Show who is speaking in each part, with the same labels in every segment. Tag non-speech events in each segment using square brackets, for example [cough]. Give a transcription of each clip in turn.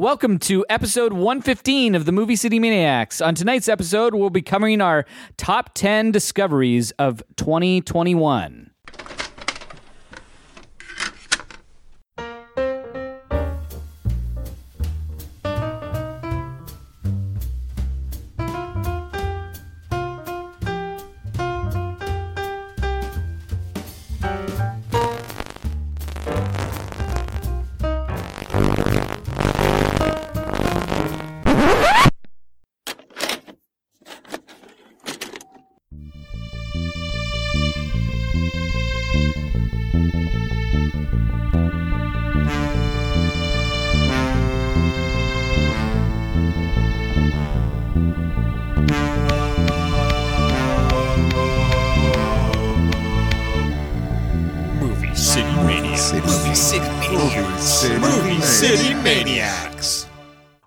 Speaker 1: Welcome to episode 115 of the Movie City Maniacs. On tonight's episode, we'll be covering our top 10 discoveries of 2021.
Speaker 2: Movie City Maniacs. Movie City Maniacs. Movie City Maniacs.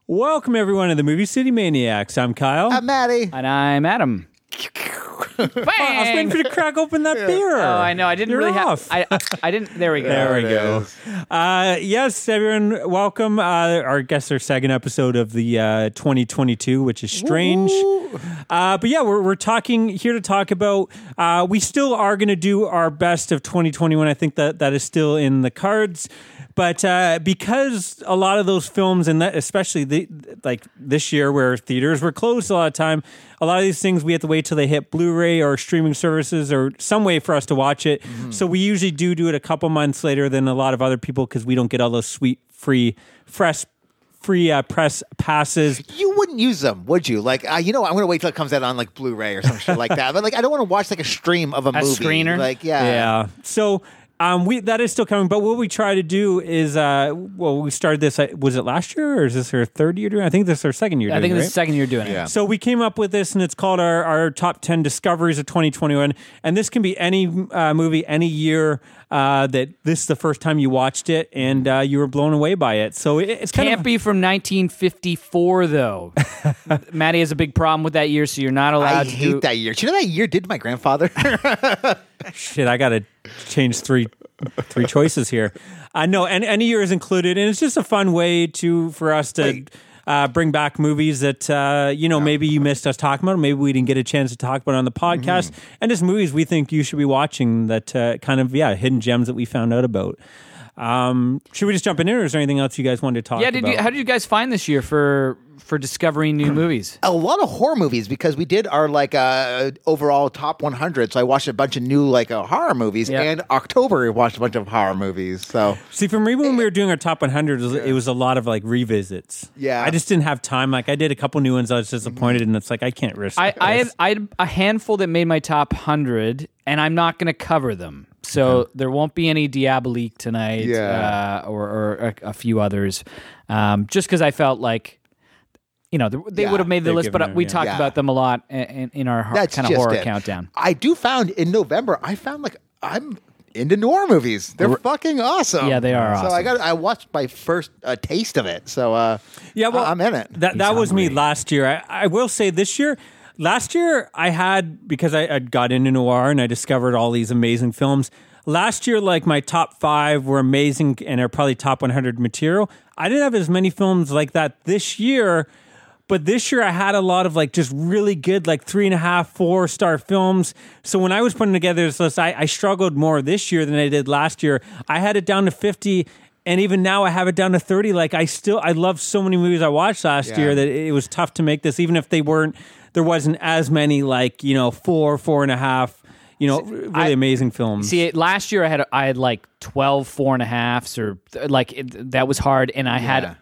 Speaker 3: Welcome everyone to the Movie City Maniacs. I'm Kyle.
Speaker 4: I'm Maddie.
Speaker 1: And I'm
Speaker 3: [laughs]
Speaker 1: Adam.
Speaker 3: Oh, I was waiting for you to crack
Speaker 4: [laughs]
Speaker 3: open that beer.
Speaker 1: Oh, I know. I didn't
Speaker 3: You're
Speaker 1: really
Speaker 3: off.
Speaker 1: have. I, I didn't. There we go.
Speaker 3: there we
Speaker 4: it
Speaker 3: go. Uh, yes, everyone, welcome. Uh, our guests, our second episode of the uh, 2022, which is strange. Uh, but yeah, we're, we're talking here to talk about. Uh, we still are going to do our best of 2021. I think that that is still in the cards. But uh, because a lot of those films, and that especially the, like this year where theaters were closed a lot of time, a lot of these things we have to wait till they hit Blu-ray or streaming services or some way for us to watch it. So we usually do do it a couple months later than a lot of other people because we don't get all those sweet free fresh free uh, press passes.
Speaker 4: You wouldn't use them, would you? Like, uh, you know, what? I'm gonna wait till it comes out on like Blu-ray or some shit like that. But like, I don't want to watch like a stream of a, movie.
Speaker 1: screener?
Speaker 4: Like, yeah,
Speaker 3: Yeah. So um, we that is still coming, but what we try to do is uh, well, we started this. uh, Was it last year or is this our third year doing? it? I think this is our second year.
Speaker 1: I think
Speaker 3: doing, it,
Speaker 1: this
Speaker 3: right?
Speaker 1: is the second year doing it.
Speaker 4: Yeah.
Speaker 3: So we came up with this, and it's called our, our top ten discoveries of 2021. And this can be any uh, movie, any year uh, that this is the first time you watched it, and uh, you were blown away by it. So it, it's kind
Speaker 1: Can't
Speaker 3: of
Speaker 1: be from 1954
Speaker 3: [laughs]
Speaker 1: though. Maddie has a big problem with that year, so you're not
Speaker 4: I
Speaker 1: allowed to
Speaker 4: hate
Speaker 1: do.
Speaker 4: that year. Do you know that year did my grandfather? [laughs]
Speaker 3: shit. I gotta change three three choices here. Uh, no, and any year is included, and it's just a fun way to for us to. Uh, bring back movies that uh, you know maybe you missed us talking about, maybe we didn't get a chance to talk about on the
Speaker 1: Mm-hmm.
Speaker 3: podcast, and just movies we think you should be watching that uh, kind of yeah hidden gems that we found out about. Um, should we just jump in here, or is there anything else you guys wanted to talk
Speaker 1: Yeah. Did
Speaker 3: about?
Speaker 1: you, how did you guys find this year for for discovering new movies?
Speaker 4: a lot of horror movies because we did our like uh, overall top 100. So I watched a bunch of new like uh, horror movies,
Speaker 1: Yeah.
Speaker 4: and October we watched a bunch of horror movies. So
Speaker 3: See, from even when we were doing our top 100, it was, it was a lot of like revisits.
Speaker 4: Yeah.
Speaker 3: I just didn't have time. Like I did a couple new ones, I was disappointed, and it's like I can't risk.
Speaker 1: Mm-hmm. I, I
Speaker 3: this.
Speaker 1: had I had a handful that made my top hundred, and I'm not going to cover them, so there won't be any Diabolique tonight,
Speaker 4: Yeah.
Speaker 1: uh, or, or a, a few others, um, just because I felt like, you know, th- they
Speaker 4: Yeah,
Speaker 1: would have made the
Speaker 3: they've
Speaker 1: list, but
Speaker 3: given
Speaker 1: uh,
Speaker 3: them,
Speaker 1: we
Speaker 3: yeah.
Speaker 1: talked
Speaker 4: Yeah.
Speaker 1: about them a lot in, in, in our
Speaker 4: that's
Speaker 1: kind of
Speaker 4: just
Speaker 1: horror
Speaker 4: it.
Speaker 1: countdown.
Speaker 4: I do found in November. I found like I'm into noir movies. They're fucking awesome.
Speaker 1: Yeah, they are
Speaker 4: So I
Speaker 1: awesome.
Speaker 4: got I watched my first uh, taste of it. So uh,
Speaker 3: Yeah, well,
Speaker 4: I- I'm in it.
Speaker 3: That that was me last year. I, I will say this year. Last year I had because I, I got into noir and I discovered all these amazing films. Last year, like my top five were amazing and are probably top 100 material. I didn't have as many films like that this year, but this year I had a lot of like just really good, like three and a half, four star films. So when I was putting together this list, I, I struggled more this year than I did last year. I had it down to 50 and even now I have it down to 30. Like I still I love so many movies I watched last
Speaker 4: Yeah.
Speaker 3: year that it was tough to make this even if they weren't there wasn't as many like, you know, four, four and a half, you know, really
Speaker 1: I-
Speaker 3: amazing films.
Speaker 1: See, it- last year I had I had like 12 four and a halfs or th- like it, that was hard, and I had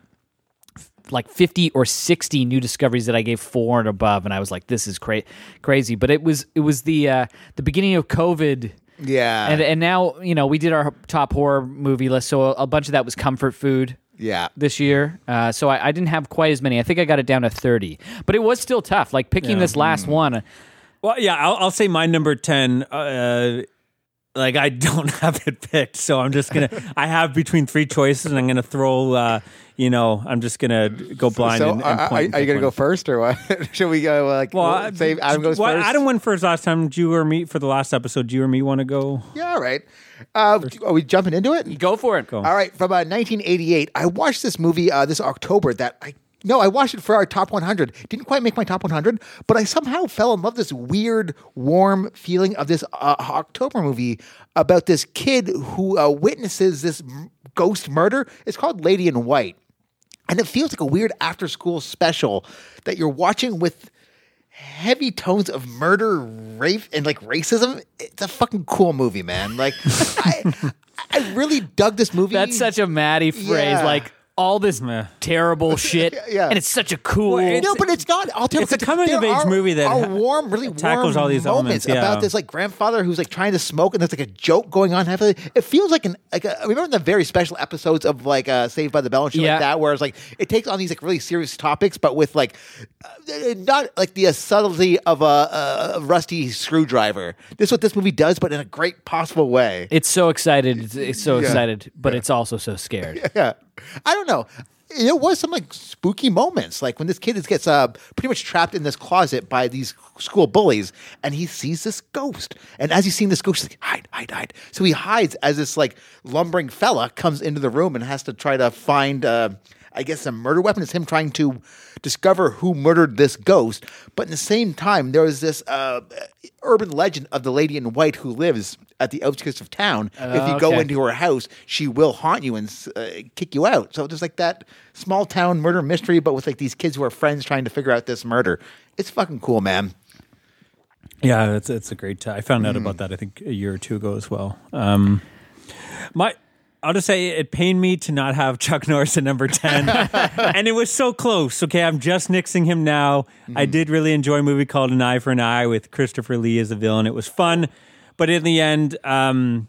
Speaker 1: like 50 or 60 new discoveries that I gave four and above and I was like this is cra- crazy but it was it was the uh the beginning of covid
Speaker 4: yeah,
Speaker 1: and and now you know we did our top horror movie list so a, a bunch of that was comfort food
Speaker 4: yeah.
Speaker 1: this year uh, so I, I didn't have quite as many I think I got it down to 30 but it was still tough
Speaker 4: Mm.
Speaker 1: like picking this last one
Speaker 3: Well, yeah, I'll, I'll say my number 10 uh, like I [laughs] don't have it picked, so I'm just
Speaker 5: [laughs]
Speaker 3: gonna. I have between three choices, and I'm gonna throw. Uh, you know, I'm just gonna go blind.
Speaker 5: So,
Speaker 3: and, and
Speaker 5: are, are-
Speaker 3: point and
Speaker 5: are you
Speaker 3: pick
Speaker 5: gonna go
Speaker 3: one.
Speaker 5: first or what? [laughs] Should we go like
Speaker 3: Well,
Speaker 5: say Adam goes
Speaker 3: well,
Speaker 5: first?
Speaker 3: Adam went first last time. Do you or me for the last episode? Do you or me want to go?
Speaker 5: Yeah, all right. Uh, are we jumping into it?
Speaker 1: Go for it.
Speaker 5: All right, from uh, 1988. I watched this movie uh, this October that I. No, I watched it for our top 100. Didn't quite make my top 100, but I somehow fell in love with this weird, warm feeling of this uh, October movie about this kid who uh, witnesses this m- ghost murder. It's called Lady in White. And it feels like a weird after school special that you're watching with heavy tones of murder, rape, and like racism. It's a fucking cool movie, man. Like, [laughs] I, I really dug this movie.
Speaker 1: That's such a Maddie phrase.
Speaker 5: Yeah.
Speaker 1: Like all this terrible shit,
Speaker 5: Yeah.
Speaker 1: and it's such a cool.
Speaker 5: no, but it's not. I'll tell you,
Speaker 3: it's a
Speaker 5: there
Speaker 3: coming-of-age
Speaker 5: are-
Speaker 3: movie that
Speaker 5: are warm, really
Speaker 3: tackles
Speaker 5: warm
Speaker 3: all these
Speaker 5: moments
Speaker 3: elements, yeah.
Speaker 5: about this like grandfather who's like trying to smoke, and there's like a joke going on. halfway. It feels like an like a, remember in the very special episodes of like uh, Saved by the Bell and shit
Speaker 1: Yeah.
Speaker 5: like that, where it's like it takes on these like really serious topics, but with like uh, not like the uh, subtlety of a, a a rusty screwdriver. This is what this movie does, but in a great possible way.
Speaker 1: it's so excited. It's, it's so excited, but it's also so scared.
Speaker 5: yeah. I don't know. There was some like spooky moments, like when this kid is, gets uh, pretty much trapped in this closet by these school bullies, and he sees this ghost. And as he's seeing this ghost, he's like, hide, hide, hide. So he hides as this like lumbering fella comes into the room and has to try to find, uh, I guess, a murder weapon. It's him trying to discover who murdered this ghost. But in the same time, there is this uh, urban legend of the lady in white who lives at the outskirts of town. if you go
Speaker 1: okay.
Speaker 5: into to her house, she will haunt you and uh, kick you out. So there's like that small town murder mystery, but with like these kids who are friends trying to figure out this murder. It's fucking cool, man.
Speaker 3: Yeah, it's it's a great. T- I found out about that I think a year or two ago as well. Um, my. I'll just say it pained me to not have Chuck Norris at number 10. and it was so close. Okay, I'm just nixing him now. I did really enjoy a movie called An Eye for an Eye with Christopher Lee as the villain. It was fun. But in the end, um,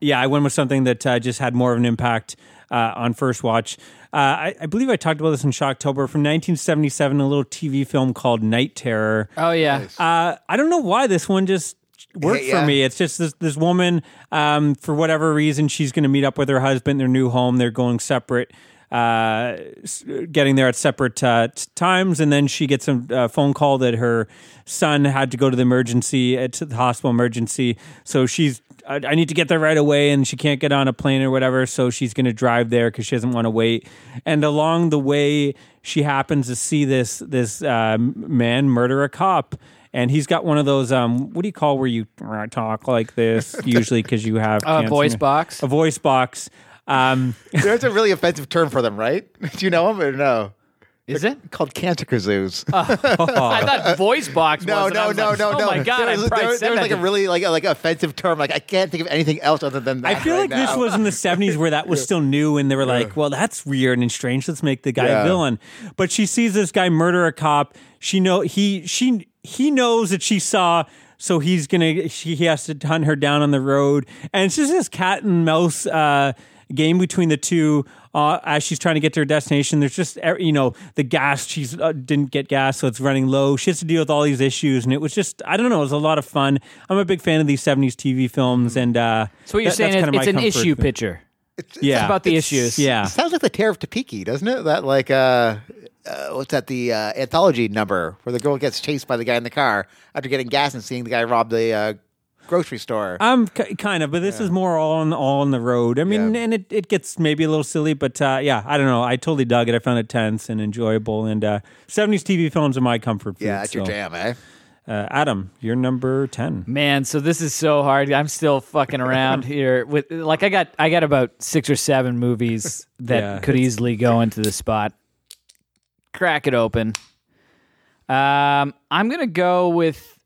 Speaker 3: yeah, I went with something that uh, just had more of an impact uh, on first watch. Uh, I, I believe I talked about this in Shocktober from 1977, a little TV film called Night Terror.
Speaker 1: [laughs] Oh yeah.
Speaker 3: Uh, I don't know why this one just worked
Speaker 5: Yeah.
Speaker 3: for me. It's just this this woman, um, for whatever reason, she's going to meet up with her husband, in their new home. They're going separate, uh, s- getting there at separate uh, t- times, and then she gets a uh, phone call that her son had to go to the emergency, uh, to the hospital emergency. So she's I, I need to get there right away, and she can't get on a plane or whatever. So she's going to drive there because she doesn't want to wait. And along the way, she happens to see this this uh, man murder a cop, and he's got one of those um, what do you call where you talk
Speaker 1: [laughs]
Speaker 3: like this usually because you have
Speaker 1: A
Speaker 3: cancer.
Speaker 1: voice box?
Speaker 3: a voice box. Um,
Speaker 5: There's
Speaker 1: [laughs]
Speaker 5: a really offensive term for them, right? [laughs] Do you know them or no?
Speaker 1: Is it?
Speaker 5: Called cancer kazoos.
Speaker 1: I thought voice box.
Speaker 5: no,
Speaker 1: was, and I
Speaker 5: no,
Speaker 1: was
Speaker 5: no,
Speaker 1: like,
Speaker 5: no,
Speaker 1: oh
Speaker 5: no.
Speaker 1: my god!
Speaker 5: there
Speaker 1: I
Speaker 5: was,
Speaker 1: probably
Speaker 5: there-
Speaker 1: said
Speaker 5: there was,
Speaker 1: that
Speaker 5: like a
Speaker 1: to-
Speaker 5: really like a, like offensive term. Like I can't think of anything else other than
Speaker 3: I
Speaker 5: that.
Speaker 3: feel
Speaker 5: right
Speaker 3: like this
Speaker 5: now.
Speaker 3: was in the '70s where
Speaker 5: [laughs]
Speaker 3: that was still new, and they were like, "Well, that's weird and strange. Let's make the guy a
Speaker 5: Yeah.
Speaker 3: villain." But she sees this guy murder a cop. She know he she he knows that she saw. So he's gonna. She, he has to hunt her down on the road, and it's just this cat and mouse uh, game between the two. Uh, as she's trying to get to her destination, there's just er, you know the gas. She's uh, didn't get gas, so it's running low. She has to deal with all these issues, and it was just I don't know. It was a lot of fun. I'm a big fan of these '70s TV films,
Speaker 5: Hmm.
Speaker 3: and uh,
Speaker 1: So what you're
Speaker 3: that-
Speaker 1: saying
Speaker 3: that's
Speaker 1: is
Speaker 3: kinda
Speaker 1: it's
Speaker 3: my
Speaker 1: an
Speaker 3: comfort
Speaker 1: issue
Speaker 3: food.
Speaker 1: picture.
Speaker 3: Yeah,
Speaker 1: It's about the issues.
Speaker 5: It
Speaker 3: yeah.
Speaker 5: sounds like the Tear of Topeki, doesn't it? That like uh, uh what's that the uh, anthology number where the girl gets chased by the guy in the car after getting gas and seeing the guy rob the uh, grocery store.
Speaker 3: Um, k- kind of, but this is more all on all on the road. I mean,
Speaker 5: Yeah.
Speaker 3: and it, it gets maybe a little silly, but uh, yeah, I don't know. I totally dug it. I found it tense and enjoyable. And uh, '70s TV films are my comfort food.
Speaker 5: yeah, that's your
Speaker 3: so,
Speaker 5: jam, eh?
Speaker 3: Uh, Adam, you're number ten.
Speaker 1: Man, so this is so hard. I'm still fucking around here with like I got I got about six or seven movies that
Speaker 3: Yeah.
Speaker 1: could easily go into the spot. Crack it open. Um, I'm gonna go with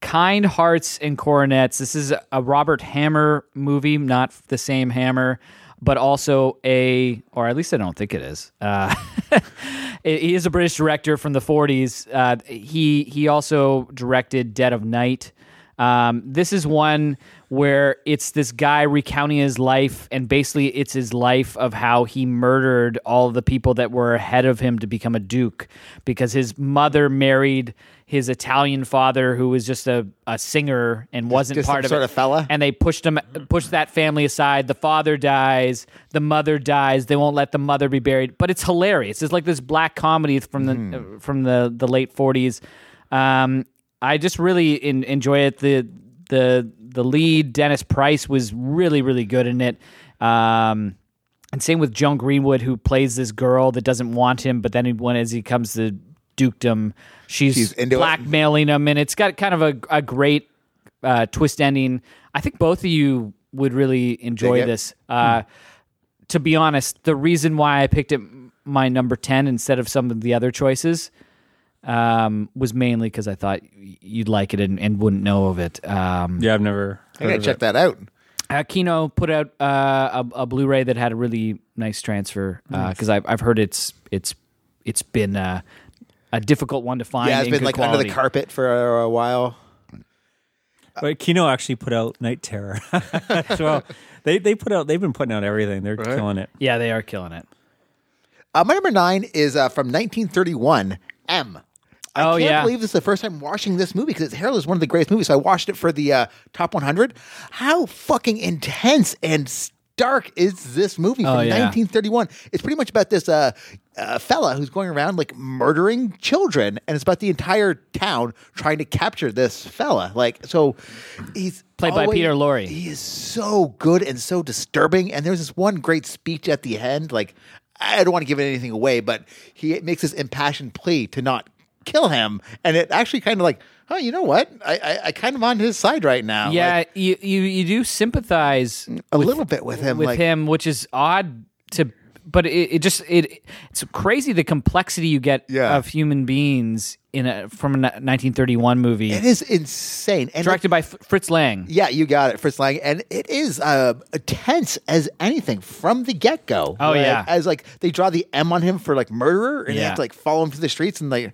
Speaker 1: Kind Hearts and Coronets. This is a Robert Hammer movie, not the same Hammer, but also a, or at least I don't think it is. Uh, [laughs] he is a British director from the 40s. Uh, he he also directed Dead of Night. Um, this is one where it's this guy recounting his life, and basically it's his life of how he murdered all the people that were ahead of him to become a duke because his mother married his Italian father, who was just a, a singer and wasn't
Speaker 5: just some
Speaker 1: part of
Speaker 5: sort
Speaker 1: it.
Speaker 5: of fella?
Speaker 1: And they pushed him, pushed that family aside. The father dies, the mother dies. They won't let the mother be buried, but it's hilarious. It's like this black comedy from the
Speaker 5: Hmm.
Speaker 1: uh, from the the late forties. Um, I just really in, enjoy it. the the The lead Dennis Price was really really good in it. Um, and same with Joan Greenwood, who plays this girl that doesn't want him, but then when as he comes to dukedom, she's,
Speaker 5: She's into it.
Speaker 1: blackmailing him, and it's got kind of a, a great uh, twist ending. I think both of you would really enjoy
Speaker 5: Dig it. Hmm.
Speaker 1: this. Uh, To be honest, the reason why I picked it my number ten instead of some of the other choices um, was mainly because I thought you'd like it and, and wouldn't know of it. Um,
Speaker 3: Yeah, I've never.
Speaker 5: I gotta check that out.
Speaker 1: uh, Kino put out uh, a, a Blu-ray that had a really nice transfer because I've I've heard it's it's it's been uh, a difficult one to find.
Speaker 5: Yeah, it's
Speaker 1: in
Speaker 5: been
Speaker 1: good
Speaker 5: like under
Speaker 1: quality.
Speaker 5: the carpet for a while.
Speaker 3: But Kino actually put out Night Terror [laughs] as well. They they put out. They've been putting out everything. They're killing it.
Speaker 1: Yeah, they are killing it.
Speaker 5: Uh, my number nine is uh, from 1931, M. I
Speaker 1: Oh,
Speaker 5: can't
Speaker 1: yeah.
Speaker 5: believe this is the first time watching this movie because it's Harold is one of the greatest movies. So I watched it for the uh, top 100. How fucking intense and stark is this movie from
Speaker 1: Oh, yeah.
Speaker 5: 1931? It's pretty much about this uh, uh, fella who's going around like murdering children, and it's about the entire town trying to capture this fella. Like, so he's
Speaker 1: Played by Peter Lorre.
Speaker 5: He is so good and so disturbing. And there's this one great speech at the end. Like, I don't want to give anything away, but he makes this impassioned plea to not kill him. And it actually kind of like, oh, you know what? I, I, I kind of on his side right now.
Speaker 1: yeah,
Speaker 5: Like, Mm.
Speaker 1: you, you you do sympathize
Speaker 5: a little bit with him.
Speaker 1: with
Speaker 5: like,
Speaker 1: him, which is odd to, but it, it just it it's crazy the complexity you get
Speaker 5: Yeah.
Speaker 1: of human beings in a from a 1931 movie
Speaker 5: It is insane. And like,
Speaker 1: directed by F- Fritz Lang.
Speaker 5: yeah, you got it, Fritz Lang, and it is uh, tense as anything from the get go.
Speaker 1: Oh, yeah.
Speaker 5: as like they draw the M on him for like murderer, and they
Speaker 1: Yeah.
Speaker 5: have to like follow him through the streets, and like,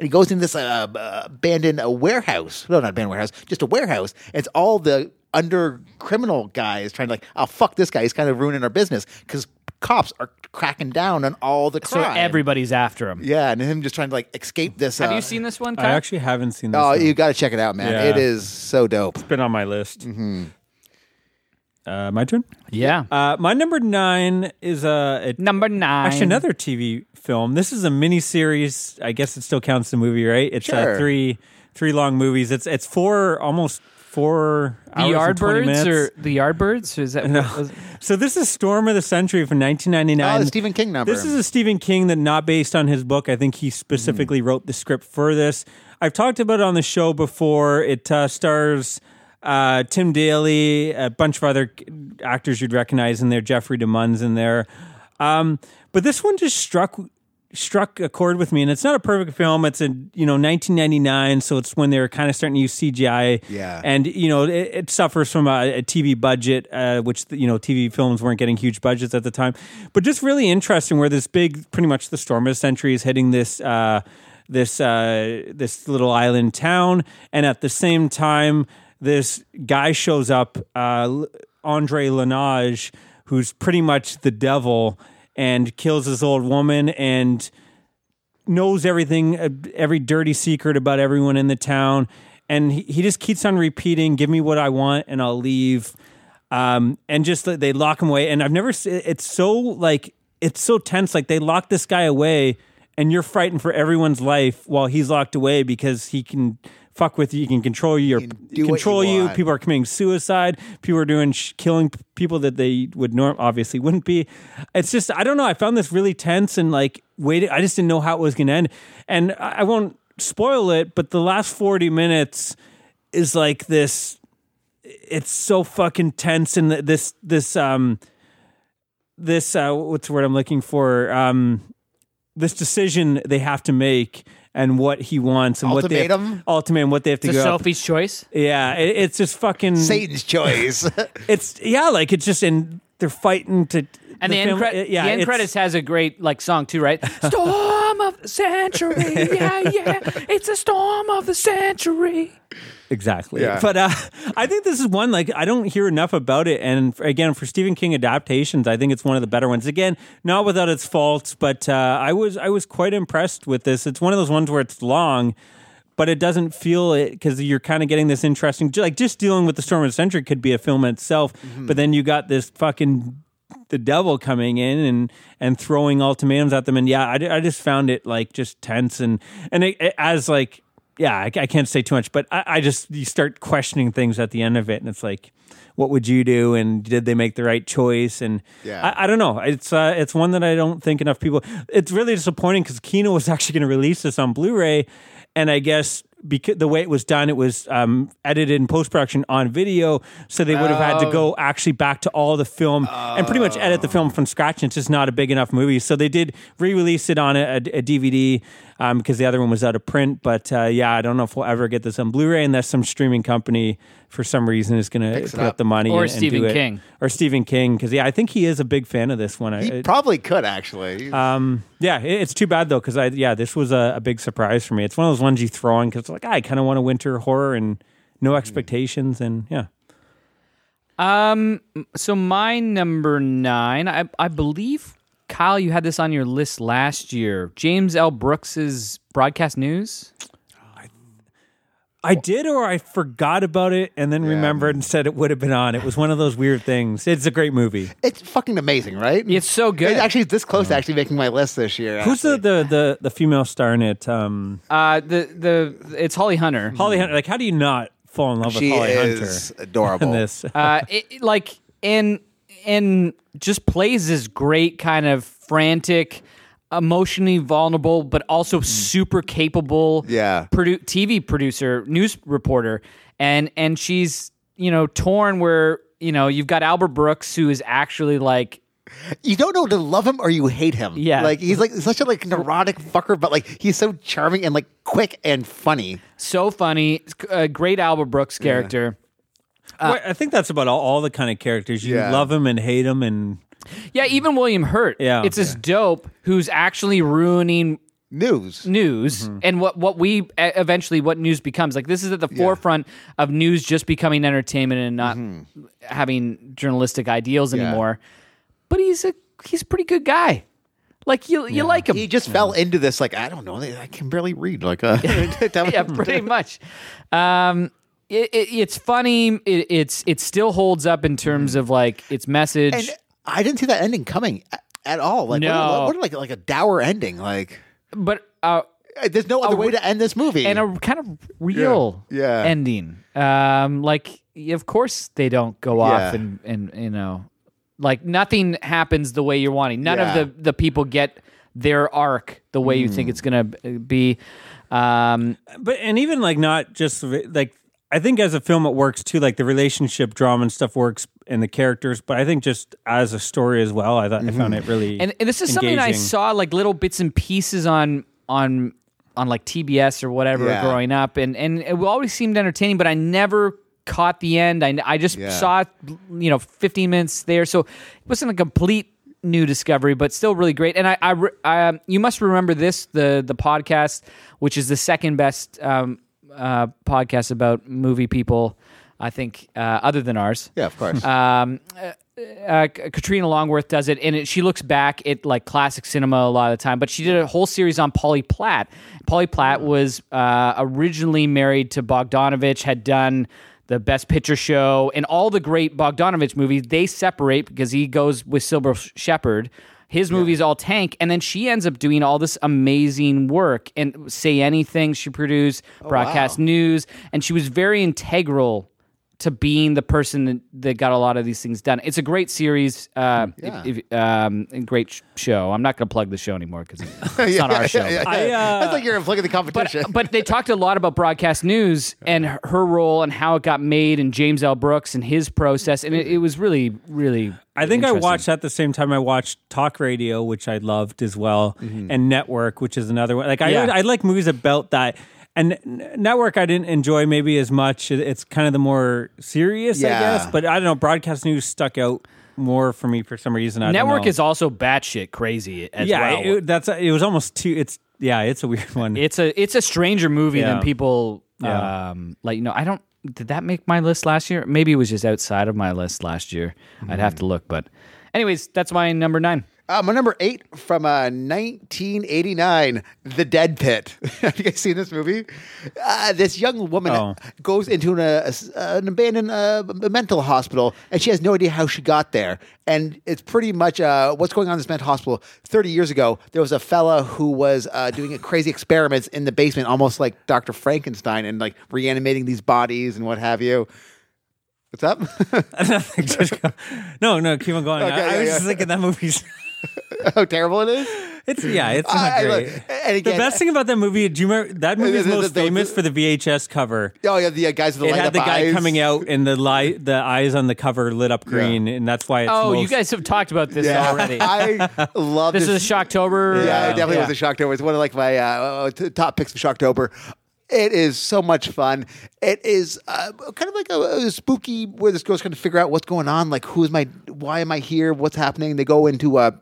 Speaker 5: and he goes in this uh, uh, abandoned uh, warehouse. No, not abandoned warehouse, just a warehouse. And it's all the under criminal guys trying to like, oh fuck this guy, he's kind of ruining our business because cops are cracking down on all the
Speaker 1: So
Speaker 5: crime.
Speaker 1: everybody's after him.
Speaker 5: yeah, and him just trying to like escape this.
Speaker 1: Have
Speaker 5: uh,
Speaker 1: you seen this one?
Speaker 3: I
Speaker 1: Kyle?
Speaker 3: actually haven't seen this.
Speaker 5: Oh,
Speaker 3: Oh,
Speaker 5: you got to check it out, man.
Speaker 3: Yeah.
Speaker 5: It is so dope.
Speaker 3: it's been on my list.
Speaker 5: Mm-hmm.
Speaker 3: Uh, my turn.
Speaker 1: yeah.
Speaker 3: Uh, my number nine is uh, a
Speaker 1: Number nine.
Speaker 3: Actually, another TV film. This is a mini series. I guess it still counts as a movie, right? It's uh,
Speaker 5: Sure.
Speaker 3: three three long movies. It's it's four almost four
Speaker 1: The
Speaker 3: hours and 20
Speaker 1: Yardbirds or
Speaker 3: minutes.
Speaker 1: the Yardbirds? Is that was-
Speaker 3: so this is Storm of the Century from 1999.
Speaker 5: Oh, the Stephen King number.
Speaker 3: This is a Stephen King that not based on his book. I think he specifically wrote the script for this. I've talked about it on the show before. It uh, stars uh, Tim Daly, a bunch of other actors you'd recognize in there. Jeffrey DeMunn's in there. Um, but this one just struck struck a chord with me and it's not a perfect film it's in you know 1999 so it's when they were kind of starting to use cgi
Speaker 5: Yeah.
Speaker 3: and you know it, it suffers from a, a tv budget uh, which you know tv films weren't getting huge budgets at the time but just really interesting where this big pretty much the storm of the century is hitting this uh, this uh, this little island town and at the same time this guy shows up uh, andre lanage who's pretty much the devil and kills this old woman and knows everything, uh, every dirty secret about everyone in the town. And he, he just keeps on repeating, give me what I want and I'll leave. Um, and just like, they lock him away. And I've never, se- it's so like, it's so tense. Like they lock this guy away and you're frightened for everyone's life while he's locked away because he can fuck with you. He can control you or
Speaker 5: do what you
Speaker 3: control you.
Speaker 5: want.
Speaker 3: People are committing suicide. People are doing sh- killing p- people that they would norm obviously wouldn't be. It's just I don't know. I found this really tense and like waited. I just didn't know how it was going to end. And I-, I won't spoil it, but the last forty minutes is like this. It's so fucking tense and th- this this um this uh, what's the word I'm looking for um this decision they have to make. And what he wants, and what they
Speaker 5: Ultimatum?
Speaker 3: have, ultimatum, and what they have to
Speaker 1: the
Speaker 3: go.
Speaker 1: Sophie's Choice.
Speaker 3: Yeah, it, it's just fucking.
Speaker 5: Satan's choice. [laughs]
Speaker 3: It's yeah, like it's just in. They're fighting to.
Speaker 1: And the, end,
Speaker 3: film-
Speaker 1: cred-
Speaker 3: uh, yeah,
Speaker 1: the end
Speaker 3: it's-
Speaker 1: credits has a great like song too,
Speaker 3: [laughs]
Speaker 1: right? storm of the century. Yeah, yeah. It's a storm of the century.
Speaker 3: Exactly.
Speaker 4: Yeah.
Speaker 3: But uh, [laughs] I think this is one like I don't hear enough about it. And f- again, for Stephen King adaptations, I think it's one of the better ones. Again, not without its faults, but uh, I was I was quite impressed with this. It's one of those ones where it's long. But it doesn't feel it because you're kind of getting this interesting, like just dealing with the storm of the century could be a film in itself. But then you got this fucking the devil coming in and and throwing ultimatums at them, and yeah, I, I just found it like just tense and and it, it- as like yeah, I, I can't say too much, but I, I just you start questioning things at the end of it, and it's like, what would you do? And did they make the right choice? And
Speaker 4: Yeah.
Speaker 3: I, I don't know. It's uh, it's one that I don't think enough people. It's really disappointing because Kino was [laughs] actually going to release this on Blu-ray, and I guess because the way it was done, it was um, edited in post production on video, so they would have had to
Speaker 4: Oh.
Speaker 3: go actually back to all the film and pretty much edit the film from scratch. And it's just not a big enough movie, so they did re-release it on a, a- a DVD um, because the other one was out of print. But uh, yeah, I don't know if we'll ever get this on Blu-ray unless some streaming company for some reason is going to
Speaker 4: Picks it
Speaker 3: put up.
Speaker 4: up.
Speaker 3: the money
Speaker 1: Or
Speaker 3: and, and do
Speaker 1: Stephen
Speaker 3: it.
Speaker 1: King.
Speaker 3: or Stephen King because yeah, I think he is a big fan of this one. I,
Speaker 4: He
Speaker 3: it-
Speaker 4: probably could actually.
Speaker 1: Uh,
Speaker 3: yeah, it- it's too bad though because I yeah, this was a, a big surprise for me. It's one of those ones you throw on because like "Ah, I kind of want a winter horror and no
Speaker 4: Hmm.
Speaker 3: expectations and yeah.
Speaker 1: Um. So my number nine, I I believe Kyle, you had this on your list last year. James L. Brooks's broadcast news.
Speaker 3: I did, or I forgot about it and then remembered and said it would have been on. It was one of those weird things. It's a great movie.
Speaker 4: it's fucking amazing, right?
Speaker 1: It's so good. Uh-huh.
Speaker 4: It's actually this close to actually making my list this year.
Speaker 3: Who's the, the, the, the female star in it? Um,
Speaker 1: Uh, the the it's Holly Hunter.
Speaker 3: Holly Hunter. Like, how do you not fall in love
Speaker 4: She
Speaker 3: with Holly
Speaker 4: is
Speaker 3: Hunter
Speaker 4: adorable.
Speaker 3: in this?
Speaker 1: uh, it, it, like and and just plays this great kind of frantic, emotionally vulnerable, but also super capable.
Speaker 4: Yeah.
Speaker 1: produ- TV producer, news reporter, and and she's you know torn where you know you've got Albert Brooks who is actually like
Speaker 4: you don't know to love him or you hate him.
Speaker 1: Yeah.
Speaker 4: like he's like such a like neurotic fucker, but like he's so charming and like quick and funny.
Speaker 1: so funny, a great Albert Brooks character.
Speaker 3: Well, I think that's about all, all the kind of characters. You
Speaker 4: Uh, Yeah.
Speaker 3: love them and hate them and
Speaker 1: Yeah, even William Hurt.
Speaker 3: Yeah.
Speaker 1: it's this dope who's actually ruining
Speaker 4: News.
Speaker 1: news
Speaker 3: Mm-hmm.
Speaker 1: and what what we e- eventually what news becomes like this is at the forefront of news just becoming entertainment and not
Speaker 3: Mm-hmm.
Speaker 1: having journalistic ideals anymore but he's a he's a pretty good guy like you you like him
Speaker 4: He just fell into this like I don't know. I can barely read. Like uh,
Speaker 1: [laughs]
Speaker 4: [laughs]
Speaker 3: [laughs]
Speaker 1: yeah pretty much um it, it, it's funny it, it's it still holds up in terms
Speaker 3: Mm-hmm.
Speaker 1: of like its message
Speaker 4: And I didn't see that ending coming a- at all. Like what a-
Speaker 1: No.
Speaker 4: what, a, like like a dour ending. Like
Speaker 1: but uh
Speaker 4: uh, there's no other way to end this movie.
Speaker 1: and a kind of real
Speaker 4: Yeah.
Speaker 1: ending. Um, like of course they don't go off
Speaker 4: Yeah.
Speaker 1: and and you know, like nothing happens the way you're wanting. None
Speaker 4: Yeah. Hmm.
Speaker 1: of the the people get their arc the way you think it's gonna be. Um,
Speaker 3: but and even like not just like I think as a film it works too. Like the relationship drama and stuff works and the characters, but I think just as a story as well, I thought I found it really
Speaker 1: Mm-hmm. and, and this is something I
Speaker 3: engaging.
Speaker 1: saw like little bits and pieces on on on like TBS or whatever
Speaker 4: Yeah.
Speaker 1: growing up, and and it always seemed entertaining, but I never caught the end. I I just
Speaker 4: Yeah.
Speaker 1: saw you know 15 minutes there, so it wasn't a complete new discovery, but still really great. And I I, re- I um, you must remember this the the podcast, which is the second best um, uh, podcast about movie people. I think, uh, other than ours,
Speaker 4: yeah, of
Speaker 1: [laughs]
Speaker 4: course.
Speaker 1: um, uh, uh, Katrina Longworth does it, and it, she looks back at like classic cinema a lot of the time. But she did a whole series on Polly Platt. Polly Platt was uh, originally married to Bogdanovich, had done the Best Picture show and all the great Bogdanovich movies. They separate because he goes with Silver Shepherd. His movies all tank, and then she ends up doing all this amazing work. And say anything she produced, broadcast news, and she was very integral to being the person that- that got a lot of these things done. It's a great series, uh, if, if, um, and great sh- show. I'm not going to plug the show anymore because
Speaker 4: [laughs]
Speaker 1: it's [laughs] not our show.
Speaker 3: I, uh,
Speaker 4: That's like you're inflicting the
Speaker 1: But,
Speaker 4: competition.
Speaker 1: but they talked a lot about broadcast news and her- her role and how it got made and James L. Brooks and his process. And it, it was really, really.
Speaker 3: I think I
Speaker 1: interesting.
Speaker 3: watched at the same time I watched Talk Radio, which I loved as well, and Network, which is another one. Like I,
Speaker 1: Mm-hmm. Yeah.
Speaker 3: I like movies about that. And N- Network, I didn't enjoy maybe as much. It- It's kind of the more serious, I
Speaker 4: Yeah.
Speaker 3: guess. But I don't know. Broadcast news stuck out more for me for some reason. I
Speaker 1: Network
Speaker 3: don't know.
Speaker 1: is also batshit crazy as
Speaker 3: yeah.
Speaker 1: well.
Speaker 3: It, that's it was almost too. It's yeah. It's a weird one.
Speaker 1: it's a it's a stranger movie
Speaker 3: Yeah.
Speaker 1: than people
Speaker 3: Yeah.
Speaker 1: um like you know I don't did that make my list last year? Maybe it was just outside of my list last year. I'd have to look, but anyways, that's my number 9.
Speaker 5: Uh, my number eight from uh, 1989, The Dead Pit. [laughs] Have you guys seen this movie? Uh, this young woman
Speaker 3: Oh.
Speaker 5: goes into an, uh, s- uh, an abandoned uh, m- mental hospital, and she has no idea how she got there. And it's pretty much uh, what's going on in this mental hospital. 30 years ago, there was a fella who was uh, doing crazy experiments in the basement, almost like Dr. Frankenstein, and like reanimating these bodies and what have you. What's up? [laughs]
Speaker 3: Just go- no, no. Keep on going.
Speaker 5: Okay,
Speaker 3: I, I
Speaker 5: yeah,
Speaker 3: was
Speaker 5: yeah.
Speaker 3: just thinking that movie's. [laughs]
Speaker 5: how terrible it is?
Speaker 3: It's yeah. It's not
Speaker 5: I- I love-
Speaker 3: great.
Speaker 5: and again,
Speaker 3: the best thing about that movie, do you remember that movie
Speaker 5: [laughs]
Speaker 3: is
Speaker 5: the- the-
Speaker 3: most
Speaker 5: the-
Speaker 3: famous for the VHS cover.
Speaker 5: Oh, yeah, the uh, guys with the
Speaker 3: It
Speaker 5: light
Speaker 3: had
Speaker 5: up
Speaker 3: the guy
Speaker 5: eyes.
Speaker 3: coming out and the light, the eyes on the cover lit up green, and that's why. It's
Speaker 1: Oh, you
Speaker 3: most-
Speaker 1: guys have talked about this
Speaker 5: [laughs]
Speaker 3: [laughs]
Speaker 1: already.
Speaker 5: I love
Speaker 1: this is a Shocktober.
Speaker 5: Yeah,
Speaker 1: uh,
Speaker 5: it definitely was a Shocktober. It's one of like my uh, t- top picks of Shocktober. It is so much fun. It is uh, kind of like a, a spooky where this girl's trying to figure out what's going on. Like, who is my? Why am I here? What's happening? They go into uh,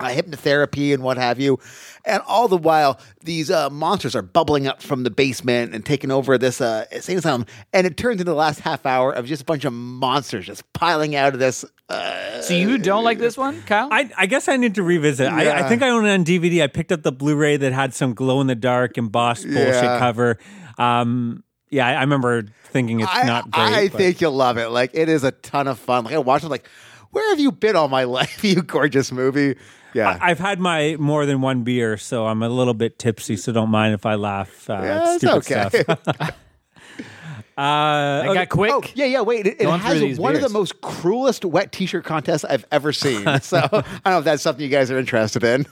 Speaker 5: uh, hypnotherapy and what have you, and all the while these uh, monsters are bubbling up from the basement and taking over this uh, insane asylum. And it turns into the last half hour of just a bunch of monsters just piling out of this. Uh,
Speaker 1: So you don't like this one, Kyle?
Speaker 3: I, I guess I need to revisit. I, I
Speaker 5: Yeah.
Speaker 3: think I own it on DVD. I picked up the Blu-ray that had some glow in the dark embossed bullshit
Speaker 5: Yeah.
Speaker 3: cover. Um, yeah, I, I remember thinking it's
Speaker 5: I,
Speaker 3: not great.
Speaker 5: I
Speaker 3: but-
Speaker 5: think you'll love it. Like it is a ton of fun. Like I watched it. Like where have you been all my [laughs] life? You gorgeous movie. Yeah.
Speaker 3: I, I've had my more than one beer, so I'm a little bit tipsy. So don't mind if I laugh. Uh,
Speaker 5: Yeah,
Speaker 3: at
Speaker 5: it's
Speaker 3: stupid
Speaker 5: okay.
Speaker 3: Stuff. uh,
Speaker 1: I got quick.
Speaker 5: [laughs] Oh yeah, yeah. Wait, it, it
Speaker 1: Going through
Speaker 5: has
Speaker 1: these
Speaker 5: one of
Speaker 1: beers.
Speaker 5: the most cruelest wet T-shirt contests I've ever
Speaker 3: [laughs]
Speaker 5: seen. So I don't know if that's something you guys are interested in.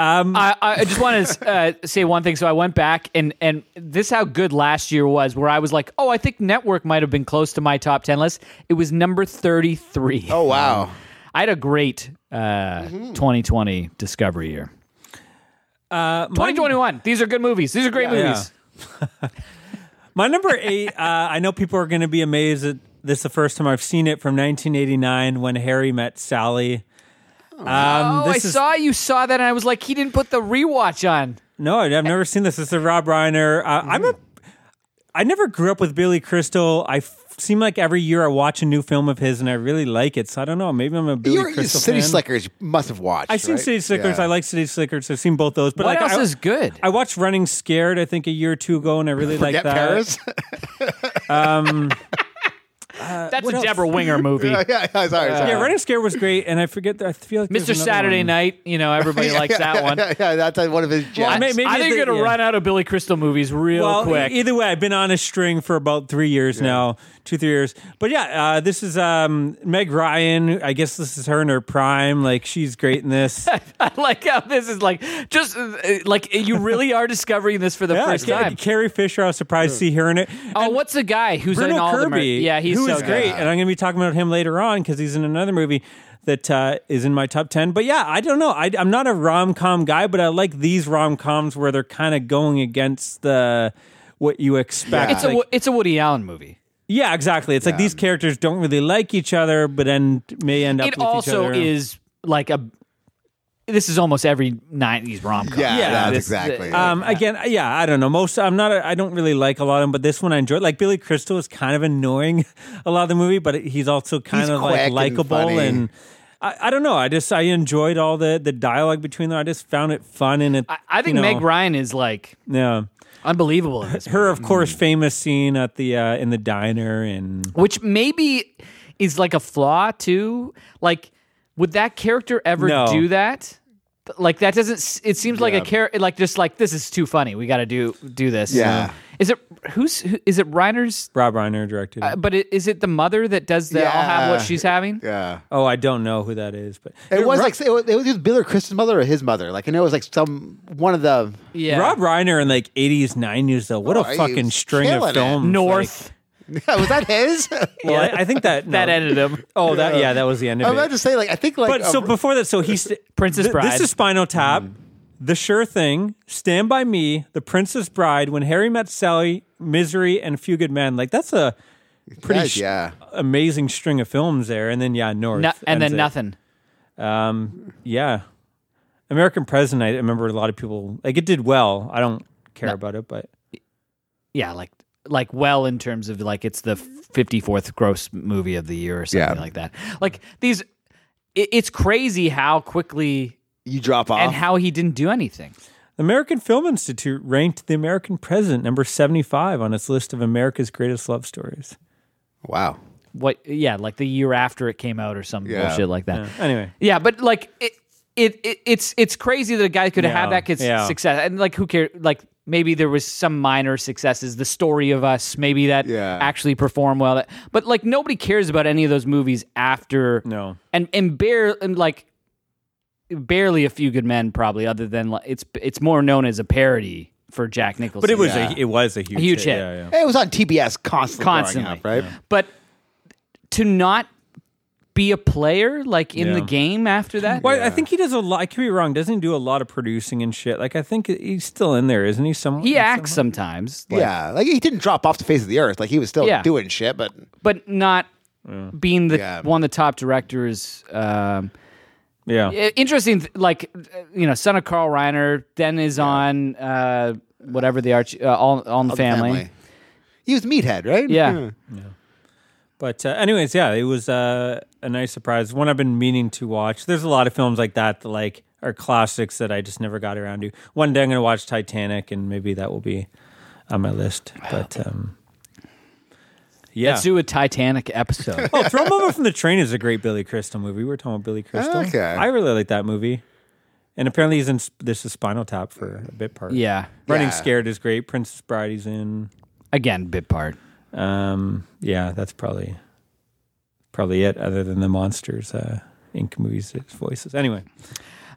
Speaker 1: I, I just want to uh, say one thing. So I went back and and this how good last year was, where I was like, oh, I think Network might have been close to my top ten list. It was number thirty three.
Speaker 5: Oh wow.
Speaker 1: I had a great uh, 2020 discovery year.
Speaker 3: uh, my-
Speaker 1: 2021. These are good movies. These are great
Speaker 3: Yeah.
Speaker 1: movies.
Speaker 3: My number eight, uh, I know people are going to be amazed that this is the first time I've seen it from 1989 when Harry met Sally. Um,
Speaker 1: Oh, I
Speaker 3: this is,
Speaker 1: saw you saw that, and I was like, he didn't put the rewatch on.
Speaker 3: No, I've never seen this. This is Rob Reiner. Uh, I'm a. I never grew up with Billy Crystal. I f- seem like every year I watch a new film of his and I really like it. So I don't know. Maybe I'm a Billy
Speaker 5: You're, you
Speaker 3: Crystal
Speaker 5: City
Speaker 3: fan.
Speaker 5: Slickers must have watched.
Speaker 3: I've seen
Speaker 5: right?
Speaker 3: City Slickers.
Speaker 5: Yeah.
Speaker 3: I like City Slickers. I've seen both those. But
Speaker 1: What
Speaker 3: like,
Speaker 1: else
Speaker 3: I,
Speaker 1: is good?
Speaker 3: I watched Running Scared. I think a year or two ago, and I really like
Speaker 5: Forget
Speaker 3: that.
Speaker 5: Paris. [laughs]
Speaker 1: That's
Speaker 3: what
Speaker 1: a
Speaker 3: else?
Speaker 1: Deborah
Speaker 3: [laughs]
Speaker 1: Winger movie.
Speaker 5: yeah, yeah, sorry, sorry.
Speaker 3: Yeah, Running Scared was great, and I forget. I feel like there's
Speaker 1: Mr.
Speaker 3: another
Speaker 1: Saturday
Speaker 3: one.
Speaker 1: Night. You know,
Speaker 3: [laughs]
Speaker 1: everybody likes that one.
Speaker 5: [laughs] Yeah, yeah, that's like one of his gems.
Speaker 3: I may- maybe
Speaker 1: I think
Speaker 3: the-
Speaker 1: you're gonna
Speaker 3: yeah.
Speaker 1: run out of Billy Crystal movies real
Speaker 3: well,
Speaker 1: quick.
Speaker 3: e- either way, I've been on a string for about three years now, two, three years. But yeah, uh, this is um, Meg Ryan. I guess this is her in her prime. Like she's great
Speaker 1: [laughs]
Speaker 3: in this.
Speaker 1: I like how this is like just uh, like you really are discovering this for the
Speaker 3: [laughs] Yeah,
Speaker 1: first
Speaker 3: Ca-
Speaker 1: time.
Speaker 3: Carrie Fisher. I was surprised to see her in it.
Speaker 1: Oh, what's the guy who's
Speaker 3: Bruno
Speaker 1: in all the
Speaker 3: Kirby.
Speaker 1: Murray? Yeah, he's
Speaker 3: who
Speaker 1: so
Speaker 3: is
Speaker 1: good.
Speaker 3: great, and I'm going to be talking about him later on because he's in another movie that uh, is in my top ten. But yeah, I don't know. I, I'm not a rom com guy, but I like these rom coms where they're kind of going against the what you expect.
Speaker 5: Yeah.
Speaker 1: It's a
Speaker 3: Like-
Speaker 1: Wo- it's a Woody Allen movie.
Speaker 3: Yeah, exactly. It's like these characters don't really like each other, but then may end up
Speaker 1: It
Speaker 3: with each
Speaker 1: also
Speaker 3: other.
Speaker 1: is like a. This is almost every '90s rom com.
Speaker 5: yeah,
Speaker 3: Yeah,
Speaker 5: that's
Speaker 3: this-
Speaker 5: exactly. it.
Speaker 3: Um, again, yeah, I don't know. Most I'm not. A, I don't really like a lot of them, but this one I enjoyed. Like Billy Crystal is kind of annoying [laughs] a lot of the movie, but he's also kind
Speaker 5: He's
Speaker 3: of like
Speaker 5: quick
Speaker 3: likable
Speaker 5: and funny.
Speaker 3: and. I, I don't know. I just I enjoyed all the the dialogue between them. I just found it fun and it.
Speaker 1: I, I think
Speaker 3: you know,
Speaker 1: Meg Ryan is like
Speaker 3: Yeah,
Speaker 1: unbelievable in this, movie,
Speaker 5: Hmm.
Speaker 3: her of course famous scene at the uh, in the diner and
Speaker 1: which maybe is like a flaw too. Like, would that character ever
Speaker 3: No.
Speaker 1: do that? Like that doesn't. s- It seems like a character. Like just like this is too funny. We got to do do this.
Speaker 5: Yeah.
Speaker 1: Is it who's who, is it Reiner's?
Speaker 3: Rob Reiner directed. it.
Speaker 1: But it, is it the mother that does the? I'll have what
Speaker 5: Yeah.
Speaker 1: she's having.
Speaker 5: yeah.
Speaker 3: oh, I don't know who that is, but
Speaker 5: It was like it was, it was Bill or Chris's mother or his mother. Like I know it was like some one of the
Speaker 1: Yeah.
Speaker 3: Rob Reiner in like 80s, 90s, though. What
Speaker 5: Oh,
Speaker 3: a
Speaker 5: he
Speaker 3: fucking
Speaker 5: was
Speaker 3: string of
Speaker 5: killing it.
Speaker 3: films.
Speaker 1: North.
Speaker 4: [laughs]
Speaker 5: was that
Speaker 1: [laughs]
Speaker 5: his?
Speaker 3: Like, well, I, I think that.
Speaker 1: that
Speaker 3: no.
Speaker 1: ended him.
Speaker 3: Oh, that, yeah, that was the end
Speaker 5: I'm
Speaker 3: of
Speaker 5: about
Speaker 3: it.
Speaker 5: to say like I think like
Speaker 3: But
Speaker 5: uh,
Speaker 3: so before that, so he's.
Speaker 1: Princess
Speaker 3: th-
Speaker 1: Bride.
Speaker 3: This is Spinal Tap, Mm-hmm. The Sure Thing, Stand By Me, The Princess Bride, When Harry Met Sally, Misery, and Few Good Men. Like, that's a. pretty
Speaker 4: Guys, yeah.
Speaker 3: amazing string of films there, and then yeah, North,
Speaker 1: No- and
Speaker 3: ends
Speaker 1: then
Speaker 3: it.
Speaker 1: nothing.
Speaker 3: Yeah, American President. I remember a lot of people like it did well. I don't care about it, but
Speaker 1: Yeah, like like well in terms of like it's the 54th gross movie of the year or something
Speaker 4: Yeah.
Speaker 1: like that. Like these it, it's crazy how quickly
Speaker 4: You drop off.
Speaker 1: and how he didn't do anything.
Speaker 3: the American Film Institute ranked The American President number seventy-five on its list of America's greatest love stories.
Speaker 4: wow.
Speaker 1: What yeah, like the year after it came out or some
Speaker 4: Yeah.
Speaker 1: bullshit like that.
Speaker 3: Anyway,
Speaker 1: Yeah, but like it, it, it it's it's crazy that a guy could have
Speaker 3: Yeah,
Speaker 1: that kid's
Speaker 3: yeah.
Speaker 1: success, and like who cares? Like maybe there was some minor successes, the story of us, maybe that
Speaker 4: Yeah.
Speaker 1: actually performed well. That, but like nobody cares about any of those movies after
Speaker 3: No.
Speaker 1: and and bare and like barely a few good men probably other than like, it's it's more known as a parody for Jack Nicholson.
Speaker 3: but it was
Speaker 4: Yeah.
Speaker 3: a it was a huge,
Speaker 1: huge hit.
Speaker 3: Yeah, yeah.
Speaker 4: It was on TBS constantly. growing
Speaker 1: Constantly.
Speaker 4: up, right?
Speaker 1: but to not be a player like in the
Speaker 3: Yeah.
Speaker 1: game after that.
Speaker 3: Well, I think he does a lot. I could be wrong. Doesn't he do a lot of producing and shit? Like I think he's still in there, isn't he? Some
Speaker 1: He
Speaker 3: some-
Speaker 1: acts sometimes. like-
Speaker 4: yeah, like he didn't drop off the face of the earth. Like he was still
Speaker 1: Yeah.
Speaker 4: doing shit, but
Speaker 1: but not being the
Speaker 4: Yeah.
Speaker 1: one of the top directors. Um,
Speaker 3: Yeah.
Speaker 1: i- interesting, th- like uh, you know, son of Carl Reiner, then is on uh, whatever the arch, uh, all, all in the family.
Speaker 4: He was meathead, right?
Speaker 1: Yeah.
Speaker 3: But uh, anyways, yeah, it was uh, a nice surprise. One I've been meaning to watch. There's a lot of films like that that like are classics that I just never got around to. One day I'm going to watch Titanic, and maybe that will be on my list. But um, yeah,
Speaker 1: Let's do a Titanic episode.
Speaker 3: oh, Throw 'Em Over from the Train is a great Billy Crystal movie. We were talking about Billy Crystal.
Speaker 4: Okay.
Speaker 3: I really like that movie. And apparently he's in. This is Spinal Tap for a bit part.
Speaker 1: yeah,
Speaker 3: Running
Speaker 4: Yeah.
Speaker 3: Scared is great. Princess Bride he's in.
Speaker 1: again, bit part.
Speaker 3: Um, yeah, that's probably probably it. Other than the monsters, uh, Inc. movies, it's voices. Anyway,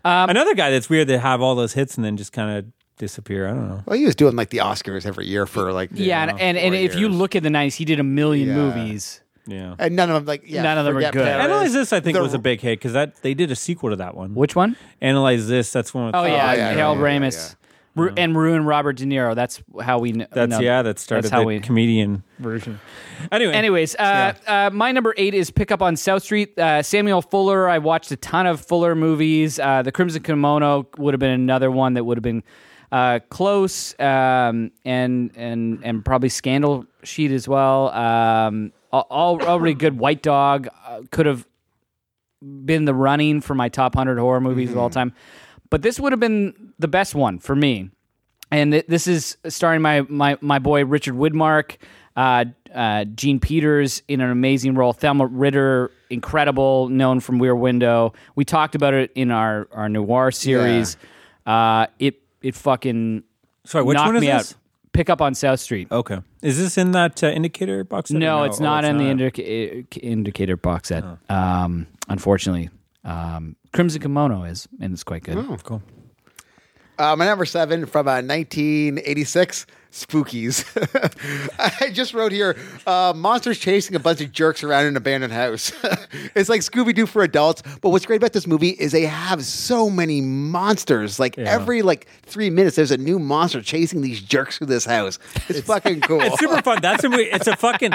Speaker 1: Um,
Speaker 3: another guy that's weird that have all those hits and then just kind of disappear. I don't know.
Speaker 4: Well, he was doing like the Oscars every year for like the-
Speaker 1: Yeah, and and, and
Speaker 4: four
Speaker 1: if you
Speaker 4: years.
Speaker 1: look at the nineties, he did a million
Speaker 4: Yeah.
Speaker 1: movies.
Speaker 3: Yeah.
Speaker 4: and none of them like yeah,
Speaker 1: None of them are
Speaker 4: forget
Speaker 1: good.
Speaker 4: Paris.
Speaker 3: Analyze this, I think,
Speaker 4: The-
Speaker 3: was a big hit because that they did a sequel to that one.
Speaker 1: Which one?
Speaker 3: Analyze this. That's one. With,
Speaker 1: Oh yeah,
Speaker 4: yeah,
Speaker 1: Harold
Speaker 4: yeah, yeah,
Speaker 1: Ramis. Ru- and ruin Robert De Niro. That's how we. Kn-
Speaker 3: That's
Speaker 1: know-
Speaker 3: yeah. That started
Speaker 1: that's how
Speaker 3: the
Speaker 1: we-
Speaker 3: comedian version. Anyway.
Speaker 1: Anyways, uh, uh, my number eight is Pick Up on South Street. Uh, Samuel Fuller. I watched a ton of Fuller movies. Uh, the Crimson Kimono would have been another one that would have been uh, close, um, and and and probably Scandal Sheet as well. Um, all, all all really good. White Dog uh, could have been the running for my top hundred horror movies of all
Speaker 3: Mm-hmm.
Speaker 1: time, but this would have been the best one for me and th- this is starring my my my boy Richard Widmark, uh, uh, Gene Peters in an amazing role, Thelma Ritter, incredible, known from Weir Window. We talked about it in our our noir series. Uh, it it fucking
Speaker 3: Sorry, which
Speaker 1: knocked
Speaker 3: one is
Speaker 1: me
Speaker 3: this?
Speaker 1: out. Pick up on South Street.
Speaker 3: Okay. Is this in that uh, indicator box? set or
Speaker 1: No, it's
Speaker 3: Oh,
Speaker 1: not in
Speaker 3: not. Oh.
Speaker 1: the indica- indicator box set. Um, unfortunately, um, Crimson Kimono is, and it's quite good.
Speaker 3: Cool.
Speaker 4: Uh, my number seven from uh, 1986, Spookies. [laughs] I just wrote here uh, monsters chasing a bunch of jerks around an abandoned house. [laughs] it's like Scooby Doo for adults. But what's great about this movie is they have so many monsters. Like every like three minutes, there's a new monster chasing these jerks through this house. It's,
Speaker 3: [laughs]
Speaker 4: fucking cool. [laughs]
Speaker 3: It's super fun. That's a movie. It's a fucking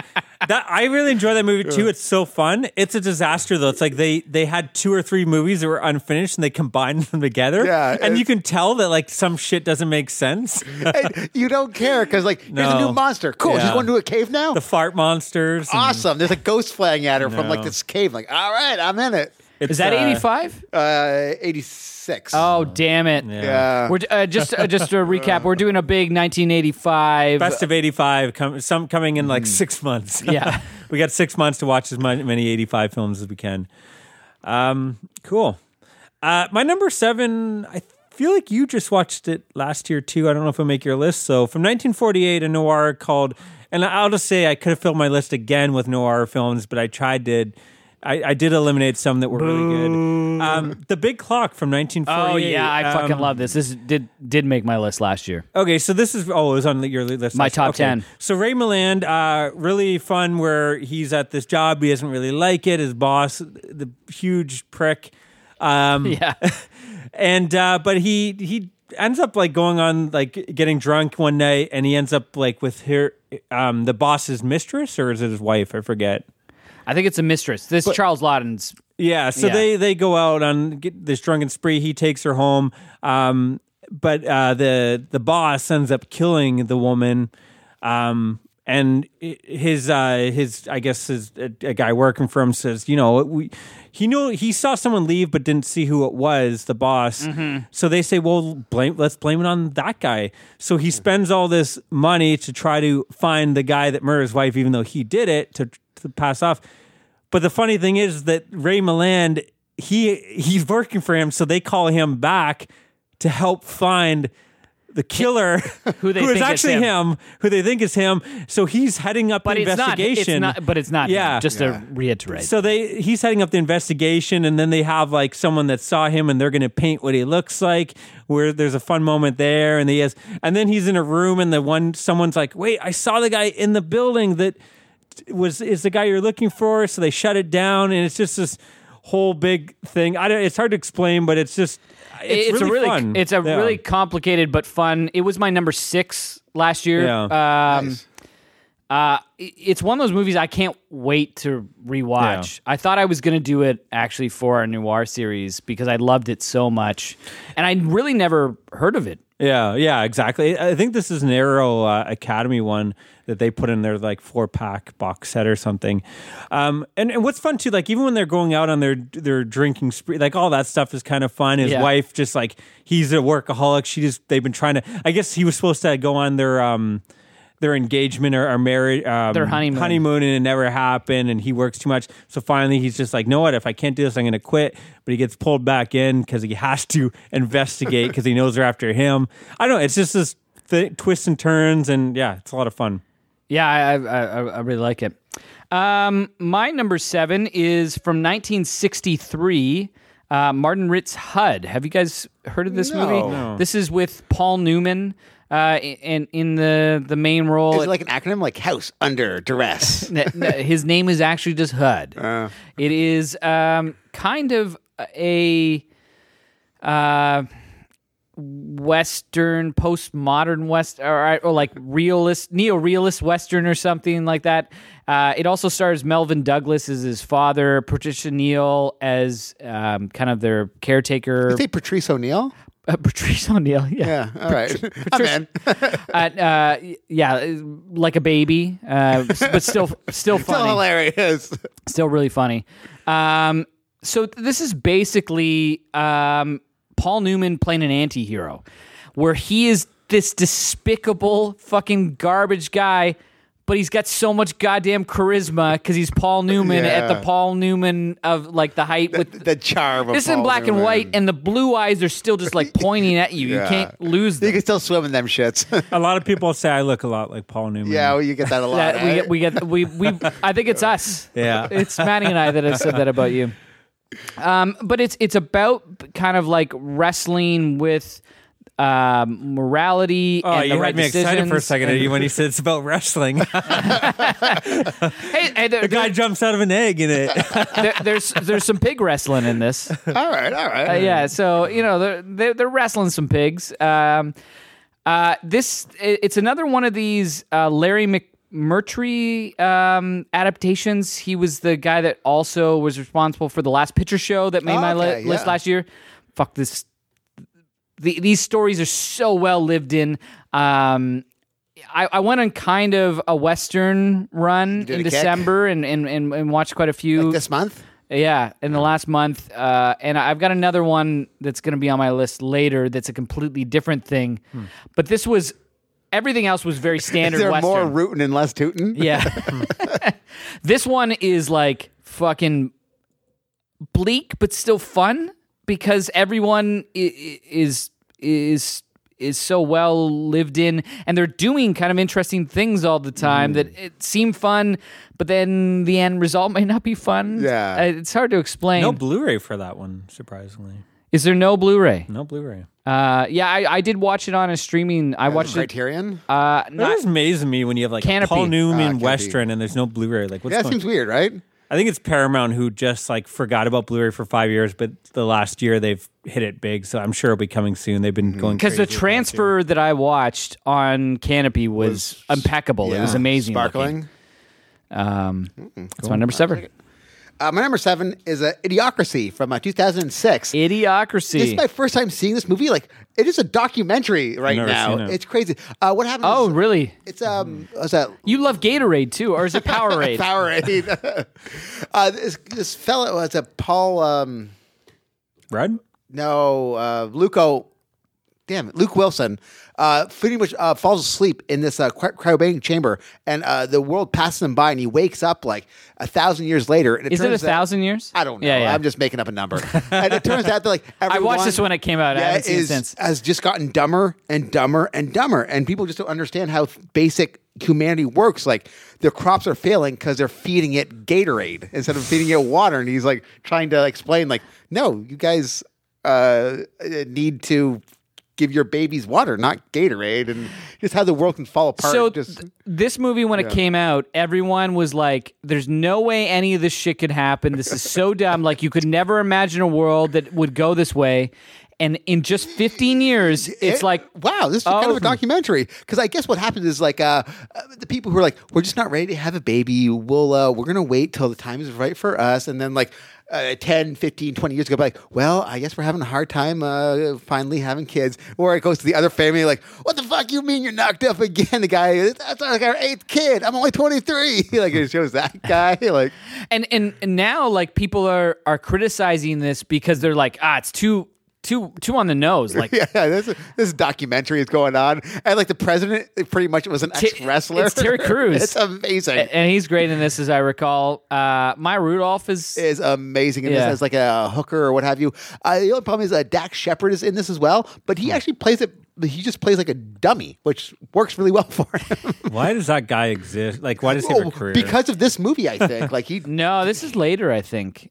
Speaker 3: that I really enjoy that movie too. It's so fun. It's a disaster though. It's like they they had two or three movies that were unfinished and they combined them together.
Speaker 4: Yeah,
Speaker 3: and
Speaker 4: it's-
Speaker 3: you can tell that like some shit doesn't make sense.
Speaker 4: And you don't care because like there's a
Speaker 3: No.
Speaker 4: new monster. Cool.
Speaker 3: Yeah.
Speaker 4: She's going to a cave now.
Speaker 3: the fart monsters. and
Speaker 4: awesome. There's a ghost flying at her from like
Speaker 3: No.
Speaker 4: this cave. Like all right, I'm in it.
Speaker 3: it's,
Speaker 1: Is that
Speaker 3: uh,
Speaker 1: eighty five?
Speaker 4: Uh, 86.
Speaker 1: Oh damn it!
Speaker 4: Yeah.
Speaker 1: We're uh, just uh, just to recap. We're doing a big 1985.
Speaker 3: Best of eighty five. Com- some coming in like six months.
Speaker 1: Mm-hmm. [laughs] Yeah.
Speaker 3: [laughs] we got six months to watch as mu- many eighty five films as we can. Um, cool. Uh, my number seven, I feel like you just watched it last year too. I don't know if it'll make your list. So from 1948, a noir called, and I'll just say I could have filled my list again with noir films, but I tried to. I, I did eliminate some that were really good. Um, the Big Clock from 1948.
Speaker 1: oh yeah, I fucking
Speaker 3: um,
Speaker 1: love this. This did did make my list last
Speaker 3: [laughs]
Speaker 1: year.
Speaker 3: Okay, so this is oh, it was on your list.
Speaker 1: My
Speaker 3: last-
Speaker 1: top
Speaker 3: okay.
Speaker 1: 10.
Speaker 3: So Ray Milland, uh, really fun. Where he's at this job, he doesn't really like it. His boss, the huge prick.
Speaker 1: [laughs]
Speaker 3: Um,
Speaker 1: Yeah,
Speaker 3: and uh, but he he ends up like going on like getting drunk one night, and he ends up like with her, um, the boss's mistress, or is it his wife? I forget.
Speaker 1: I think it's a mistress. This Charles Lauden's.
Speaker 3: Yeah, so
Speaker 1: Yeah.
Speaker 3: they they go out on get this drunken spree. He takes her home, um, but uh, the the boss ends up killing the woman, um, and i- his uh, his I guess his a, a guy working for him says, you know, we, he knew he saw someone leave but didn't see who it was, the boss. So they say, well, blame let's blame it on that guy. So he spends all this money to try to find the guy that murdered his wife, even though he did it to, to pass off. But the funny thing is that Ray Milland, he he's working for him, so they call him back to help find the killer
Speaker 1: Who they
Speaker 3: [laughs] who is
Speaker 1: think is
Speaker 3: actually
Speaker 1: him.
Speaker 3: who they think is him. So he's heading up
Speaker 1: But
Speaker 3: the
Speaker 1: it's not. It's
Speaker 3: investigation.
Speaker 1: not. But it's not.
Speaker 3: Yeah.
Speaker 1: him, just to reiterate.
Speaker 3: So they he's heading up the investigation, and then they have like someone that saw him, and they're going to paint what he looks like. Where there's a fun moment there, and he has, and then he's in a room, and the one someone's like, "Wait, I saw the guy in the building that was is the guy you're looking for." So they shut it down, and it's just this whole big thing. I don't. It's hard to explain, but it's just it's, really,
Speaker 1: a really
Speaker 3: fun.
Speaker 1: it's a
Speaker 3: Yeah.
Speaker 1: really complicated but fun. It was my number six last year.
Speaker 3: Yeah.
Speaker 1: Um,
Speaker 4: Nice.
Speaker 1: uh, it- it's one of those movies I can't wait to rewatch. I thought I was gonna do it actually for our noir series because I loved it so much, and I really never heard of it.
Speaker 3: Yeah, yeah, exactly. I think this is an Arrow uh, Academy one that they put in their like four pack box set or something. Um, and, and what's fun too, like even when they're going out on their their drinking spree, like all that stuff is kind of fun. His
Speaker 1: Yeah.
Speaker 3: wife just like he's a workaholic. She just they've been trying to. I guess he was supposed to go on their um their engagement or, or marriage um,
Speaker 1: Their honeymoon.
Speaker 3: honeymoon and it never happened and he works too much so finally he's just like know what if i can't do this i'm gonna quit but he gets pulled back in because he has to [laughs] investigate because he knows they're after him i don't know it's just this th- twists and turns and yeah it's a lot of fun
Speaker 1: Yeah, I I, I, I really like it. Um, my number seven is from 1963. Uh, Martin Ritz HUD. Have you guys heard of this
Speaker 4: No.
Speaker 1: movie?
Speaker 4: No.
Speaker 1: This is with Paul Newman uh, in, in the the main role.
Speaker 4: Is it like an acronym like house under
Speaker 1: [laughs]
Speaker 4: duress?
Speaker 1: N- n- his name is actually just HUD. It is um, kind of a uh, Western, postmodern West, or, or like realist, neo-realist Western, or something like that. Uh, it also stars Melvin Douglas as his father, Patricia Neal as um, kind of their caretaker,
Speaker 4: Did they Patrice O'Neill?
Speaker 1: uh, [laughs] Patrice O'Neill, yeah,
Speaker 4: Yeah, all right. I'm in.
Speaker 1: Uh, uh, yeah, like a baby, uh, s- but still, still
Speaker 4: Still
Speaker 1: funny.
Speaker 4: hilarious.
Speaker 1: still really funny. Um, so th- this is basically um, Paul Newman playing an anti-hero where he is this despicable fucking garbage guy, but he's got so much goddamn charisma because he's Paul Newman at the
Speaker 4: Yeah.
Speaker 1: Paul Newman of like the height with
Speaker 4: The charm of
Speaker 1: this is in
Speaker 4: Paul
Speaker 1: black and
Speaker 4: Newman.
Speaker 1: white, and the blue eyes are still just like pointing at you. [laughs] You
Speaker 4: Yeah.
Speaker 1: can't lose
Speaker 4: You
Speaker 1: them.
Speaker 4: can still swim in them shits.
Speaker 3: a lot of people say i look a lot like paul newman
Speaker 4: yeah, well, you get that a lot.
Speaker 1: That we
Speaker 4: eh?
Speaker 1: get, we get we we I think it's us.
Speaker 3: Yeah.
Speaker 1: it's Maddie and I that have said that about you. Um, but it's it's about kind of like wrestling with um, morality
Speaker 3: Oh,
Speaker 1: and the
Speaker 3: you
Speaker 1: right
Speaker 3: had me excited for a
Speaker 1: decisions.
Speaker 3: second Eddie, when he said it's
Speaker 4: [laughs]
Speaker 3: about wrestling. the
Speaker 1: Hey, hey, there-
Speaker 3: guy
Speaker 1: there-
Speaker 3: jumps out of an egg in it. [laughs]
Speaker 1: there- there's there's some pig wrestling in this.
Speaker 4: all right, all right.
Speaker 1: Uh, yeah, so you know they're they're, they're wrestling some pigs. Um, uh, this i- it's another one of these uh, Larry McMurtry um, adaptations. He was the guy that also was responsible for the Last Picture Show that made
Speaker 4: Oh,
Speaker 1: my li-
Speaker 4: okay,
Speaker 1: list
Speaker 4: yeah.
Speaker 1: last year. Fuck this. The, these stories are so well lived in. Um, I, I went on kind of a western run
Speaker 4: did
Speaker 1: in
Speaker 4: a kick?
Speaker 1: December and, and, and, and watched quite a few.
Speaker 4: This month,
Speaker 1: Yeah, in the last month, uh, and I've got another one that's going to be on my list later. That's a completely different thing, but this was everything else was very standard.
Speaker 4: Hmm. [laughs] is there
Speaker 1: Western.
Speaker 4: more rootin' and less tootin'?
Speaker 1: yeah, this one is like fucking bleak, but still fun because everyone i- i- is is is so well lived in, and they're doing kind of interesting things all the time that it seem fun, but then the end result [laughs] may not be fun.
Speaker 4: Yeah.
Speaker 1: Uh, it's hard to explain.
Speaker 3: no Blu-ray for that one, surprisingly.
Speaker 1: Is there no Blu-ray?
Speaker 3: No Blu-ray.
Speaker 1: Uh, yeah, I, I did watch it on a streaming. I watched it.
Speaker 4: Criterion.
Speaker 1: Uh,
Speaker 3: That
Speaker 1: not,
Speaker 3: was amazing to me when you have like
Speaker 1: Canopy.
Speaker 3: Paul
Speaker 1: Ah,
Speaker 3: Newman
Speaker 4: Canopy.
Speaker 3: Western and there's no Blu-ray. Like what's
Speaker 4: yeah, that
Speaker 3: going?
Speaker 4: seems weird, right?
Speaker 3: I think it's Paramount who just like forgot about Blu-ray for five years, but the last year they've hit it big, so I'm sure it'll be coming soon. They've
Speaker 5: Mm-hmm.
Speaker 3: been going
Speaker 1: Because
Speaker 3: because
Speaker 1: the transfer that I watched on Canopy was, impeccable. It was amazing. looking.
Speaker 5: Sparkling.
Speaker 1: Um, That's my number seven.
Speaker 5: Uh, my number seven is uh, Idiocracy from uh, 2006. This is
Speaker 1: Idiocracy.
Speaker 5: my first time seeing this movie. Like, it is a documentary right
Speaker 3: never
Speaker 5: now.
Speaker 3: seen it.
Speaker 5: It's crazy. Uh, what happened?
Speaker 1: oh,
Speaker 5: is-
Speaker 1: really?
Speaker 5: It's um, what's that?
Speaker 1: You love Gatorade too, or is
Speaker 5: [laughs]
Speaker 1: it Powerade?
Speaker 5: Powerade. [laughs] uh, this this fellow was a Paul. Um,
Speaker 3: Rudd.
Speaker 5: no, uh, Luco. Damn it, Luke Wilson. Uh, pretty much uh, falls asleep in this uh, cry- cryogenic chamber, and uh, the world passes him by, and he wakes up like a thousand years later. And it
Speaker 1: Is it a
Speaker 5: turns out-
Speaker 1: thousand years?
Speaker 5: I don't know.
Speaker 1: Yeah, yeah.
Speaker 5: I'm just making up
Speaker 1: [laughs]
Speaker 5: a number. and it turns out that like
Speaker 1: I
Speaker 5: everyone,
Speaker 1: watched this when it came out. I
Speaker 5: yeah,
Speaker 1: haven't seen it
Speaker 5: is-
Speaker 1: since.
Speaker 5: has just gotten dumber and dumber and dumber, and people just don't understand how basic humanity works. Like their crops are failing because they're feeding it Gatorade instead of feeding it water, and he's like trying to explain, like, no, you guys uh, need to give your babies water, not Gatorade, and just how the world can fall apart.
Speaker 1: So
Speaker 5: just
Speaker 1: th- this movie, when it came out, everyone was like, "There's no way any of this shit could happen. This is so dumb. Like you could never imagine a world that would go this way." And in just 15 years, it's
Speaker 5: It-
Speaker 1: like
Speaker 5: wow, this is kind of
Speaker 1: Oh.
Speaker 5: a documentary. Because I guess what happens is like uh, uh, the people who are like, we're just not ready to have a baby. We'll uh, we're gonna wait till the time is right for us, and then like. Uh, 10, 15, 20 years ago, be like, well, I guess we're having a hard time uh, finally having kids. Or it goes to the other family, like, what the fuck you mean you're knocked up again? The guy, that's like our eighth kid. I'm only [laughs] 23. like, it shows
Speaker 1: [laughs]
Speaker 5: that guy. Like,
Speaker 1: and and and now like people are are criticizing this because they're like, ah, it's too too too on the nose. Like
Speaker 5: yeah, this, this documentary is going on. And like the president pretty much was an ex wrestler.
Speaker 1: it's Terry Crews.
Speaker 5: [laughs] it's amazing.
Speaker 1: A- and he's great in this, as I recall. Uh, my Rudolph is
Speaker 5: is amazing in
Speaker 1: Yeah.
Speaker 5: this as like a hooker or what have you. Uh, the only problem is uh, Dax Shepard is in this as well, but he actually plays it. He just plays like a dummy, which works really well [laughs] for him.
Speaker 3: Why does that guy exist? Like, why does he have a
Speaker 5: Oh,
Speaker 3: career?
Speaker 5: because of this movie, I think. Like he,
Speaker 1: no. This is later, I think.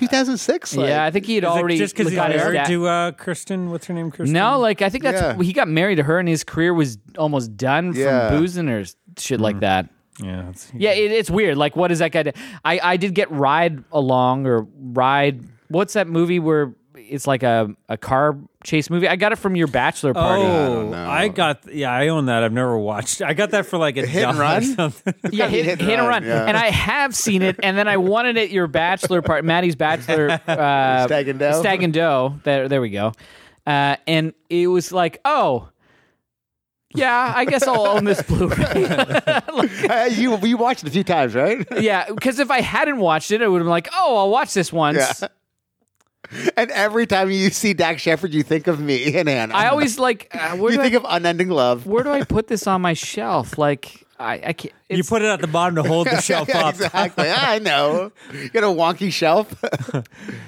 Speaker 5: 2006. Like,
Speaker 1: yeah, I think he had
Speaker 3: Is it
Speaker 1: already
Speaker 3: just because he's
Speaker 1: got his
Speaker 3: married
Speaker 1: da-
Speaker 3: to uh, Kristen. What's her name? Kristen.
Speaker 1: No, like I think that's
Speaker 5: Yeah.
Speaker 1: he got married to her, and his career was almost done
Speaker 5: Yeah.
Speaker 1: from boozing or s- shit like that.
Speaker 3: Yeah. that's-
Speaker 1: Yeah, it, it's weird. Like, what is that guy? Do? I I did get ride along or ride. What's that movie where it's like a a car chase movie? I got it from your bachelor party.
Speaker 3: Oh, I, got. Yeah, I own that. I've never watched. I got that for like a
Speaker 5: Hit and
Speaker 3: dollar or
Speaker 1: [laughs]
Speaker 5: Run?
Speaker 3: something.
Speaker 1: yeah, hit, hit, and run.
Speaker 5: yeah.
Speaker 1: And I have seen it, and then I won it at your bachelor part, Maddie's
Speaker 5: [laughs]
Speaker 1: bachelor uh,
Speaker 5: Stag and Doe?
Speaker 1: Stag and Doe. There, there we go. Uh, and it was like, oh, yeah, I guess I'll own this Blu-ray.
Speaker 5: [laughs] Uh, you we watched it a few times, right?
Speaker 1: yeah, because if I hadn't watched it, I would have been like, oh, I'll watch this once.
Speaker 5: Yeah. [laughs] and every time you see Dax Shepard, you think of me and Anna.
Speaker 1: I always like, uh, where,
Speaker 5: you
Speaker 1: do
Speaker 5: think
Speaker 1: I,
Speaker 5: of unending love.
Speaker 1: where do I put this on my shelf? Like, I, I can't.
Speaker 3: You
Speaker 1: it's-
Speaker 3: put it at the bottom to hold the
Speaker 5: [laughs]
Speaker 3: shelf
Speaker 5: Yeah,
Speaker 3: up.
Speaker 5: exactly. I know. You got a wonky shelf.
Speaker 1: so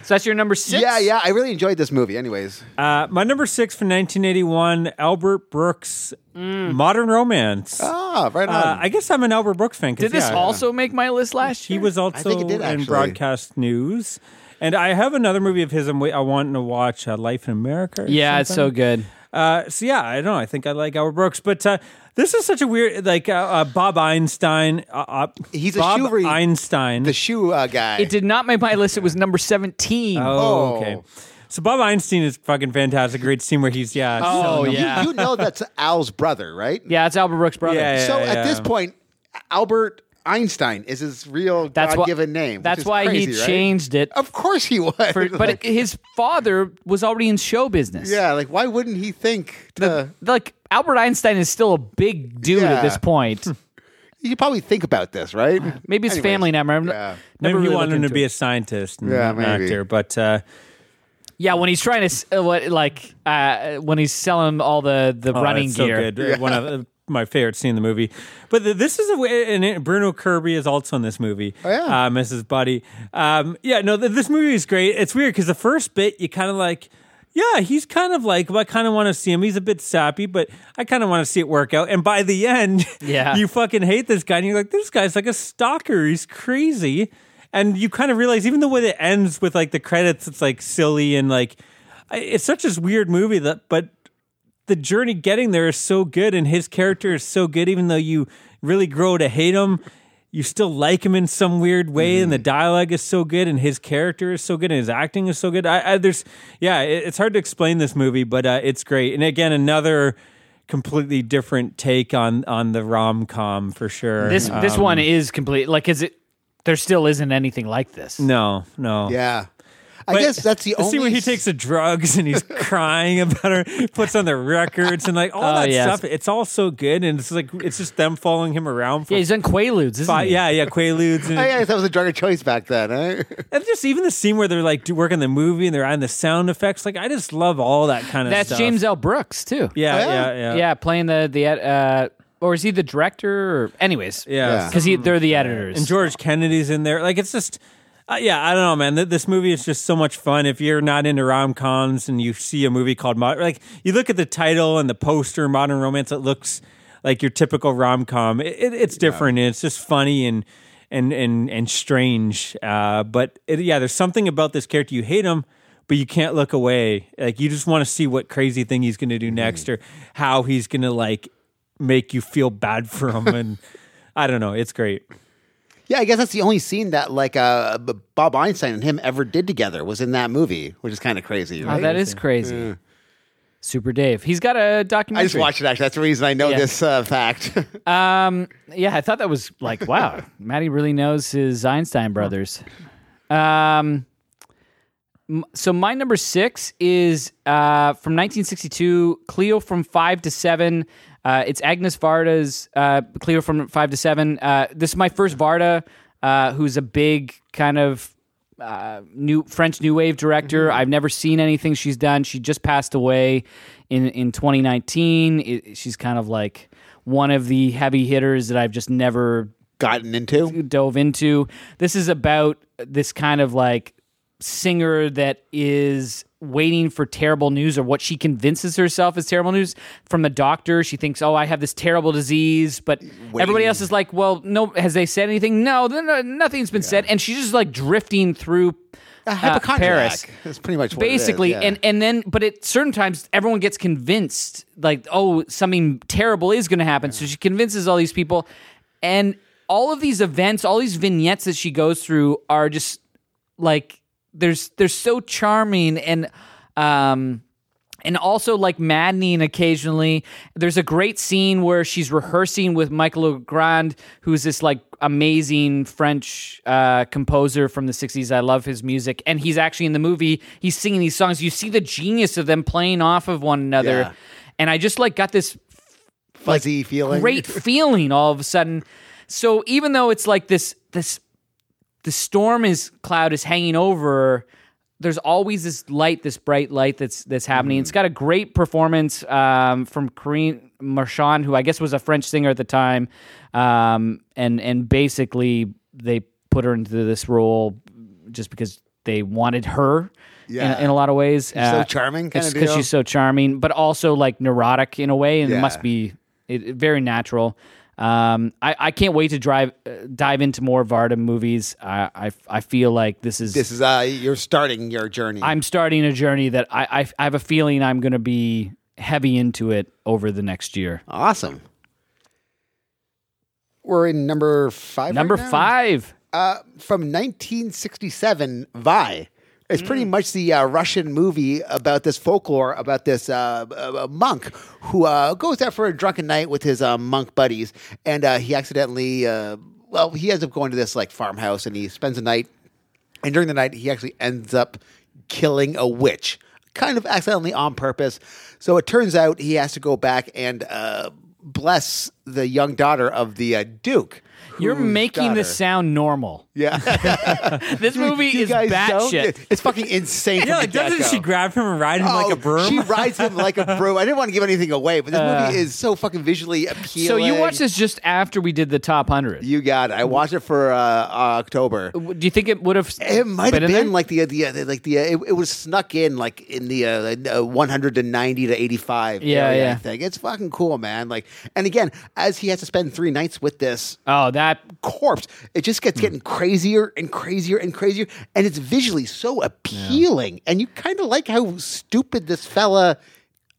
Speaker 1: that's your number six.
Speaker 5: yeah, yeah. I really enjoyed this movie. Anyways,
Speaker 3: Uh, my number six from 1981, Albert Brooks,
Speaker 1: Mm.
Speaker 3: Modern Romance.
Speaker 5: ah, right on.
Speaker 3: Uh, I guess I'm an Albert Brooks fan. 'cause,
Speaker 1: Did this
Speaker 3: yeah,
Speaker 1: also make my list last year?
Speaker 3: He was also
Speaker 5: think it did,
Speaker 3: in
Speaker 5: actually.
Speaker 3: broadcast news. And I have another movie of his I'm wait- I want to watch, uh, Life in America. or
Speaker 1: Yeah, it's
Speaker 3: something.
Speaker 1: so good.
Speaker 3: Uh, so yeah, I don't know. I think I like Albert Brooks, but uh, this is such a weird like uh, uh, Bob Einstein. Uh, uh,
Speaker 5: He's a
Speaker 3: Bob
Speaker 5: shoe-
Speaker 3: Einstein.
Speaker 5: the shoe uh, guy.
Speaker 1: It did not make my list. It was number 17.
Speaker 3: oh,
Speaker 5: Oh.
Speaker 3: okay. So Bob Einstein is fucking fantastic. Great scene where he's yeah.
Speaker 1: Oh,
Speaker 3: selling them.
Speaker 1: yeah.
Speaker 5: you know
Speaker 1: [laughs]
Speaker 5: that's Al's brother, right?
Speaker 1: Yeah, it's Albert Brooks' brother.
Speaker 3: Yeah, yeah.
Speaker 5: So at this
Speaker 3: yeah.
Speaker 5: point, Albert Einstein is his real
Speaker 1: That's why-
Speaker 5: God-given name. which
Speaker 1: That's
Speaker 5: is
Speaker 1: why
Speaker 5: crazy,
Speaker 1: he
Speaker 5: right?
Speaker 1: changed it.
Speaker 5: Of course he was.
Speaker 1: for- but
Speaker 5: [laughs] Like,
Speaker 1: his father was already in show business.
Speaker 5: yeah, like why wouldn't he think? To,
Speaker 1: Like Albert Einstein is still a big dude at
Speaker 5: Yeah.
Speaker 1: this
Speaker 5: [laughs]
Speaker 1: point.
Speaker 5: you probably think about this, right?
Speaker 1: [sighs] Maybe his
Speaker 5: Anyways,
Speaker 1: family never.
Speaker 5: yeah.
Speaker 3: Maybe
Speaker 1: never
Speaker 3: you
Speaker 1: really
Speaker 3: want
Speaker 1: looked
Speaker 3: him to
Speaker 1: into
Speaker 3: be
Speaker 1: it.
Speaker 3: a scientist and
Speaker 5: Yeah,
Speaker 3: an
Speaker 5: maybe.
Speaker 3: actor, but uh,
Speaker 1: Yeah, when he's trying to s- uh, what like uh, when he's selling all the the
Speaker 3: oh,
Speaker 1: running
Speaker 3: it's so
Speaker 1: gear.
Speaker 3: good. One of uh, my favorite scene in the movie. But th- this is a way, and it- Bruno Kirby is also in this movie. Oh
Speaker 5: yeah.
Speaker 3: uh, Mrs. Buddy. Um, yeah, no, th- this movie is great. It's weird because the first bit you kind of like. Yeah, he's kind of like, well, I kind of want to see him. He's a bit sappy, but I kind of want to see it work out. And by the end,
Speaker 1: Yeah.
Speaker 3: [laughs] you fucking hate this guy. And you're like, this guy's like a stalker. He's crazy. And you kind of realize, even the way it ends with like the credits, it's like silly and like, I- it's such this weird movie that, but the journey getting there is so good and his character is so good even though you really grow to hate him you still like him in some weird way, and the dialogue is so good, and his character is so good, and his acting is so good. I, I there's yeah, it, it's hard to explain this movie, but uh, it's great. And again, another completely different take on on the rom com for sure.
Speaker 1: This
Speaker 3: Uh,
Speaker 1: this one is complete. Like, is it? There still isn't anything like this.
Speaker 3: no no
Speaker 5: Yeah. I
Speaker 3: But
Speaker 5: guess that's the
Speaker 3: I
Speaker 5: only
Speaker 3: see where he
Speaker 5: s-
Speaker 3: takes the drugs and he's crying about her, puts on the records and like all
Speaker 1: Oh,
Speaker 3: that
Speaker 1: yes.
Speaker 3: stuff. It's all so good, and it's like it's just them following him around for
Speaker 1: Yeah, he's on Quaaludes, isn't
Speaker 3: five,
Speaker 1: he?
Speaker 3: yeah, yeah, Quaaludes,
Speaker 5: [laughs]
Speaker 3: and,
Speaker 5: I guess that was a drug of choice back then. Eh? [laughs]
Speaker 3: and just even the scene where they're like do- working the movie and they're adding the sound effects. Like I just love all that kind of
Speaker 1: that's
Speaker 3: stuff.
Speaker 1: James L. Brooks too.
Speaker 3: Yeah,
Speaker 5: Oh, yeah?
Speaker 3: yeah, yeah,
Speaker 1: yeah, playing the the uh, or is he the director? Or, anyways,
Speaker 3: Yeah.
Speaker 1: because he they're the editors.
Speaker 3: And George Kennedy's in there. Like it's just. Uh, yeah, I don't know, man. Th- This movie is just so much fun. If you're not into rom coms and you see a movie called Mod- like you look at the title and the poster, Modern Romance, it looks like your typical rom com. It, it, it's different. And it's just funny and and and and strange. Uh, but it, yeah, there's something about this character. You hate him, but you can't look away. Like you just want to see what crazy thing he's going to do next or how he's going to like make you feel bad for him. And I don't know. It's great.
Speaker 5: yeah, I guess that's the only scene that like uh, B- Bob Einstein and him ever did together was in that movie, which is kind of crazy.
Speaker 1: Oh,
Speaker 5: Right?
Speaker 1: that is crazy. Super Dave. He's got a
Speaker 5: I
Speaker 1: documentary.
Speaker 5: just watched it actually. That's the reason I know
Speaker 1: Yeah.
Speaker 5: this uh, fact. [laughs]
Speaker 1: Um, yeah, I thought that was like, wow, Maddie really knows his Einstein brothers. Um, m- so my number six is uh, from 1962, Cleo from five to seven. Uh, it's Agnes Varda's uh, Cleo from five to seven. Uh, this is my first Varda, uh, who's a big kind of uh, new French New Wave director. I've never seen anything she's done. She just passed away in in 2019. It, she's kind of like one of the heavy hitters that I've just never
Speaker 5: Gotten into.
Speaker 1: dove into. This is about this kind of like singer that is waiting for terrible news or what she convinces herself is terrible news from the doctor. She thinks, "Oh, I have this terrible disease," but everybody else is like, "Well, no, has they said anything?" No, then no, nothing's been said, and she's just like drifting through
Speaker 5: A
Speaker 1: uh,
Speaker 5: hypochondriac.
Speaker 1: Paris
Speaker 5: That's pretty much what it is,
Speaker 1: basically
Speaker 5: yeah.
Speaker 1: and and then but at certain times everyone gets convinced like oh something terrible is going to happen so she convinces all these people and all of these events all these vignettes that she goes through are just like there's they're so charming and um and also like maddening occasionally. There's a great scene where she's rehearsing with Michael Legrand, who's this like amazing French uh, composer from the 60s. I love his music. And he's actually in the movie, he's singing these songs. You see the genius of them playing off of one another.
Speaker 5: Yeah.
Speaker 1: And I just like got this
Speaker 5: fuzzy feeling. [laughs]
Speaker 1: great feeling all of a sudden. So even though it's like this this the storm is cloud is hanging over, there's always this light, this bright light that's that's happening.
Speaker 5: Mm-hmm.
Speaker 1: It's got a great performance um, from Corinne Marchand, who I guess was a French singer at the time, um, and and basically they put her into this role just because they wanted her.
Speaker 5: Yeah.
Speaker 1: In, in a lot of ways, she's
Speaker 5: so charming kinda
Speaker 1: because
Speaker 5: deal.
Speaker 1: she's so charming, but also like neurotic in a way, and it
Speaker 5: Yeah.
Speaker 1: must be it, it- very natural. Um, I, I can't wait to drive uh, dive into more Varda movies. I, I I feel like this is
Speaker 5: This is uh, you're starting your journey.
Speaker 1: I'm starting a journey that I I, I have a feeling I'm going to be heavy into it over the next year.
Speaker 5: awesome. We're in number five.
Speaker 1: Number
Speaker 5: right now?
Speaker 1: five.
Speaker 5: uh, from 1967, Vi. It's pretty
Speaker 1: Mm.
Speaker 5: much the uh, Russian movie about this folklore about this uh, uh, monk who uh, goes out for a drunken night with his uh, monk buddies, and uh, he accidentally, uh, well, he ends up going to this like farmhouse and he spends the night. And during the night, he actually ends up killing a witch, kind of accidentally on purpose. So it turns out he has to go back and uh, bless the young daughter of the uh, Duke.
Speaker 1: You're
Speaker 5: whose
Speaker 1: making this
Speaker 5: daughter-
Speaker 1: sound
Speaker 5: [laughs]
Speaker 1: normal.
Speaker 5: Yeah.
Speaker 1: [laughs] This movie
Speaker 5: You
Speaker 1: is
Speaker 5: guys don't?
Speaker 1: batshit.
Speaker 5: It's fucking insane.
Speaker 3: Yeah,
Speaker 5: from
Speaker 3: like
Speaker 5: the
Speaker 3: doesn't
Speaker 5: get-go.
Speaker 3: she grab him and ride him like
Speaker 5: Oh,
Speaker 3: a broom? Uh,
Speaker 5: She rides him like a broom. I didn't want to give anything away, but this movie is so fucking visually appealing.
Speaker 1: Uh. So you watched this just after we did the top hundred.
Speaker 5: You got it. I watched it for uh, October.
Speaker 1: Do you think it would have?
Speaker 5: It might
Speaker 1: been
Speaker 5: have
Speaker 1: in there?
Speaker 5: been like the the the- like the uh, it, it was snuck in like in the uh, uh, 100 to 90 to 85
Speaker 1: Yeah,
Speaker 5: area,
Speaker 1: yeah.
Speaker 5: I think. It's fucking cool, man. Like and again, as he has to spend 3 nights with this
Speaker 1: Oh, that
Speaker 5: corpse. It just
Speaker 1: Hmm.
Speaker 5: gets getting crazier and crazier and crazier, and it's visually so appealing. And you kind of like how stupid this fella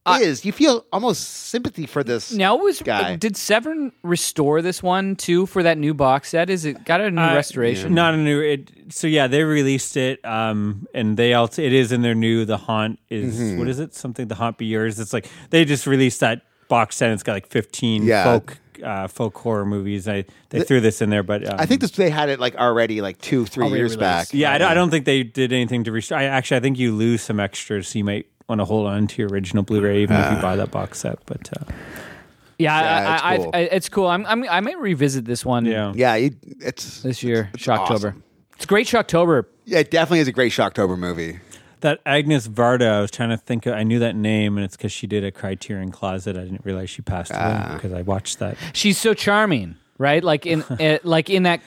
Speaker 1: I-
Speaker 5: is. You feel almost sympathy for this.
Speaker 1: Now it was uh,
Speaker 5: guy.
Speaker 1: did Severn restore this one too for that new box set? Is it got a new
Speaker 3: Uh,
Speaker 1: restoration?
Speaker 3: Not a new. It, so yeah, they released it, um, and they also it is in their new. The haunt is
Speaker 5: Mm-hmm.
Speaker 3: what is it? Something the haunt be yours. It's like they just released that box set. and It's got like fifteen
Speaker 5: Yeah.
Speaker 3: folk uh, folk horror movies. I they threw this in there, but um,
Speaker 5: I think this they had it like already like two, three
Speaker 1: Already
Speaker 5: years
Speaker 1: released.
Speaker 5: back.
Speaker 3: Yeah, I, don't- I don't think they did anything to restore. I, actually, I think you lose some extras. So you might want to hold on to your original Blu-ray, even
Speaker 5: Ah.
Speaker 3: if you buy that box set. But uh,
Speaker 1: Yeah, I-
Speaker 5: Yeah, it's
Speaker 1: I, I,
Speaker 5: cool.
Speaker 1: I, it's cool. I'm, I'm, I may revisit this one.
Speaker 3: yeah,
Speaker 5: Yeah, it, it's
Speaker 1: this year,
Speaker 5: It's
Speaker 1: Shocktober.
Speaker 5: awesome.
Speaker 1: It's a great Shocktober.
Speaker 5: yeah, it definitely is a great Shocktober movie.
Speaker 3: that Agnes Varda. I was trying to think. Of, I knew that name, and it's because she did a Criterion Closet. I didn't realize she passed away because I watched that.
Speaker 1: She's so charming, right? Like in, uh, like in that.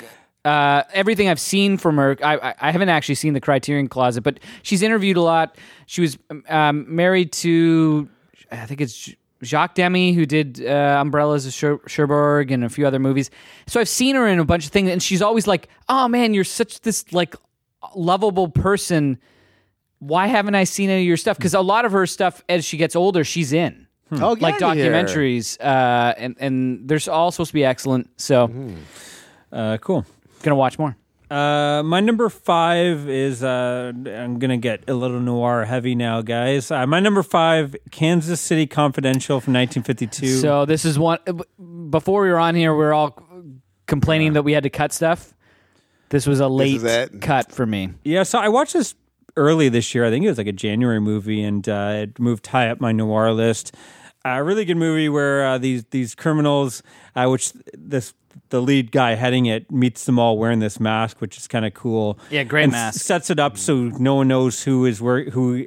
Speaker 1: Uh, everything I've seen from her, I, I, I haven't actually seen the Criterion Closet, but she's interviewed a lot. She was um, married to, I think it's J- Jacques Demy, who did uh, Umbrellas of Cher- Cherbourg and a few other movies. So I've seen her in a bunch of things, and she's always like, "Oh man, you're such this like lovable person." why haven't I seen any of your stuff? Because a lot of her stuff, as she gets older, she's in.
Speaker 5: Oh, get
Speaker 1: Hmm. like
Speaker 5: outta here.
Speaker 1: documentaries, uh, and and they're all supposed to be excellent. So,
Speaker 5: Mm-hmm.
Speaker 3: Uh, cool.
Speaker 1: gonna watch more.
Speaker 3: Uh, my number five is uh, I'm gonna get a little noir heavy now, guys. Uh, my number five, Kansas City Confidential from 1952.
Speaker 1: So this is one. uh, Before we were on here, we were all complaining that we had to cut stuff. This was a late
Speaker 5: is it.
Speaker 1: cut for me.
Speaker 3: Yeah, so I watched this early this year. I think it was like a January movie, and uh, it moved high up my noir list. A really good movie where uh, these these criminals, uh, which this the lead guy heading it meets them all wearing this mask, which is kind of cool.
Speaker 1: Yeah, great
Speaker 3: and
Speaker 1: mask.
Speaker 3: s- Sets it up so no one knows who is where. Who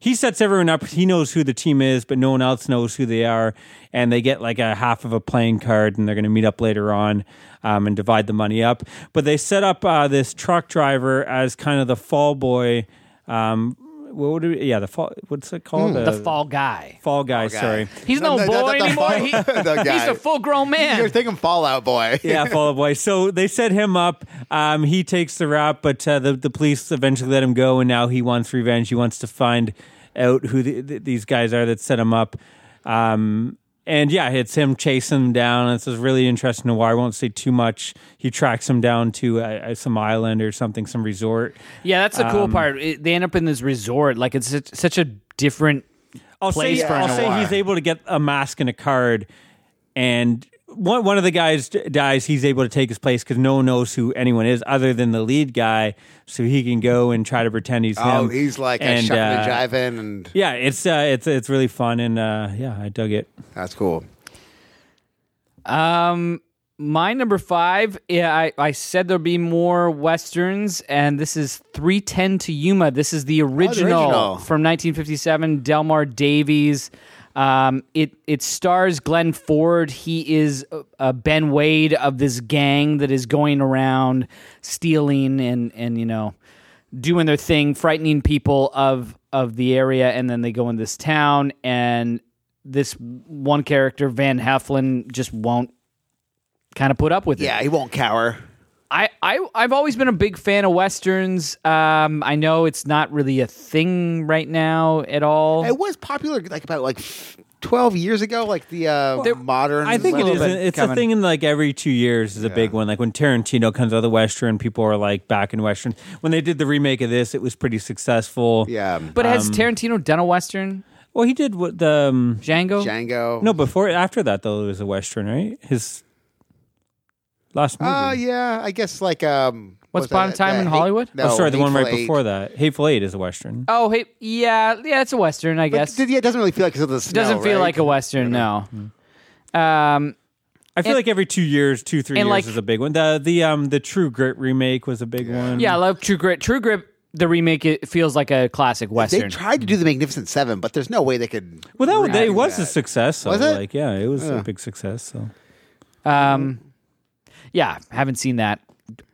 Speaker 3: he sets everyone up. He knows who the team is, but no one else knows who they are. And they get like a half of a playing card, and they're going to meet up later on um, and divide the money up. But they set up uh, this truck driver as kind of the fall boy. Um, what would it, yeah the fall? What's it called? Uh,
Speaker 1: The fall guy.
Speaker 3: fall guy. Sorry.
Speaker 1: He's no,
Speaker 5: No,
Speaker 1: boy
Speaker 5: no, not the [laughs]
Speaker 1: anymore.
Speaker 5: fall-
Speaker 1: He-
Speaker 5: the
Speaker 1: [laughs] he's
Speaker 5: guy.
Speaker 1: a full grown
Speaker 5: You're
Speaker 1: man.
Speaker 5: thinking Fallout Boy.
Speaker 3: [laughs] yeah, Fall Out Boy. So they set him up. Um, he takes the rap, but uh, the the police eventually let him go, and now he wants revenge. He wants to find out who the, th these guys are that set him up. Um, and yeah, it's him chasing them down. It's this really interesting noir. I won't say too much. He tracks him down to uh, uh, some island or something, some resort.
Speaker 1: Yeah, that's the cool
Speaker 5: Um,
Speaker 1: part. It- they end up in this resort. Like it's such- such a different.
Speaker 3: I'll
Speaker 1: Place
Speaker 3: say,
Speaker 1: for
Speaker 3: I'll
Speaker 1: an
Speaker 3: say
Speaker 1: hour.
Speaker 3: he's able to get a mask and a card, and one one of the guys d- dies. He's able to take his place because no one knows who anyone is other than the lead guy, so he can go and try to pretend he's him.
Speaker 5: Oh, he's like a
Speaker 3: And,
Speaker 5: shucking
Speaker 3: uh,
Speaker 5: and jiving, and
Speaker 3: Yeah, it's uh, it's it's really fun, and uh, yeah, I dug it.
Speaker 5: that's cool.
Speaker 1: Um, my number five. Yeah, I, I said there'd be more westerns, and this is three ten to Yuma. This is the original,
Speaker 5: original.
Speaker 1: from nineteen fifty seven. Delmar Davies. Um, it it stars Glenn Ford. He is uh, uh, Ben Wade of this gang that is going around stealing and and you know doing their thing, frightening people of of the area, and then they go in this town and this one character Van Heflin just won't kind of put up with it.
Speaker 5: Yeah, he won't cower.
Speaker 1: I, I I've always been a big fan of westerns. Um, I know it's not really a thing right now at all.
Speaker 5: It was popular like about like twelve years ago, like the uh, modern.
Speaker 3: I think it
Speaker 5: level.
Speaker 3: is.
Speaker 1: bit
Speaker 3: It's a
Speaker 1: coming.
Speaker 3: thing in like every two years is a big one. Like when Tarantino comes out of the western, people are like back in western. When they did the remake of this, it was pretty successful.
Speaker 5: Yeah,
Speaker 1: but has Tarantino done a western?
Speaker 3: Well, he did what the um,
Speaker 1: Django?
Speaker 5: Django. Uh,
Speaker 3: no before after that though it was a western, right? His last movie.
Speaker 5: Uh, yeah, I guess like um.
Speaker 1: What's
Speaker 5: what's
Speaker 1: Upon a
Speaker 5: that-
Speaker 1: Time
Speaker 5: that
Speaker 1: in
Speaker 5: hate-
Speaker 1: Hollywood?
Speaker 5: No,
Speaker 3: oh, sorry, the one right
Speaker 5: Hateful Eight.
Speaker 3: before that. Hateful Eight is a western.
Speaker 1: Oh, hey, yeah, yeah, it's a western, I
Speaker 5: But
Speaker 1: guess.
Speaker 5: did- yeah, it doesn't really feel like it's of the snow.
Speaker 1: Doesn't feel
Speaker 5: right?
Speaker 1: like a western, no. Um,
Speaker 3: I feel like every two years, two three
Speaker 1: and
Speaker 3: years
Speaker 1: like-
Speaker 3: is a big one. The the um the True Grit remake was a big one.
Speaker 1: yeah, I love True Grit. True Grit, the remake, it feels like a classic
Speaker 5: They
Speaker 1: western.
Speaker 5: tried to do the Magnificent Seven, but there's no way they could.
Speaker 3: well that they
Speaker 5: redo
Speaker 3: was a
Speaker 5: that.
Speaker 3: success. So,
Speaker 5: Was it?
Speaker 3: Like yeah, it was a big success. So
Speaker 1: Um, yeah, haven't seen that.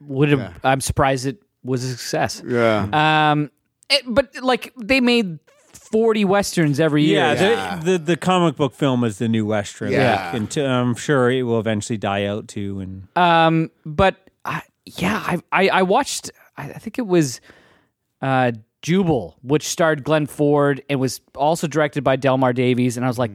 Speaker 1: Would have, I'm surprised it was a success.
Speaker 5: Yeah.
Speaker 1: Um, it- but like they made 40 westerns every year.
Speaker 3: yeah,
Speaker 5: Yeah.
Speaker 3: The, the the comic book film is the new western.
Speaker 5: Yeah.
Speaker 3: like, and t- I'm sure it will eventually die out too. And
Speaker 1: Um, but I, yeah, I, I I watched. I I think it was uh, Jubal, which starred Glenn Ford and was also directed by Delmar Davies. And I was like,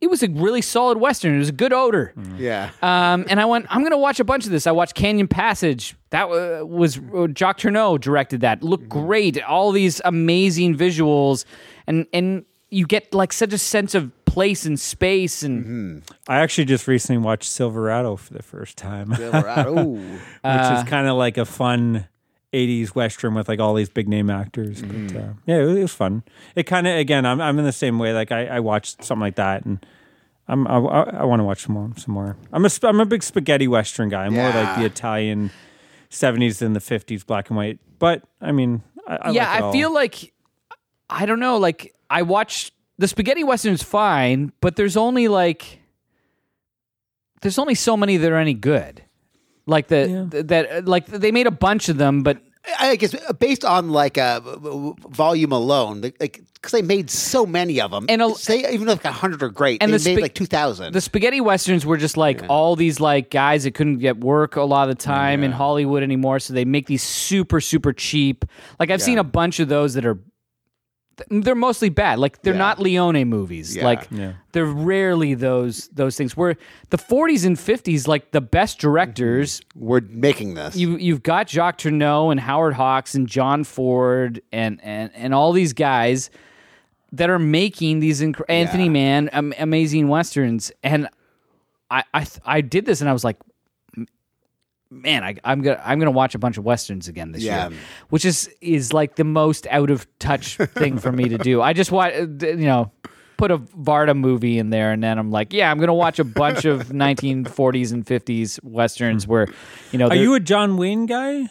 Speaker 1: it was a really solid Western. It was a good odor.
Speaker 5: Yeah.
Speaker 1: Um, and I went, I'm going to watch a bunch of this. I watched Canyon Passage. That wa- was uh, Jock Tourneau directed that. Looked great. All these amazing visuals. And, and you get like such a sense of place and space and
Speaker 3: I actually just recently watched Silverado for the first time, which
Speaker 5: Silverado.
Speaker 1: [laughs] Uh,
Speaker 3: is kind of like a fun 80s western with like all these big name actors. But uh, yeah, it was, it was fun. It kind of again, I'm I'm in the same way. Like I, I watched something like that, and I'm I, want to watch some more. Some more. I'm a sp- I'm a big spaghetti western guy. I'm more like
Speaker 5: Yeah.
Speaker 3: the Italian 70s than the 50s black and white. But I mean, I, I
Speaker 1: yeah,
Speaker 3: like it
Speaker 1: I
Speaker 3: all.
Speaker 1: feel like I don't know. Like I watch the spaghetti western's fine, but there's only like there's only so many that are any good. Like the th- that like they made a bunch of them, but
Speaker 5: I guess uh, based on like uh, v- v- volume alone, like because they made so many of them,
Speaker 1: And a-
Speaker 5: say even like hundred are great,
Speaker 1: and
Speaker 5: they
Speaker 1: the
Speaker 5: made
Speaker 1: spe-
Speaker 5: like two thousand.
Speaker 1: the spaghetti westerns were just like all these like guys that couldn't get work a lot of the time in Hollywood anymore, so they make these super super cheap. Like I've seen a bunch of those that are th- they're mostly bad. Like they're not Leone movies. Like they're rarely those those things. Where the 40s and 50s, like the best directors,
Speaker 5: We're making this.
Speaker 1: you you've got Jacques Tourneau and Howard Hawks and John Ford and and and all these guys that are making these inc- Anthony Mann am- amazing westerns. And I I th- I did this and I was like. m- Man, I, I'm gonna I'm gonna watch a bunch of westerns again this
Speaker 5: Yeah.
Speaker 1: year, which is is like the most out of touch thing for me to do. I just want you know put a Varda movie in there, and then I'm like, yeah, I'm gonna watch a bunch of [laughs] 1940s and 50s westerns where you know
Speaker 3: Are you a John Wayne guy?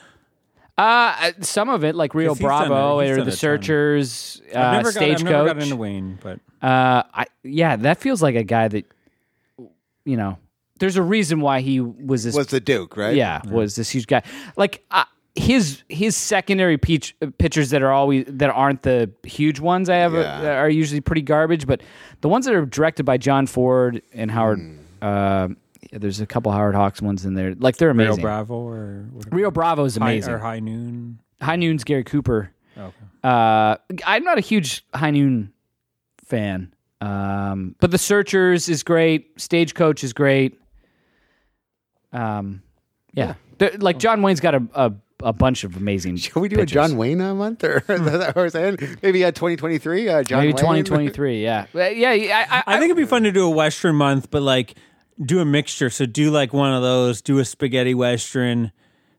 Speaker 1: uh, some of it, like Rio
Speaker 3: 'Cause he's done
Speaker 1: Bravo
Speaker 3: it. He's
Speaker 1: or
Speaker 3: done
Speaker 1: The
Speaker 3: a ton.
Speaker 1: Searchers,
Speaker 3: I've
Speaker 1: uh,
Speaker 3: never got, I've never gotten
Speaker 1: Stagecoach.
Speaker 3: into Wayne, but
Speaker 1: Uh, I yeah, that feels like a guy that you know. There's a reason why he was this.
Speaker 5: was the Duke, right?
Speaker 1: yeah, was this huge guy? Like uh, his his secondary peach, uh, pitchers that are always that aren't the huge ones. I have uh
Speaker 5: Yeah.
Speaker 1: are usually pretty garbage, but the ones that are directed by John Ford and Howard.
Speaker 3: Hmm.
Speaker 1: Uh, there's a couple Howard Hawks ones in there. Like they're
Speaker 3: Rio
Speaker 1: amazing.
Speaker 3: Bravo or whatever.
Speaker 1: Rio Bravo is
Speaker 3: High-
Speaker 1: amazing.
Speaker 3: or High Noon.
Speaker 1: High Noon's Gary Cooper. Uh, I'm not a huge High Noon fan, um, but The Searchers is great. Stagecoach is great. Um, yeah, They're- like John Wayne's got a a, a bunch of amazing.
Speaker 5: [laughs] Can we do
Speaker 1: pitchers. Hmm.
Speaker 5: a John Wayne uh, month or, or is that- maybe uh, 2023? Uh, John
Speaker 1: Maybe
Speaker 5: Wayne?
Speaker 1: 2023. Yeah, Uh, yeah. I, I,
Speaker 3: I think it'd be fun to do a Western month, but like do a mixture. So do like one of those, do a spaghetti Western,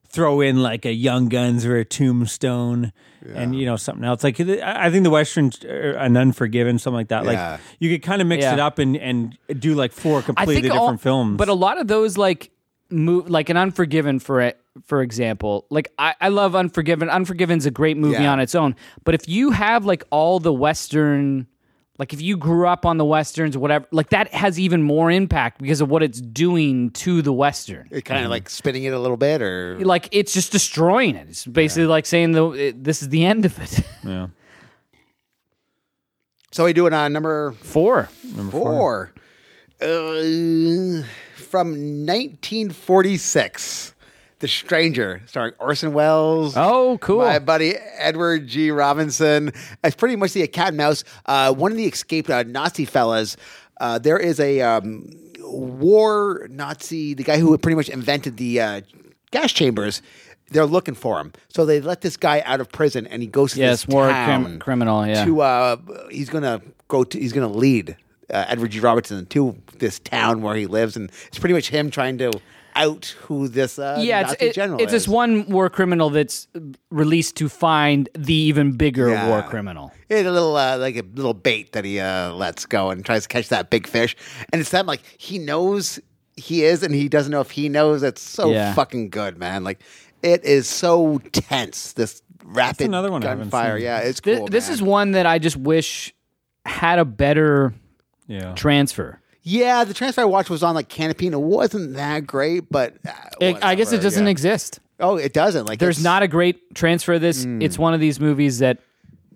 Speaker 3: throw in like a Young Guns or a Tombstone, and you know something else. Like I I think the Western, uh, an Unforgiven, something like that.
Speaker 5: Yeah.
Speaker 3: Like you could kind of mix
Speaker 1: Yeah.
Speaker 3: it up and and do like four
Speaker 1: I
Speaker 3: completely
Speaker 1: think
Speaker 3: different
Speaker 1: all,
Speaker 3: films.
Speaker 1: But a lot of those like move like an Unforgiven for it for example. Like I, I love Unforgiven. Unforgiven's a great movie
Speaker 5: Yeah.
Speaker 1: on its own. But if you have like all the Western like if you grew up on the Westerns, whatever like that has even more impact because of what it's doing to the Western.
Speaker 5: It kind of like spinning it a little bit, or
Speaker 1: Like it's just destroying it. It's basically like saying the it, this is the end of it. [laughs]
Speaker 5: so we do it on number
Speaker 1: Four.
Speaker 5: four, Uh, from 1946, The Stranger, starring Orson Welles.
Speaker 1: Oh, cool.
Speaker 5: My buddy Edward G. Robinson. It's pretty much the cat and mouse. Uh, one of the escaped uh, Nazi fellas. Uh, there is a um, war Nazi, the guy who pretty much invented the uh, gas chambers. They're looking for him, so they let this guy out of prison, and he goes to
Speaker 1: yes,
Speaker 5: this
Speaker 1: war
Speaker 5: town
Speaker 1: crim- criminal. Yeah.
Speaker 5: to uh, he's gonna go to he's gonna lead uh, Edward G. Robertson to this town where he lives, and it's pretty much him trying to out who this uh,
Speaker 1: yeah,
Speaker 5: Nazi
Speaker 1: it's, it-
Speaker 5: general
Speaker 1: it's
Speaker 5: is.
Speaker 1: this one war criminal that's released to find the even bigger
Speaker 5: Yeah.
Speaker 1: war criminal.
Speaker 5: It's a little uh, like a little bait that he uh, lets go and tries to catch that big fish, and it's them like he knows he is, and he doesn't know if he knows. It's so
Speaker 1: Yeah.
Speaker 5: fucking good, man. Like it is so tense. This rapid
Speaker 3: another one I haven't
Speaker 5: gunfire.
Speaker 3: seen.
Speaker 5: Yeah, it's
Speaker 1: Th-
Speaker 5: cool.
Speaker 1: this
Speaker 5: man.
Speaker 1: is one that I just wish had a better
Speaker 3: yeah,
Speaker 1: transfer.
Speaker 5: yeah. The transfer I watched was on like Canopy, and it wasn't that great, but uh,
Speaker 1: It, I guess it
Speaker 5: whatever,
Speaker 1: doesn't
Speaker 5: yeah.
Speaker 1: exist.
Speaker 5: Oh, it doesn't. Like
Speaker 1: There's
Speaker 5: it's- Hmm.
Speaker 1: not a great transfer. Of this it's one of these movies that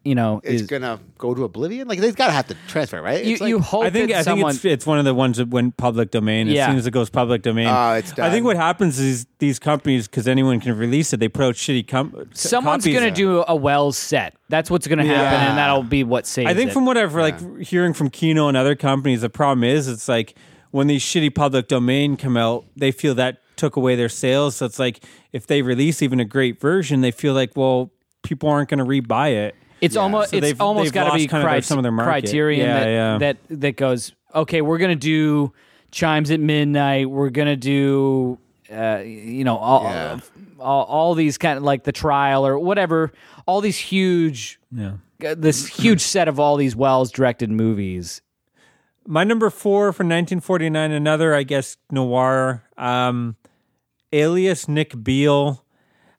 Speaker 1: you know,
Speaker 5: It's
Speaker 1: is
Speaker 5: gonna go to oblivion. Like they've got to have to transfer, right?
Speaker 1: you,
Speaker 5: It's like-
Speaker 1: you hope
Speaker 3: I think
Speaker 1: that
Speaker 3: I
Speaker 1: someone
Speaker 3: think it's, it's one of the ones that went public domain. As
Speaker 1: Yeah.
Speaker 3: soon as it goes public domain,
Speaker 5: Ah, it's
Speaker 3: I
Speaker 5: done.
Speaker 3: think what happens is these companies, because anyone can release it, they put out shitty com-
Speaker 1: someone's
Speaker 3: copies.
Speaker 1: going to do a Wells set. That's what's going to happen,
Speaker 5: Yeah.
Speaker 1: and that'll be what saves.
Speaker 3: I think
Speaker 1: it.
Speaker 3: from what I've like hearing from Kino and other companies, the problem is it's like when these shitty public domain come out, they feel that took away their sales. So it's like if they release even a great version, they feel like well people aren't going to rebuy it.
Speaker 1: It's almost
Speaker 3: So
Speaker 1: it's
Speaker 3: they've-
Speaker 1: almost
Speaker 3: they've
Speaker 1: got to
Speaker 3: lost
Speaker 1: be
Speaker 3: kind of their-
Speaker 1: crit-
Speaker 3: some of their market.
Speaker 1: criterion
Speaker 3: Yeah,
Speaker 1: that,
Speaker 3: yeah.
Speaker 1: that that goes okay. We're gonna do chimes at midnight. We're gonna do uh, you know all,
Speaker 5: Yeah.
Speaker 1: all all these kind of like the trial or whatever. All these huge uh, this huge set of all these Wells directed movies.
Speaker 3: My number four for 1949, another I guess noir, um, alias Nick Beale.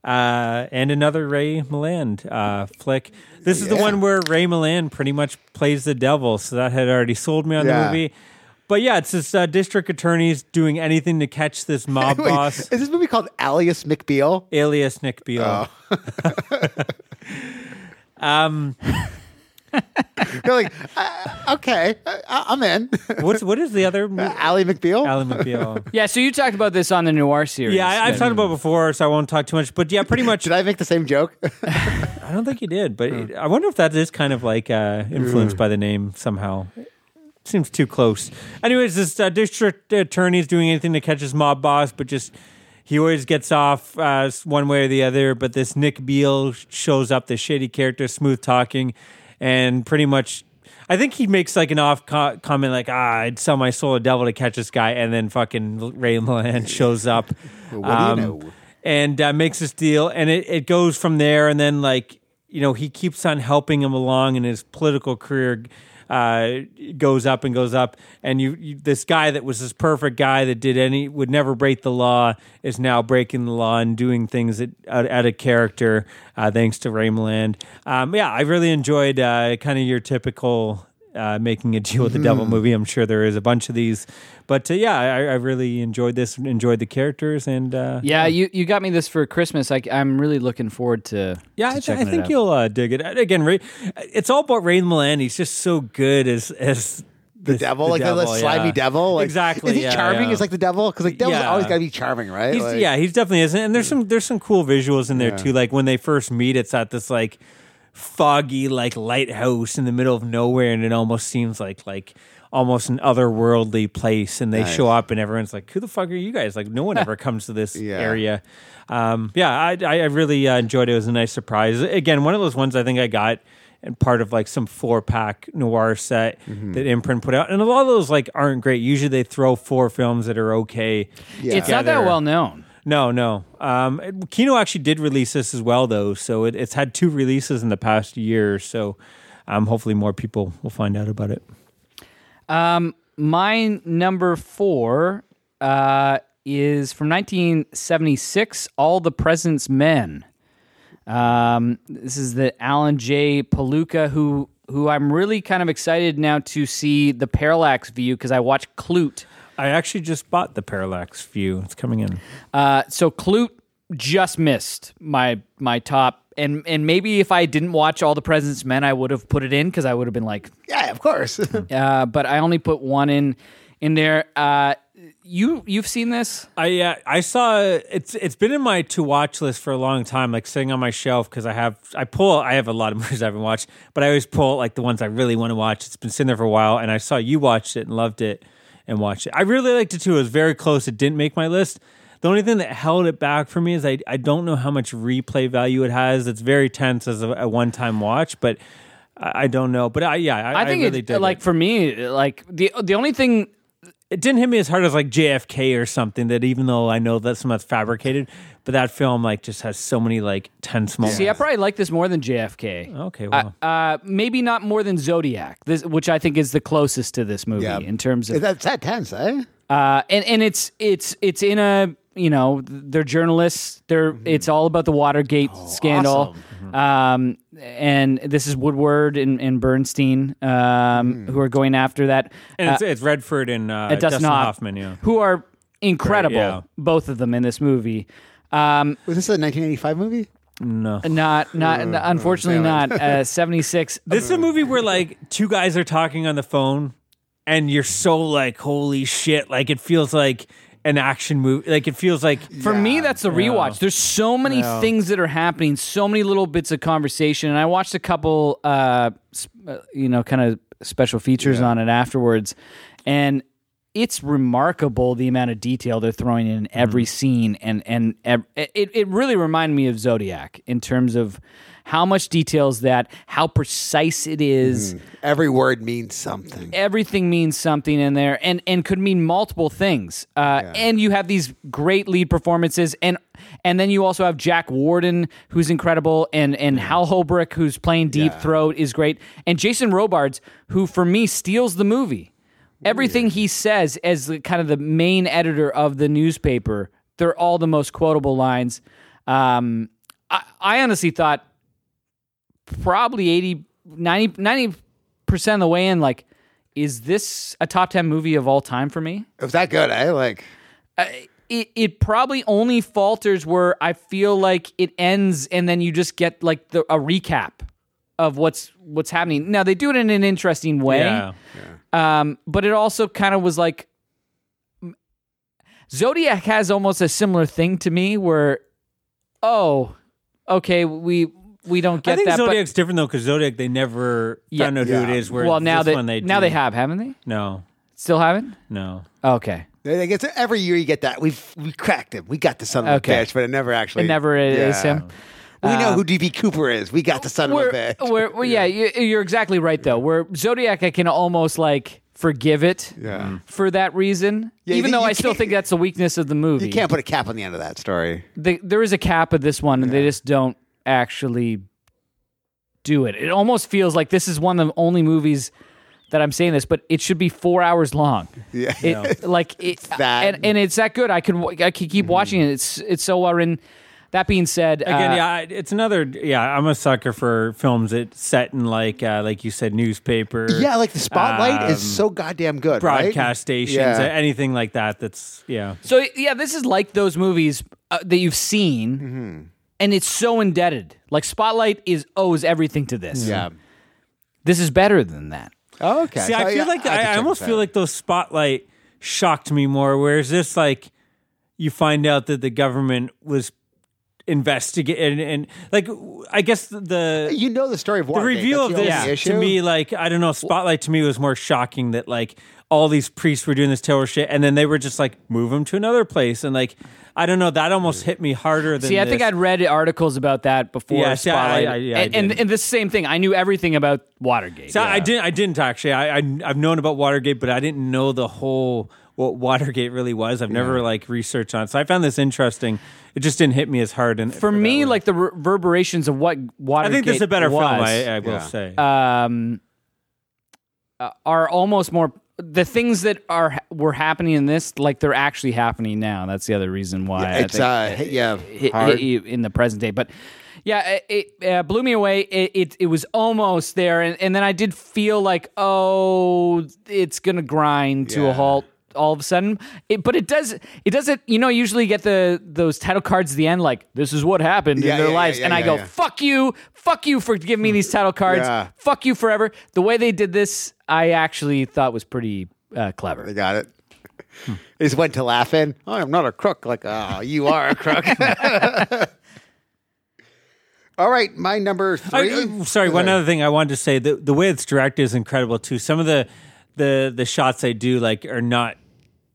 Speaker 3: Uh, and another Ray Milland uh, flick. This is the one where Ray Milland pretty much plays the devil, so that had already sold me on
Speaker 5: Yeah.
Speaker 3: the movie. But yeah, it's this uh, district attorney's doing anything to catch this
Speaker 5: [laughs]
Speaker 3: mob
Speaker 5: Wait,
Speaker 3: boss,
Speaker 5: is this movie called Alias McBeal?
Speaker 3: alias Nick Beale. um,
Speaker 5: You're like, uh, okay, uh, I'm in. [laughs]
Speaker 3: [laughs] what's what is the other movie?
Speaker 5: Ally McBeal.
Speaker 3: Alan McBeale?
Speaker 1: Yeah, so you talked about this on the noir series.
Speaker 3: Yeah, I, I've talked about it before, so I won't talk too much. But yeah, pretty
Speaker 5: [laughs]
Speaker 3: much
Speaker 5: Did I make the same joke?
Speaker 3: I don't think he did, but it- I wonder if that is kind of like uh, influenced by the name somehow. Seems too close. Anyways, this uh, district attorney's doing anything to catch his mob boss, but just he always gets off uh, one way or the other. But this Nick Beale shows up, this shady character, smooth talking, and pretty much. I think he makes like an off co- comment, like "Ah, I'd sell my soul to devil to catch this guy," and then fucking Ray Milland [laughs] shows up. Um,
Speaker 5: what do you know?
Speaker 3: And uh, makes this deal, and it, it goes from there. And then, like, you know, he keeps on helping him along, and his political career uh, goes up and goes up. And you, you, this guy that was this perfect guy that did any, would never break the law, is now breaking the law and doing things that, out, out of character, uh, thanks to Raymond. Um, yeah, I really enjoyed uh, kind of your typical uh, making a deal with the devil movie. I'm sure there is a bunch of these, but uh, yeah, I, I really enjoyed this. Enjoyed the characters and uh,
Speaker 1: Yeah, you, you got me this for Christmas. I, I'm really looking forward to.
Speaker 3: yeah,
Speaker 1: to
Speaker 3: I, th-
Speaker 1: checking
Speaker 3: I
Speaker 1: it
Speaker 3: think
Speaker 1: out.
Speaker 3: you'll uh, dig it. And Again, Ray, it's all about Ray Milland. He's just so good as as
Speaker 5: The devil, like the, the slimy
Speaker 3: yeah.
Speaker 5: devil. Like,
Speaker 3: exactly.
Speaker 5: Is he
Speaker 3: yeah,
Speaker 5: charming?
Speaker 3: yeah.
Speaker 5: Is like the devil because like devil's
Speaker 3: Yeah.
Speaker 5: always got to be charming, right?
Speaker 3: He's,
Speaker 5: Like-
Speaker 3: yeah, he's definitely is, and there's some there's some cool visuals in there too. Like when they first meet, it's at this like foggy like lighthouse in the middle of nowhere, and it almost seems like like almost an otherworldly place. And they show up, and everyone's like, "Who the fuck are you guys?" Like
Speaker 5: [laughs]
Speaker 3: no one ever comes to this
Speaker 5: Yeah.
Speaker 3: area. Um, yeah, I I I really uh, enjoyed it. It was a nice surprise. Again, one of those ones I think I got. And part of like some four pack noir set
Speaker 5: Mm-hmm.
Speaker 3: that Imprint put out, and a lot of those like aren't great. Usually they throw four films that are okay.
Speaker 1: It's not that
Speaker 3: together.
Speaker 1: well known.
Speaker 3: No, no. Um, it- Kino actually did release this as well, though. So it, it's had two releases in the past year. So um, hopefully more people will find out about it.
Speaker 1: My number four uh, is from 1976, All the President's Men. Um, this is the Alan J. Paluca, who who I'm really kind of excited now to see the Parallax view because I watched Clute.
Speaker 3: I actually just bought the Parallax View. It's coming in.
Speaker 1: Uh, so Clute just missed my my top. And, and maybe if I didn't watch All the President's Men, I would have put it in because I would have been like,
Speaker 5: yeah, of course.
Speaker 1: uh, but I only put one in in there. Uh, you you've seen this?
Speaker 3: I uh, I saw it's it's been in my to watch list for a long time, like sitting on my shelf because I have I pull I have a lot of [laughs] movies I haven't watched, but I always pull like the ones I really want to watch. It's been sitting there for a while, and I saw you watched it and loved it and watched it. I really liked it too. It was very close. It didn't make my list. The only thing that held it back for me is I I don't know how much replay value it has. It's very tense as a, a one time watch, but I, I don't know. But I yeah I,
Speaker 1: I think
Speaker 3: really
Speaker 1: it,
Speaker 3: did
Speaker 1: like for me, like the the only thing
Speaker 3: it didn't hit me as hard as like JFK or something. That even though I know that some of that's fabricated, but that film like just has so many like tense moments.
Speaker 1: see, I probably like this more than JFK.
Speaker 3: okay,
Speaker 1: Uh,
Speaker 3: well,
Speaker 1: uh, maybe not more than Zodiac, this, which I think is the closest to this movie
Speaker 5: Yeah.
Speaker 1: in terms of
Speaker 5: That's that tense, eh?
Speaker 1: uh, and and it's it's it's in a you know they're journalists they're it's all about the Watergate scandal um, and this is Woodward and, and Bernstein um, who are going after that
Speaker 3: and it's, it's Redford and uh,
Speaker 1: It does
Speaker 3: Dustin
Speaker 1: not.
Speaker 3: Hoffman. Yeah,
Speaker 1: who are incredible,
Speaker 3: Right, yeah.
Speaker 1: both of them in this movie. Um,
Speaker 5: Was this a 1985 movie?
Speaker 3: No.
Speaker 1: Not, not, n- unfortunately, not. Uh, 76.
Speaker 3: This is a movie where like two guys are talking on the phone and you're so like, holy shit. Like it feels like an action movie. Like it feels like
Speaker 1: For me, that's the rewatch. There's so many things that are happening, so many little bits of conversation, and I watched a couple, uh, sp- uh, you know, kind of special features on it afterwards, and it's remarkable the amount of detail they're throwing in every scene, and and ev- it it really reminded me of Zodiac in terms of how much details that, how precise it is
Speaker 5: Every word means something.
Speaker 1: everything means something in there and and could mean multiple things uh, and you have these great lead performances and and then you also have jack warden who's incredible and and hal holbrook who's playing deep throat is great and jason robards who for me steals the movie everything he says as the, kind of the main editor of the newspaper they're all the most quotable lines um, I, I honestly thought probably 80 90 percent of the way in like is this a top 10 movie of all time for me
Speaker 5: It was that good, eh? Like,
Speaker 1: it, it probably only falters where i feel like it ends and then you just get like the, a recap of what's what's happening now they do it in an interesting way
Speaker 3: Yeah.
Speaker 1: um, but it also kind of was like Zodiac has almost a similar thing to me where oh okay we we don't get
Speaker 3: I think
Speaker 1: that but-
Speaker 3: Zodiac's different though, because Zodiac they never
Speaker 1: Yeah.
Speaker 3: found out who it is. Where
Speaker 1: well now
Speaker 3: this
Speaker 1: that
Speaker 3: one they
Speaker 1: now
Speaker 3: do.
Speaker 1: they have haven't they
Speaker 3: no,
Speaker 1: still haven't
Speaker 3: no.
Speaker 1: okay
Speaker 5: I guess every year you get that. We've we cracked him. We got the son of
Speaker 1: Okay.
Speaker 5: a bitch, but it never actually.
Speaker 1: it never is him
Speaker 5: We know who DB Cooper is. We got the son of a
Speaker 1: we're,
Speaker 5: bitch.
Speaker 1: we're,
Speaker 5: [laughs]
Speaker 1: well, yeah, you, you're exactly right though. Where Zodiac, I can almost like forgive it
Speaker 5: Yeah.
Speaker 1: for that reason,
Speaker 5: Yeah,
Speaker 1: even
Speaker 5: you-
Speaker 1: though
Speaker 5: you
Speaker 1: I still
Speaker 5: can't-
Speaker 1: think that's the weakness of the movie.
Speaker 5: You can't put a cap on the end of that story.
Speaker 1: They, there is a cap of this one, and they just don't actually do it. It almost feels like this is one of the only movies that I'm saying this, but it should be four hours
Speaker 5: [laughs]
Speaker 1: long. Yeah, it, like it,
Speaker 5: that- Mm-hmm.
Speaker 1: and, and it's that good. I can I can keep watching it. It's it's so well written. That being said,
Speaker 3: Again,
Speaker 1: uh,
Speaker 3: yeah, I- it's another. Yeah, I'm a sucker for films that set in like, uh, like you said, newspaper.
Speaker 5: Yeah, like the spotlight
Speaker 3: um,
Speaker 5: is so goddamn good. right?
Speaker 3: broadcast stations,
Speaker 5: Yeah.
Speaker 3: anything like that. That's yeah.
Speaker 1: So yeah, this is like those movies uh, that you've seen,
Speaker 3: Mm-hmm.
Speaker 1: and it's so indebted. Like Spotlight is owes everything to this.
Speaker 5: Yeah.
Speaker 1: this is better than that.
Speaker 5: Oh, okay.
Speaker 3: See, I
Speaker 5: So,
Speaker 3: feel
Speaker 5: yeah,
Speaker 3: like
Speaker 5: could
Speaker 3: I, I
Speaker 5: check
Speaker 3: almost
Speaker 5: this
Speaker 3: feel
Speaker 5: out.
Speaker 3: like those spotlight shocked me more. Whereas this, like, you find out that the government was investigating, and, and like, I guess the
Speaker 5: you know the story of
Speaker 3: the
Speaker 5: Watergate.
Speaker 3: reveal
Speaker 5: That's the
Speaker 3: of this
Speaker 5: only
Speaker 3: to
Speaker 5: issue.
Speaker 3: me, like, I don't know, spotlight to me was more shocking that like all these priests were doing this terror shit, and then they were just like move them to another place, and like. I don't know. That almost hit me harder than
Speaker 1: See, I
Speaker 3: this.
Speaker 1: think I'd read articles about that before
Speaker 3: Yeah, see, I-
Speaker 1: Spotlight,
Speaker 3: I- I- yeah, I
Speaker 1: and, and
Speaker 3: did.
Speaker 1: and the same thing. I knew everything about Watergate.
Speaker 3: So I didn't. I didn't actually. I, I I've known about Watergate, but I didn't know the whole what Watergate really was. I've never like researched on. it. So I found this interesting. It just didn't hit me as hard. And
Speaker 1: For me, like the reverberations of what
Speaker 3: I
Speaker 1: Watergate
Speaker 3: think this is a better
Speaker 1: was,
Speaker 3: film. I, I will say.
Speaker 1: um, uh, are almost more the things that are were happening in this, like they're actually happening now. That's the other reason why I
Speaker 5: It's
Speaker 1: think-
Speaker 5: uh, hit- yeah,
Speaker 1: hit, hit you in the present day. But yeah, it, it uh, blew me away. It, it it was almost there, and, and then I did feel like, oh, it's gonna grind to a halt all of a sudden. It, but it does it doesn't. You know, usually you get the those title cards at the end, like this is what happened in
Speaker 5: Yeah,
Speaker 1: their
Speaker 5: yeah,
Speaker 1: lives,
Speaker 5: yeah,
Speaker 1: and I
Speaker 5: yeah,
Speaker 1: go,
Speaker 5: yeah.
Speaker 1: fuck you, fuck you for giving me these title cards,
Speaker 5: Yeah.
Speaker 1: fuck you forever. The way they did this, I actually thought was pretty uh, clever.
Speaker 5: I got it.
Speaker 3: Hmm.
Speaker 5: He just went to laughing. Oh, I'm not a crook. Like, oh, you are a crook. [laughs] All right, my number
Speaker 3: I-
Speaker 5: three.
Speaker 3: uh, sorry, one other thing I wanted to say the the way it's directed is incredible too. Some of the the the shots they do like are not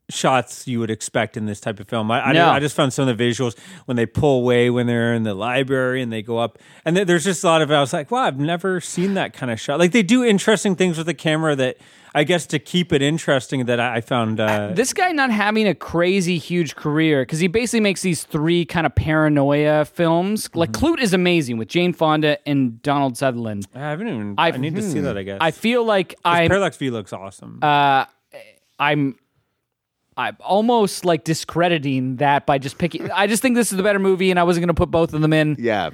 Speaker 3: shots you would expect in this type of film. I I,
Speaker 1: No.
Speaker 3: I just found some of the visuals when they pull away when they're in the library and they go up and there- there's just a lot of I was like, wow, I've never seen that kind of shot. Like they do interesting things with the camera that I guess to keep it interesting that I, I found. Uh,
Speaker 1: this guy not having a crazy huge career because he basically makes these three kind of paranoia films. Like Clute is amazing with Jane Fonda and Donald Sutherland.
Speaker 3: I haven't even. i
Speaker 1: I've-
Speaker 3: need to see that. I guess.
Speaker 1: I feel like I'm
Speaker 3: Parallax View looks awesome.
Speaker 1: I'm I'm almost like discrediting that by just picking. I just think this is the better movie, and I wasn't going to put both of them in.
Speaker 5: yeah.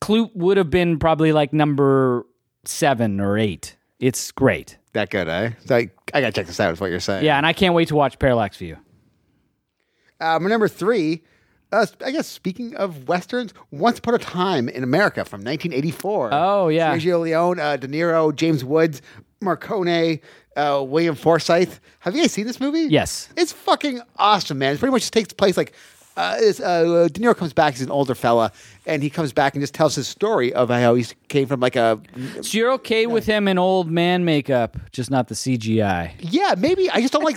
Speaker 1: Clute would have been probably like number seven or eight. It's great.
Speaker 5: That good, eh? So I, I gotta check this out. Is what you're saying?
Speaker 1: Yeah, and I can't wait to watch Parallax View.
Speaker 5: Uh, my number Um, three uh, I guess speaking of westerns, Once Upon a Time in America from 1984.
Speaker 1: Oh, yeah.
Speaker 5: Sergio Leone, uh, De Niro, James Woods, Marcone, uh, William Forsythe. Have you guys seen this movie?
Speaker 1: Yes.
Speaker 5: It's fucking awesome, man. It pretty much just takes place like uh, it's, uh, De Niro comes back. He's an older fella, and he comes back and just tells his story of how he came from like a
Speaker 1: So you're okay with him in old man makeup, just not the CGI.
Speaker 5: yeah. Maybe I just don't like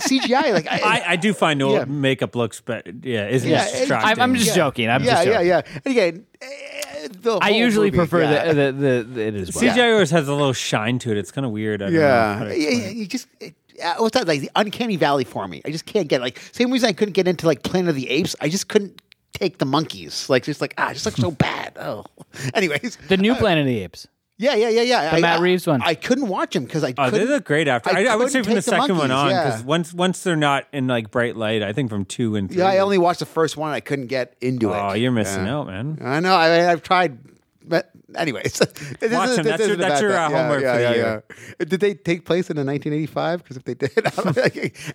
Speaker 1: [laughs]
Speaker 5: CGI. Like
Speaker 3: I, I do find old
Speaker 5: Yeah.
Speaker 3: makeup looks, but yeah, isn't
Speaker 5: Yeah,
Speaker 3: as
Speaker 5: it-
Speaker 3: distracting.
Speaker 1: I'm, I'm just
Speaker 5: Yeah.
Speaker 1: joking. I'm just
Speaker 5: yeah,
Speaker 1: joking.
Speaker 5: yeah, yeah. And again, eh, the
Speaker 1: I
Speaker 5: whole
Speaker 1: usually
Speaker 5: movie,
Speaker 1: prefer
Speaker 5: yeah.
Speaker 1: the, the, the, the it is. well.
Speaker 3: CGI always has a little shine to it. It's kind of weird. I don't know how
Speaker 5: Yeah,
Speaker 3: to
Speaker 5: yeah,
Speaker 3: explain
Speaker 5: yeah, you just. It, uh, what's that like? The uncanny valley for me. I just can't get like same reason I couldn't get into like Planet of the Apes. I just couldn't take the monkeys. Like just like ah, it just looks so bad. [laughs] Oh, anyways,
Speaker 1: The new Planet of the Apes.
Speaker 5: yeah, yeah, yeah, yeah. The I,
Speaker 1: Matt
Speaker 5: I-
Speaker 1: Reeves one.
Speaker 5: I couldn't watch him because I.
Speaker 3: Oh, they
Speaker 5: couldn't-
Speaker 3: look great after. I, I would
Speaker 5: couldn't
Speaker 3: say from
Speaker 5: take
Speaker 3: the second one
Speaker 5: monkeys,
Speaker 3: on
Speaker 5: yeah.
Speaker 3: because once once they're not in like bright light, I think from two and three.
Speaker 5: Yeah, I only watched the first one. I couldn't get into it.
Speaker 3: oh, you're missing out, man.
Speaker 5: I know. I, I've tried, but anyways, [laughs] this
Speaker 3: Watch
Speaker 5: is- this
Speaker 3: them. That's your-
Speaker 5: isn't
Speaker 3: that's
Speaker 5: about
Speaker 3: your,
Speaker 5: that.
Speaker 3: uh, homework for the year.
Speaker 5: yeah. Did they take place in 1985? Because if they did, [laughs] I don't
Speaker 3: [laughs]
Speaker 5: know.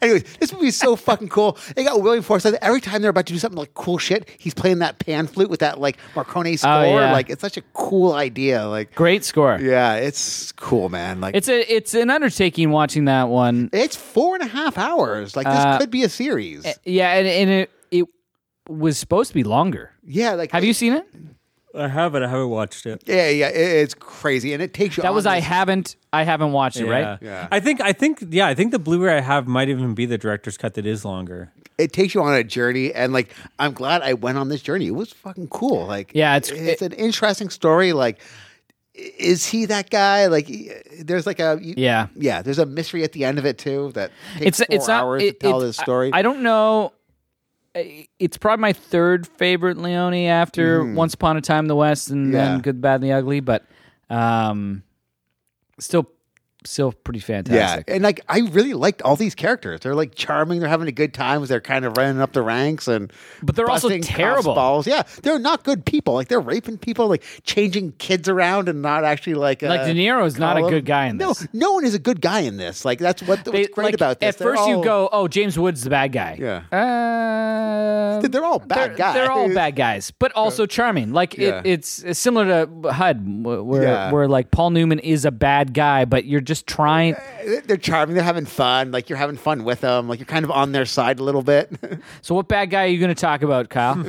Speaker 5: anyways, this movie is so fucking cool. They got William Forsythe. Every time they're about to do something like cool shit, he's playing that pan flute with that like Marconi score.
Speaker 1: Oh, yeah.
Speaker 5: Like it's such a cool idea. Like
Speaker 1: Great score.
Speaker 5: yeah, it's cool, man. Like. It's-
Speaker 1: It's a it's an undertaking watching that one.
Speaker 5: four and a half hours. Like this
Speaker 1: Uh,
Speaker 5: could be a series.
Speaker 1: Yeah, and, and it it was supposed to be longer.
Speaker 5: yeah, like
Speaker 1: Have you seen it?
Speaker 3: I have it. I haven't watched it.
Speaker 5: Yeah, yeah, it, it's crazy, and it takes you.
Speaker 1: That
Speaker 5: on
Speaker 1: was I
Speaker 5: this-
Speaker 1: haven't I haven't watched it, right?
Speaker 5: Yeah.
Speaker 3: I think I think yeah, I think the Blu-ray I have might even be the director's cut that is longer.
Speaker 5: it takes you on a journey and like i'm glad i went on this journey it was fucking cool like
Speaker 1: Yeah, it's-
Speaker 5: it's an interesting story like i- is he that guy like y- there's like a you-
Speaker 1: Yeah.
Speaker 5: yeah there's a mystery at the end of it too that
Speaker 1: It's
Speaker 5: takes it's, four
Speaker 1: it's not
Speaker 5: hours
Speaker 1: it-
Speaker 5: to tell
Speaker 1: it-
Speaker 5: this story
Speaker 1: I, I don't know. I- It's probably my third favorite Leone after Once Upon a Time in the West and then
Speaker 5: Mm-hmm. Yeah.
Speaker 1: Good, Bad, and the Ugly, but um, still still pretty
Speaker 5: yeah
Speaker 1: fantastic.
Speaker 5: and like i really liked all these characters they're like charming they're having a good time they're kind of running up the ranks and
Speaker 1: But they're also
Speaker 5: busting cops'
Speaker 1: terrible.
Speaker 5: balls yeah they're not good people like they're raping people like changing kids around and not actually like
Speaker 1: Like
Speaker 5: uh,
Speaker 1: De Niro's not a
Speaker 5: call 'em-
Speaker 1: good guy in
Speaker 5: no
Speaker 1: this.
Speaker 5: no one is a good guy in this like that's what
Speaker 1: They-
Speaker 5: what's great
Speaker 1: like,
Speaker 5: about this
Speaker 1: At
Speaker 5: They're
Speaker 1: first, you
Speaker 5: all-
Speaker 1: go, "Oh, James Woods, the bad guy."
Speaker 5: Yeah.
Speaker 1: Uh,
Speaker 5: They're all bad
Speaker 1: they're,
Speaker 5: guys.
Speaker 1: They're all bad guys, but also charming. Like
Speaker 5: Yeah.
Speaker 1: it, it's it's similar to HUD, wh- where
Speaker 5: Yeah.
Speaker 1: where like Paul Newman is a bad guy, but you're just trying.
Speaker 5: [laughs] they're charming they're having fun like you're having fun with them like you're kind of on their side a little bit [laughs]
Speaker 1: So, what bad guy are you going to talk about, Kyle?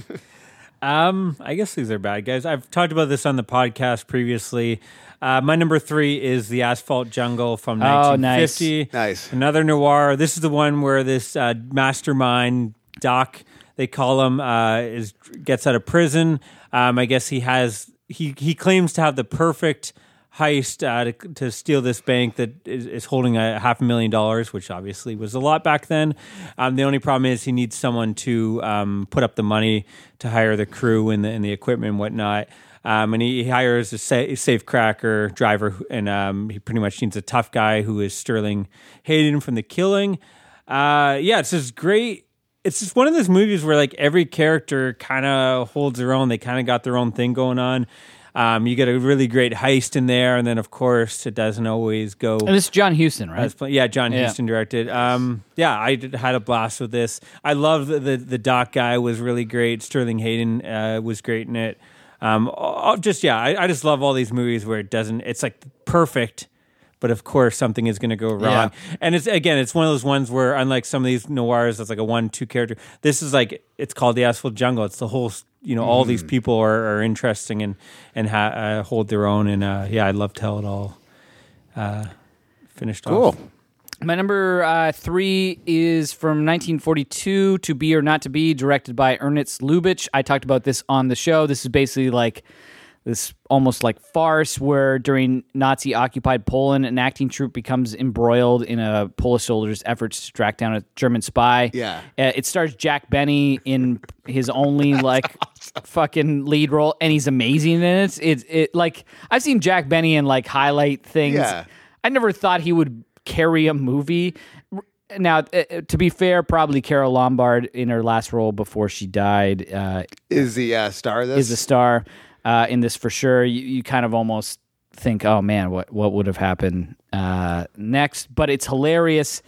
Speaker 3: Um, I guess these are bad guys. I've talked about this on the podcast previously. Uh, my number three is the Asphalt Jungle from
Speaker 1: Oh, nice.
Speaker 3: 1950.
Speaker 5: Nice.
Speaker 3: Another noir. This is the one where this uh, mastermind doc they call him uh, is gets out of prison. Um, I guess he has he he claims to have the perfect heist uh, to, to steal this bank that is, is holding a half a million dollars, which obviously was a lot back then. Um, the only problem is he needs someone to um, put up the money to hire the crew and the, and the equipment and whatnot. Um, and he, he hires a sa- safe cracker driver, who- and um, he pretty much needs a tough guy who is Sterling Hayden from The Killing. Uh, yeah, it's just great it's just one of those movies where like every character kind of holds their own. They kind of got their own thing going on. Um, you get a really great heist in there, and then of course it doesn't always go.
Speaker 1: and this is John Houston,
Speaker 3: as
Speaker 1: right?
Speaker 3: pla- yeah, John
Speaker 1: Yeah.
Speaker 3: Huston directed. Um, yeah, I did- had a blast with this. I love the, the the doc guy was really great. Sterling Hayden uh, was great in it. Um, oh, just yeah, I, I just love all these movies where it doesn't. It's like perfect, but of course something is going to go wrong. And it's again, it's one of those ones where unlike some of these noirs, that's like a one two character. This is like it's called the Asphalt Jungle. It's the whole. s- You know, all
Speaker 5: Mm.
Speaker 3: these people are, are interesting and and ha- uh, hold their own. And uh, yeah, I loved how it all uh, finished off.
Speaker 1: My number uh, three is from 1942, "To Be or Not to Be," directed by Ernest Lubitsch. I talked about this on the show. This is basically like this almost like farce where during Nazi occupied Poland, an acting troupe becomes embroiled in a Polish soldier's efforts to track down a German spy.
Speaker 5: Yeah.
Speaker 1: Uh, it stars Jack Benny in his only like fucking lead role, and he's amazing in it. It's it like I've seen Jack Benny in like highlight things.
Speaker 5: Yeah.
Speaker 1: I never thought he would carry a movie. R- Now, uh, to be fair, probably Carol Lombard in her last role before she died uh,
Speaker 5: is the uh, star of this
Speaker 1: is a star uh, in this for sure. You, you kind of almost think, oh man, what what would have happened uh, next? But it's hilarious.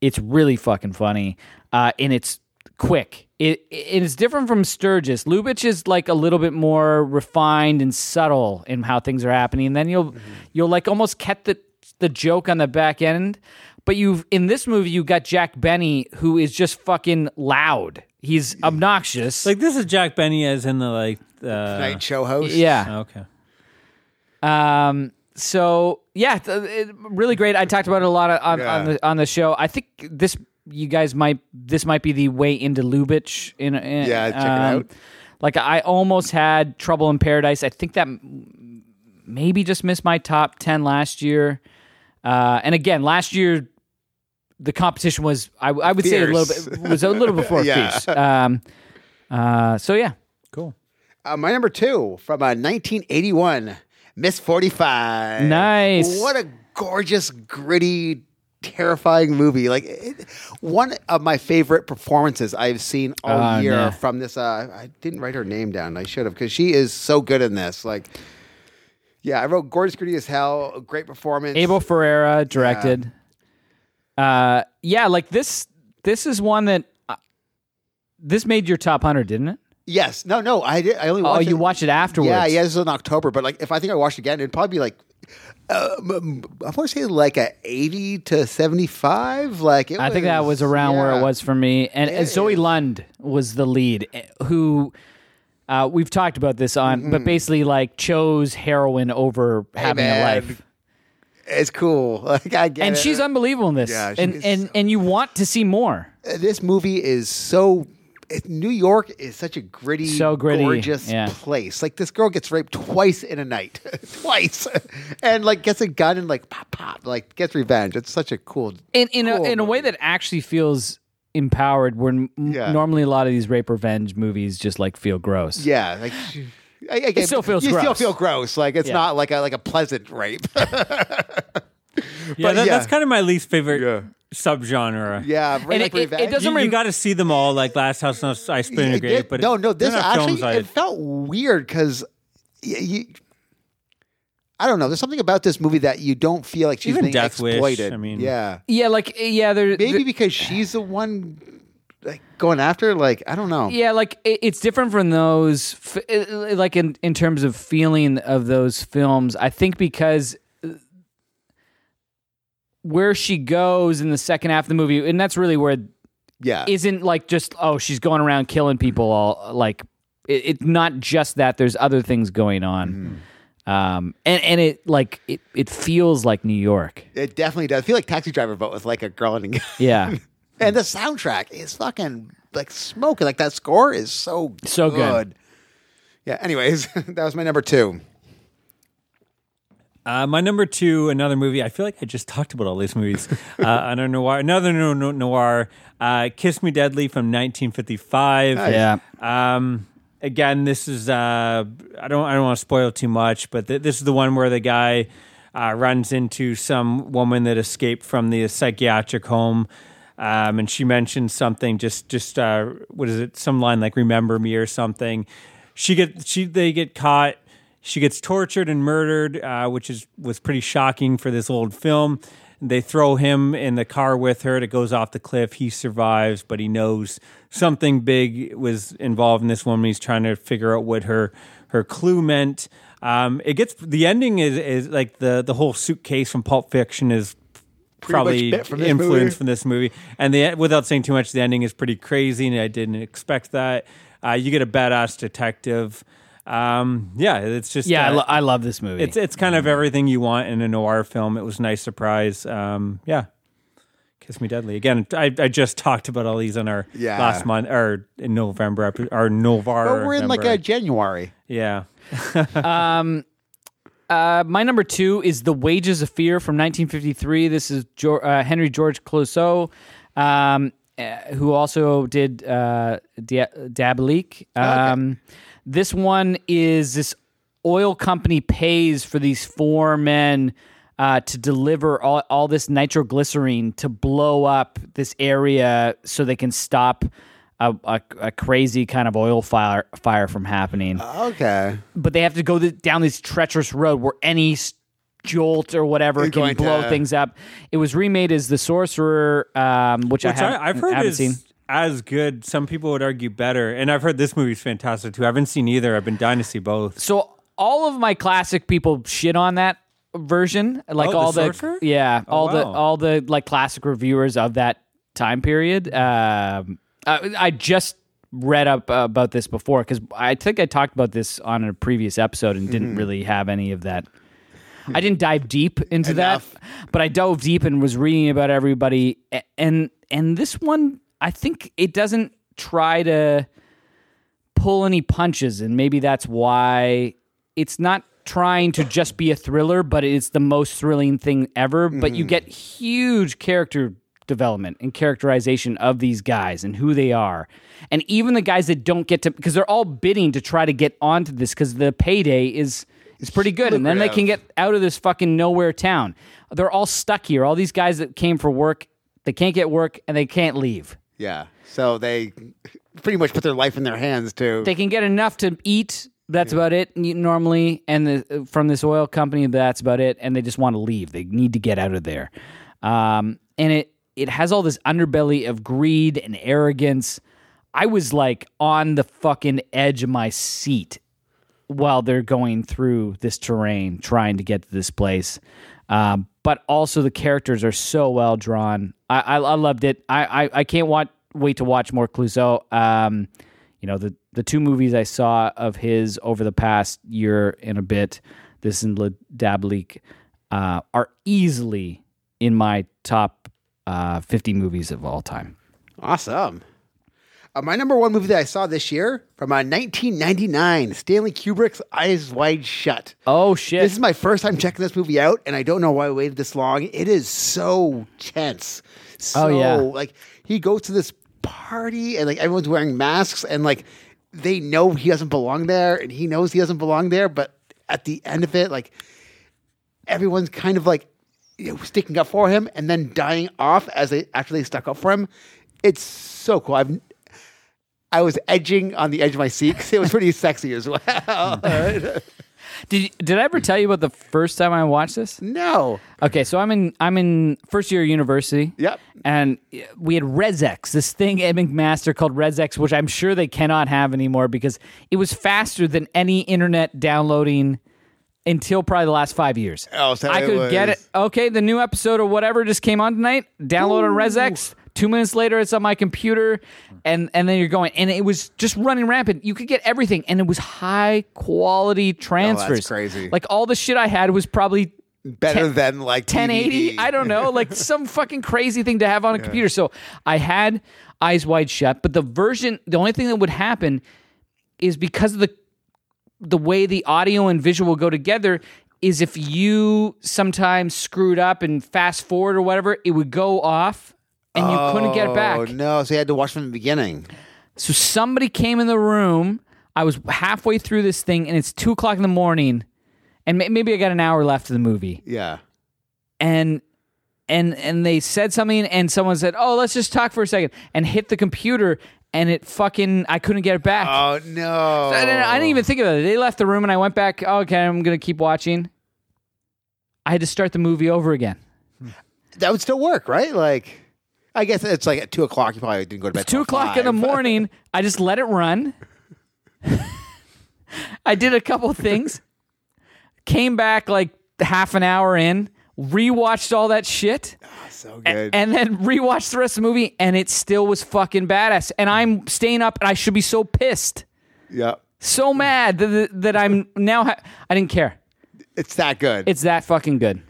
Speaker 1: It's really fucking funny, uh, and it's quick. It, it is different from Sturgis. Lubitsch is like a little bit more refined and subtle in how things are happening. And then you'll you'll like almost get the the joke on the back end. But you've in this movie you got Jack Benny who is just fucking loud. He's obnoxious.
Speaker 3: Like this is Jack Benny as in the like. Uh,
Speaker 5: [laughs] Night show host.
Speaker 1: yeah.
Speaker 3: okay.
Speaker 1: Um, so yeah, th- it, really great. I talked about it a lot on, on the on the show. I think this you guys might this might be the way into Lubitsch. In, in
Speaker 5: Yeah, check it
Speaker 1: um,
Speaker 5: out.
Speaker 1: Like I almost had Trouble in Paradise. I think that m- maybe just missed my top ten last year. Uh, and again, last year the competition was I, I would say a little
Speaker 5: Fierce.
Speaker 1: bit was a
Speaker 5: [laughs]
Speaker 1: little before
Speaker 5: Yeah.
Speaker 1: fierce. Um, uh, so yeah,
Speaker 3: Cool.
Speaker 5: Uh, my number two from uh, 1981, Miss 45.
Speaker 1: Nice.
Speaker 5: What a gorgeous, gritty, terrifying movie. Like it, one of my favorite performances I've seen all
Speaker 1: Oh,
Speaker 5: year
Speaker 1: no.
Speaker 5: from this. Uh, I didn't write her name down. I should have because she is so good in this. Like, yeah, I wrote gorgeous, gritty as hell. a Great performance.
Speaker 1: Abel Ferreira directed. Uh, yeah, like this. This is one that uh, this made your top hundred, didn't it?
Speaker 5: Yes. No. No. I did. I only.
Speaker 1: Oh,
Speaker 5: Watched
Speaker 1: you
Speaker 5: it.
Speaker 1: watched it afterwards.
Speaker 5: Yeah, yeah, this is in October, but like if I think I watched it again, it'd probably be like uh, m- m- I want to say like a eighty to seventy five. Like it
Speaker 1: I think that was around where
Speaker 5: yeah.
Speaker 1: it was for me. And, and Zoe Lund was the lead, eh, who uh, we've talked about this on, but basically like chose heroin over having a
Speaker 5: Mm-hmm. man.
Speaker 1: life.
Speaker 5: It's cool. [laughs] Like I get
Speaker 1: And
Speaker 5: it. Uh,
Speaker 1: she's unbelievable in this.
Speaker 5: Yeah,
Speaker 1: and
Speaker 5: she's-
Speaker 1: and and you want to see more.
Speaker 5: this movie is so. it- New York is such a gritty,
Speaker 1: So gritty,
Speaker 5: gorgeous
Speaker 1: yeah.
Speaker 5: place. Like this girl gets raped twice in a night, [laughs] twice, and like gets a gun and like pop pop, like gets revenge. It's such a cool.
Speaker 1: in in a,
Speaker 5: Cool
Speaker 1: in a way
Speaker 5: movie.
Speaker 1: that actually feels empowered where n-
Speaker 5: Yeah.
Speaker 1: normally a lot of these rape revenge movies just like feel gross
Speaker 5: Yeah, like she- I, I get-
Speaker 1: still feels
Speaker 5: you still
Speaker 1: gross.
Speaker 5: feel gross. Like it's
Speaker 1: Yeah.
Speaker 5: not like a like a pleasant rape. [laughs]
Speaker 3: Yeah,
Speaker 5: But
Speaker 3: that,
Speaker 5: yeah.
Speaker 3: that's kind of my least favorite
Speaker 5: Yeah.
Speaker 3: subgenre.
Speaker 5: Yeah,
Speaker 1: And it-
Speaker 5: Rape
Speaker 1: it- it
Speaker 5: Revenge.
Speaker 1: doesn't
Speaker 3: You,
Speaker 1: rem-
Speaker 3: got to see them all, like Last House on I Spit in a
Speaker 5: It
Speaker 3: Grave.
Speaker 5: did-
Speaker 3: But
Speaker 5: no, no,
Speaker 3: they're
Speaker 5: this
Speaker 3: not
Speaker 5: actually
Speaker 3: films I-
Speaker 5: it felt weird because you, I don't know. There's something about this movie that you don't feel like she's
Speaker 3: Even
Speaker 5: being
Speaker 3: Death Wish,
Speaker 5: exploited.
Speaker 3: I mean-
Speaker 5: yeah,
Speaker 1: yeah like yeah there
Speaker 5: maybe
Speaker 1: there-
Speaker 5: because she's the one like going after. her, Like I don't know.
Speaker 1: yeah like it, it's different from those f- eh, eh, like in in terms of feeling of those films i think because eh, where she goes in the second half of the movie and that's really where
Speaker 5: yeah.
Speaker 1: isn't like just oh she's going around killing people all like it- it's not just that there's other things going on um and and it like it, it feels like new york
Speaker 5: it definitely does. I feel like Taxi Driver, but with like a girl and a guy. [laughs]
Speaker 1: [laughs] yeah
Speaker 5: And the soundtrack is fucking like smoking. Like that score is so
Speaker 1: So good.
Speaker 5: Yeah. Anyways, [laughs] that was my number two.
Speaker 3: Uh, my number two, another movie. I feel like I just talked about all these movies. uh, another noir, another no, no, noir. Uh, Kiss Me Deadly from 1955.
Speaker 1: Oh, yeah
Speaker 3: Um, again, this is uh, I don't I don't want to spoil too much, but th- this is the one where the guy uh, runs into some woman that escaped from the psychiatric home. Um, and she mentions something just just uh, what is it some line like remember me or something she get she they get caught she gets tortured and murdered uh, which is was pretty shocking for this old film they throw him in the car with her it goes off the cliff he survives but he knows something big was involved in this woman he's trying to figure out what her her clue meant um, it gets the ending is, is like the the whole suitcase from pulp fiction is probably
Speaker 5: bit from this
Speaker 3: influenced
Speaker 5: movie.
Speaker 3: from this movie and the without saying too much the ending is pretty crazy and i didn't expect that uh, you get a badass detective um, yeah it's just
Speaker 1: yeah I,
Speaker 3: uh,
Speaker 1: lo- I mm. love this movie
Speaker 3: it's it's kind of everything you want in a noir film. It was a nice surprise. Um, yeah, Kiss Me Deadly. Again, I, I just talked about all these on our
Speaker 5: Yeah.
Speaker 3: last month or in November epi- or Novar.
Speaker 5: But we're in like a
Speaker 3: November.
Speaker 5: January.
Speaker 3: yeah.
Speaker 1: Uh, my number two is The Wages of Fear from 1953. This is jo- uh, Henry George Clouseau, um, eh, who also did uh, Dia- Diabolique. Um, This one is this oil company pays for these four men uh, to deliver all, all this nitroglycerine to blow up this area so they can stop a, a, a crazy kind of oil fire, fire from happening
Speaker 5: Okay.
Speaker 1: but they have to go th- down this treacherous road where any s- jolt or whatever can
Speaker 5: going
Speaker 1: blow
Speaker 5: to-
Speaker 1: things up. It was remade as The Sorcerer, um, which, I,
Speaker 3: Which
Speaker 1: haven't,
Speaker 3: I, I've heard
Speaker 1: haven't
Speaker 3: is
Speaker 1: seen.
Speaker 3: as good. Some people would argue better. And I've heard this movie's fantastic too. I haven't seen either. I've been dying to see both.
Speaker 1: So all of my classic people shit on that version, like
Speaker 3: Oh, The
Speaker 1: all the,
Speaker 3: Sorcerer?
Speaker 1: yeah, all the
Speaker 3: wow.
Speaker 1: all the like classic reviewers of that time period. Um, I, I just read up uh, about this before because I think I talked about this on a previous episode and
Speaker 3: Mm-hmm.
Speaker 1: didn't really have any of that. I didn't dive deep into that, but I dove deep and was reading about everybody. A- And and this one, I think it doesn't try to pull any punches, and maybe that's why it's not trying to just be a thriller, but it's the most thrilling thing ever. But you get huge character development and characterization of these guys and who they are. And even the guys that don't get to because they're all bidding to try to get onto this because the payday is is pretty good. And then they can get out of this fucking nowhere town. They're all stuck here. All these guys that came for work, they can't get work and they can't leave.
Speaker 5: Yeah. So they pretty much put their life in their hands to.
Speaker 1: they can get enough to eat. That's about it n- normally, and the, uh, from this oil company, that's about it. And they just want to leave. They need to get out of there. Um, and it it has all this underbelly of greed and arrogance. I was like on the fucking edge of my seat while they're going through this terrain trying to get to this place. Um, but also the characters are so well drawn. I I, I loved it. I, I I can't want wait to watch more Clouseau. Um, you know the the two movies I saw of his over the past year and a bit, this and Le Dab Leak, uh, are easily in my top uh, fifty movies of all time.
Speaker 5: Awesome. Uh, my number one movie that I saw this year from uh, 1999, Stanley Kubrick's Eyes Wide Shut.
Speaker 1: Oh shit!
Speaker 5: This is my first time checking this movie out, and I don't know why I waited this long. It is so tense. So,
Speaker 1: Oh, yeah.
Speaker 5: like, he goes to this party, and, like, everyone's wearing masks, and, like, they know he doesn't belong there, and he knows he doesn't belong there, but at the end of it, like, everyone's kind of, like, you know, sticking up for him and then dying off as they after they stuck up for him. It's so cool. I've I was edging on the edge of my seat 'cause it was pretty sexy as well. [laughs]
Speaker 1: did did I ever tell you about the first time I watched this?
Speaker 5: no.
Speaker 1: Okay, so I'm in I'm in first year of university.
Speaker 5: Yep.
Speaker 1: And we had ResX, this thing at McMaster called ResX, which I'm sure they cannot have anymore because it was faster than any internet downloading until probably the last five years.
Speaker 5: Oh, so
Speaker 1: I
Speaker 5: it
Speaker 1: could get
Speaker 5: was-
Speaker 1: it. Okay, the new episode or whatever just came on tonight. Download on ResX. Two minutes later, it's on my computer, and and then you're going, and it was just running rampant. You could get everything, and it was high quality transfers.
Speaker 5: Oh, crazy.
Speaker 1: Like all the shit I had was probably
Speaker 5: better
Speaker 1: Ten-
Speaker 5: than like
Speaker 1: 1080
Speaker 5: DVD.
Speaker 1: i don't know like some fucking crazy thing to have on a computer so i had eyes wide shut but the version the only thing that would happen is because of the the way the audio and visual go together is if you sometimes screwed up and fast forward or whatever it would go off and you couldn't get it back
Speaker 5: Oh no! So you had to watch from the beginning.
Speaker 1: so somebody came in the room. I was halfway through this thing, and it's two o'clock in the morning, and may- maybe I got an hour left of the movie.
Speaker 5: Yeah.
Speaker 1: and and and they said something and someone said oh let's just talk for a second and hit the computer and it fucking i couldn't get it back
Speaker 5: Oh no!
Speaker 1: I, didn't, I didn't even think about it they left the room and i went back oh, okay i'm gonna keep watching i had to start the movie over again
Speaker 5: that would still work, right? Like, I guess it's like at two o'clock. You probably didn't go to bed.
Speaker 1: It's two o'clock in the morning. I just let it run. [laughs] I did a couple things. Came back like half an hour in, rewatched all that shit.
Speaker 5: So
Speaker 1: a-
Speaker 5: good.
Speaker 1: and then rewatched the rest of the movie, and it still was fucking badass. And I'm staying up, and I should be so pissed,
Speaker 5: yeah,
Speaker 1: so mad that, that I'm now. Ha- I didn't care.
Speaker 5: it's that good.
Speaker 1: It's that fucking good.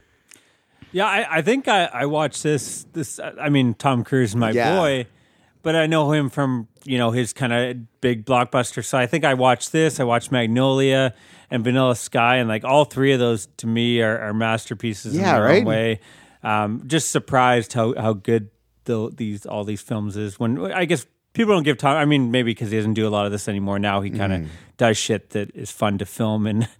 Speaker 3: Yeah, I, I think I, I watched this. This, I mean, Tom Cruise, is my
Speaker 5: Yeah.
Speaker 3: boy, but I know him from you know his kind of big blockbuster. So I think I watched this. I watched Magnolia and Vanilla Sky, and like all three of those to me are, are masterpieces
Speaker 5: Yeah,
Speaker 3: in their
Speaker 5: right?
Speaker 3: own way. Um, just surprised how how good the, these all these films is. When I guess people don't give Tom. I mean, maybe because he doesn't do a lot of this anymore. Now he kind of
Speaker 5: Mm-hmm.
Speaker 3: does shit that is fun to film and. [laughs]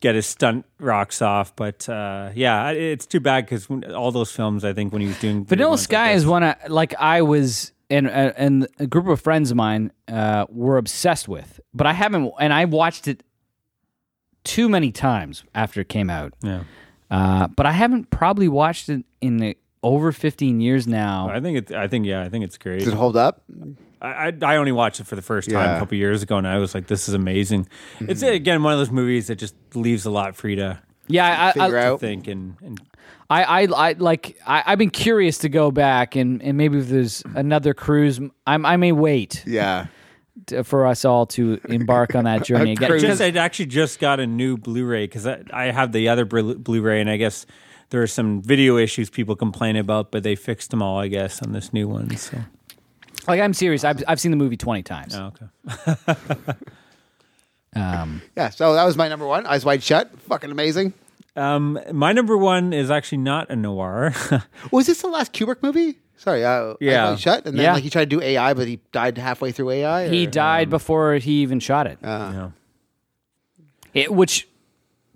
Speaker 3: get his stunt rocks off. But uh, yeah, I- it's too bad because all those films, I think, when he was doing
Speaker 1: Vanilla
Speaker 3: ones like
Speaker 1: Sky
Speaker 3: this-
Speaker 1: is one I, like I was and uh, and a group of friends of mine uh, were obsessed with, but I haven't and I watched it too many times after it came out.
Speaker 3: Yeah.
Speaker 1: Uh, but I haven't probably watched it in the over 15 years now.
Speaker 3: I think it. I think yeah. I think it's great.
Speaker 5: Does it hold up?
Speaker 3: I, I I only watched it for the first time a
Speaker 5: Yeah. Mm-hmm.
Speaker 3: couple years ago, and I was like, "This is amazing." It's again one of those movies that just leaves a lot for you to
Speaker 1: Yeah, I, I,
Speaker 5: Figure out.
Speaker 3: think and, and
Speaker 1: I, I, I like. I, I've been curious to go back and, and maybe if there's another cruise, I'm, I may wait
Speaker 5: Yeah.
Speaker 1: t- for us all to embark on
Speaker 5: [laughs]
Speaker 1: that journey again.
Speaker 3: I
Speaker 1: 'Cause-
Speaker 3: just I actually just got a new Blu-ray because I, I have the other Blu- Blu-ray, and I guess there are some video issues people complain about, but they fixed them all, I guess, on this new one. So
Speaker 1: like I'm serious. I've, I've seen the movie 20 times.
Speaker 3: okay,
Speaker 1: Um,
Speaker 5: Yeah. So that was my number one. Eyes wide shut. Fucking amazing.
Speaker 3: um, my number one is actually not a noir. [laughs]
Speaker 5: Was this the last Kubrick movie? Sorry. Uh,
Speaker 3: Yeah.
Speaker 5: Eyes wide shut. And then
Speaker 1: Yeah.
Speaker 5: like he tried to do AI, but he died halfway through AI. or-
Speaker 1: he died before he even shot it.
Speaker 5: Uh. Ah.
Speaker 3: No.
Speaker 1: It, which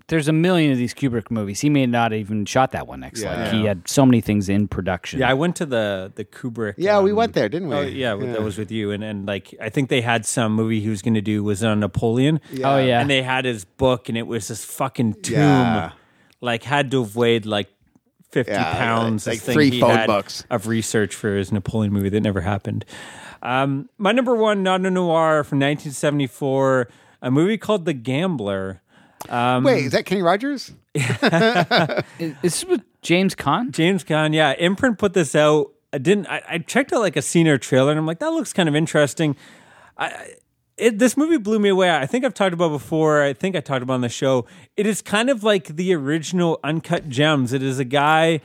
Speaker 1: there's a million of these Kubrick movies. He may not even shot that one next.
Speaker 5: Yeah.
Speaker 1: Like he had so many things in production.
Speaker 3: Yeah, I went to the the Kubrick.
Speaker 5: Yeah, we
Speaker 3: um,
Speaker 5: went there, didn't we?
Speaker 3: Oh, yeah, that was with you, and and like I think they had some movie he was going to do was on Napoleon.
Speaker 1: Oh yeah.
Speaker 3: uh, and they had his book, and it was this fucking tomb,
Speaker 5: Yeah.
Speaker 3: like had to have weighed like fifty
Speaker 5: Yeah,
Speaker 3: pounds.
Speaker 5: like-
Speaker 3: this
Speaker 5: like
Speaker 3: thing
Speaker 5: three
Speaker 3: he
Speaker 5: phone
Speaker 3: had
Speaker 5: books.
Speaker 3: of research for his Napoleon movie that never happened. Um, my number one, not a noir from 1974, a movie called The Gambler.
Speaker 1: um,
Speaker 5: Wait, is that Kenny Rogers?
Speaker 1: Is this with James Caan?
Speaker 3: James Gunn, yeah, Imprint put this out. I didn't. I, I checked out like a scene or trailer, and I'm like, that looks kind of interesting. I, it, this movie blew me away. I think I've talked about before. I think I talked about on the show. It is kind of like the original Uncut Gems. It is a guy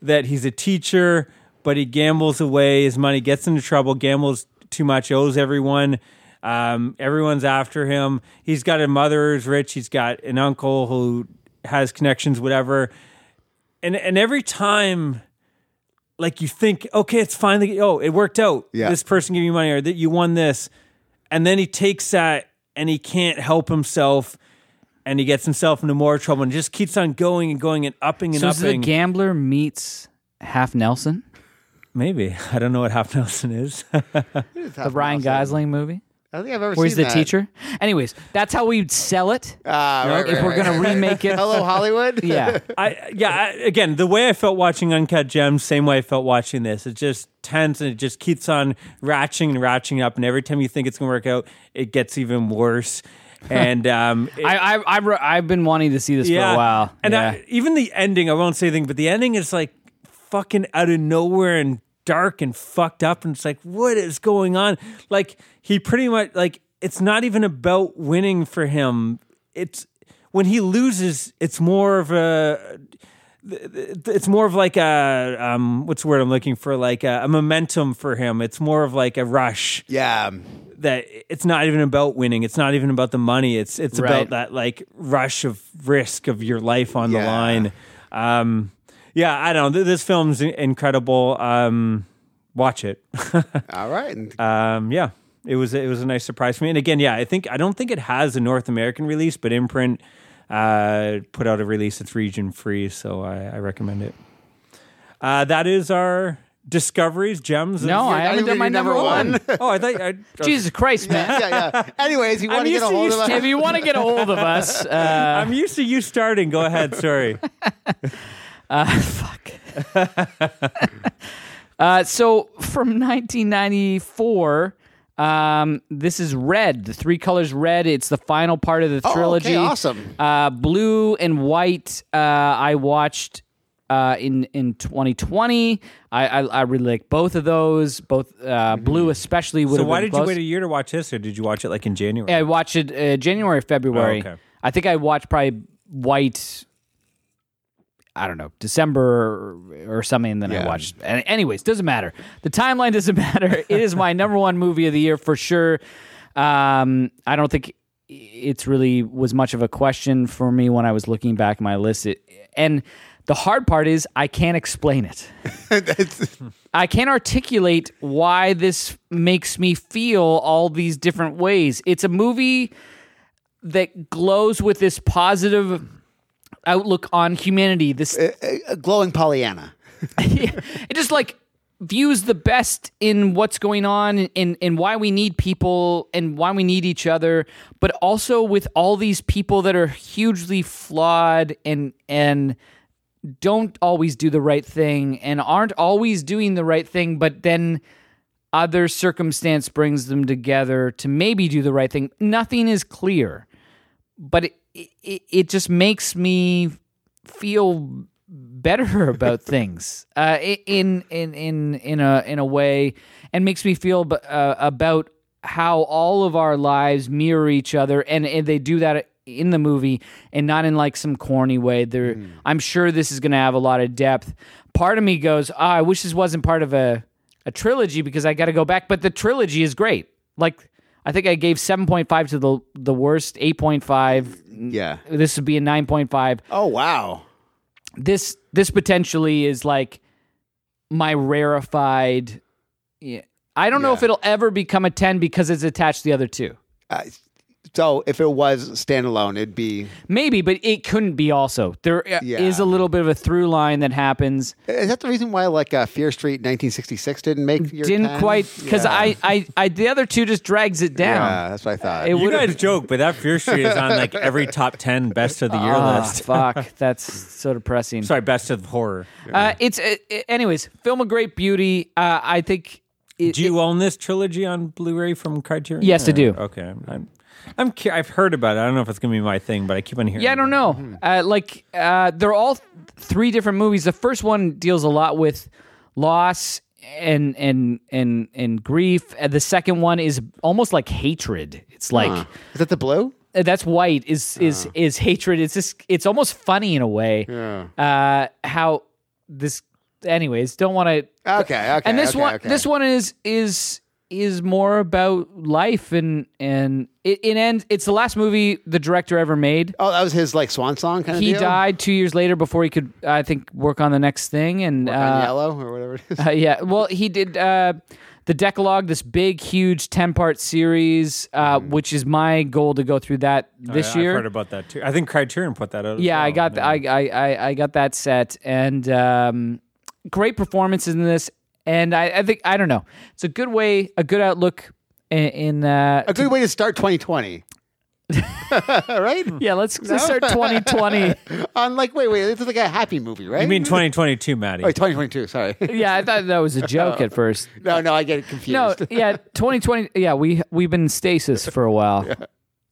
Speaker 3: that he's a teacher, but he gambles away his money, gets into trouble, gambles too much, owes everyone. Um, everyone's after him. He's got a mother who's rich. He's got an uncle who has connections, whatever and and every time like you think okay it's finally oh it worked out
Speaker 5: Yeah.
Speaker 3: this person gave you money or that you won this and then he takes that and he can't help himself and he gets himself into more trouble and just keeps on going and going and upping and
Speaker 1: So is it a
Speaker 3: upping
Speaker 1: gambler meets Half Nelson,
Speaker 3: maybe [laughs] i don't know what half nelson is [laughs]
Speaker 1: the Ryan Gosling movie?
Speaker 5: I don't think I've ever
Speaker 1: Where's
Speaker 5: seen
Speaker 1: the
Speaker 5: that.
Speaker 1: teacher? Anyways, that's how we'd sell it
Speaker 5: Ah, right,
Speaker 1: if
Speaker 5: right,
Speaker 1: we're
Speaker 5: right.
Speaker 1: gonna remake it. [laughs]
Speaker 5: [laughs] Hello Hollywood. [laughs]
Speaker 1: Yeah,
Speaker 3: I yeah. I, again, the way I felt watching Uncut Gems, same way I felt watching this. It's just tense and it just keeps on ratcheting and ratcheting up. And every time you think it's gonna work out, it gets even worse. And um, it-
Speaker 1: I, I, I re- I've been wanting to see this for a while.
Speaker 3: and
Speaker 1: yeah.
Speaker 3: I, even the ending, I won't say anything, but the ending is like fucking out of nowhere and dark and fucked up. And it's like, what is going on? Like, he pretty much, like, it's not even about winning for him. It's when he loses, it's more of a. It's more of like a um, what's the word I'm looking for? Like a, a momentum for him. It's more of like a rush
Speaker 5: Yeah. um,
Speaker 3: that it's not even about winning. It's not even about the money. It's it's
Speaker 1: Right.
Speaker 3: about that like rush of risk of your life on the
Speaker 5: Yeah.
Speaker 3: line. Um, yeah, I don't know. Th- This film's in- incredible. Um, watch it. [laughs]
Speaker 5: All right.
Speaker 1: [laughs]
Speaker 5: And
Speaker 3: um, yeah, it was it was a nice surprise for me. And again, yeah, I think I don't think it has a North American release, but Imprint uh, put out a release that's region free, so I, I recommend it. Uh, that is our discoveries, gems. of-
Speaker 1: no, I haven't
Speaker 5: even
Speaker 1: done my
Speaker 5: your
Speaker 1: number,
Speaker 5: number
Speaker 1: one.
Speaker 3: [laughs] oh, I thought I,
Speaker 1: Jesus Christ, man!
Speaker 5: yeah, yeah. Anyways, you want to
Speaker 3: used
Speaker 5: get a
Speaker 3: to-
Speaker 5: hold
Speaker 3: used
Speaker 5: of
Speaker 1: if
Speaker 5: us?
Speaker 1: you want to get a hold of us, uh,
Speaker 3: I'm used to you starting. Go ahead. Sorry.
Speaker 1: fuck. uh, so from 1994. Um, this is red, the three colors red. It's the final part of the
Speaker 5: okay,
Speaker 1: trilogy.
Speaker 5: awesome.
Speaker 1: Uh, blue and white. Uh, I watched uh, in in 2020. I, I I really like both of those. Both uh, blue, especially. would
Speaker 3: So
Speaker 1: have
Speaker 3: why
Speaker 1: been
Speaker 3: did
Speaker 1: close.
Speaker 3: you wait a year to watch this, or did you watch it like in January?
Speaker 1: Yeah, I watched it uh, January, February.
Speaker 3: Oh, okay.
Speaker 1: I think I watched probably White. I don't know December or, or something. And then I watched. And anyways, doesn't matter. The timeline doesn't [laughs] matter. it is my number one movie of the year for sure. Um, I don't think it's really was much of a question for me when I was looking back at my list. It, and the hard part is I can't explain it.
Speaker 5: [laughs]
Speaker 1: I can't articulate why this makes me feel all these different ways. It's a movie that glows with this positive outlook on humanity. This
Speaker 5: Uh, [laughs] glowing Pollyanna.
Speaker 1: it just like views the best in what's going on and, and why we need people and why we need each other but also with all these people that are hugely flawed and and don't always do the right thing and aren't always doing the right thing, but then other circumstance brings them together to maybe do the right thing. Nothing is clear, but it, it, it just makes me feel better [laughs] about things uh, i- in in in in a in a way, and makes me feel ab- uh, about how all of our lives mirror each other, and, and they do that in the movie, and not in like some corny way. There, I'm sure this is going to have a lot of depth. Part of me goes, ah, I wish this wasn't part of a a trilogy because I got to go back. But the trilogy is great. Like I think I gave 7.5 to the the worst, 8.5.
Speaker 5: Yeah.
Speaker 1: This would be a 9.5
Speaker 5: Oh wow.
Speaker 1: this this potentially is like my rarefied yeah. I don't know if it'll ever become a 10 because it's attached to the other two.
Speaker 5: Uh, so if it was standalone, it'd be
Speaker 1: Maybe, but it couldn't be also. There uh, is a
Speaker 5: Yeah.
Speaker 1: little bit of a through line that happens.
Speaker 5: Is that the reason why like uh, Fear Street 1966 didn't make your
Speaker 1: Didn't
Speaker 5: 10?
Speaker 1: quite cuz
Speaker 5: Yeah.
Speaker 1: I, I I the other two just drags it down.
Speaker 5: Yeah, that's what I thought.
Speaker 1: It
Speaker 3: You
Speaker 1: would've-
Speaker 3: guys joke, but that Fear Street is on like every top ten best of the year
Speaker 1: [laughs] Ah,
Speaker 3: list.
Speaker 1: fuck, that's so depressing.
Speaker 3: Sorry, best of horror.
Speaker 1: Uh, it's uh, uh, anyways, film of great beauty. Uh, I think it,
Speaker 3: Do you own this trilogy on Blu-ray from Criterion?
Speaker 1: Yes, I
Speaker 3: Or-
Speaker 1: do.
Speaker 3: Okay, I'm. I'm I'm cu- I've heard about it. I don't know if it's going to be my thing, but I keep on hearing.
Speaker 1: Yeah, I don't
Speaker 3: about
Speaker 1: know.
Speaker 5: Mm-hmm.
Speaker 1: Uh, like uh, they're all th- three different movies. The first one deals a lot with loss and and and and grief. And the second one is almost like hatred. It's like
Speaker 5: Is that the blue?
Speaker 1: uh, that's white is is is hatred. It's just it's almost funny in a way. Yeah. Uh, how this? Anyways, don't want to
Speaker 5: Okay, okay.
Speaker 1: and this
Speaker 5: okay,
Speaker 1: one
Speaker 5: okay.
Speaker 1: this one is is is more about life and and it, it ends it's the last movie the director ever made
Speaker 5: Oh, that was his like swan song kind of
Speaker 1: he
Speaker 5: deal?
Speaker 1: died two years later before he could i think work on the next thing and
Speaker 5: on
Speaker 1: uh,
Speaker 5: yellow or whatever it
Speaker 1: [laughs]
Speaker 5: is.
Speaker 1: uh, yeah well he did uh, the decalogue this big huge 10 part series uh,
Speaker 5: Mm-hmm.
Speaker 1: which is my goal to go through that
Speaker 3: it.
Speaker 1: this
Speaker 3: I-
Speaker 1: year
Speaker 3: Oh, I've heard about that too. I think Criterion put that out. as
Speaker 1: yeah, I
Speaker 3: well.
Speaker 1: got the, I, I I I got that set and um, great performances in this. And I, I think I don't know. It's a good way, a good outlook in. in uh,
Speaker 5: A good way to start
Speaker 1: [laughs]
Speaker 5: 2020. [laughs] right?
Speaker 1: yeah, let's, let's
Speaker 5: [laughs]
Speaker 1: start 2020.
Speaker 5: On like wait, wait, this is like a happy movie, right?
Speaker 1: [laughs]
Speaker 3: You mean 2022, Maddie?
Speaker 1: Oh,
Speaker 5: Wait, 2022, sorry.
Speaker 1: yeah, I thought that was a joke at first.
Speaker 5: [laughs] no, no, I get it confused.
Speaker 3: [laughs]
Speaker 1: No, yeah, 2020. Yeah, we we've been in stasis for a while.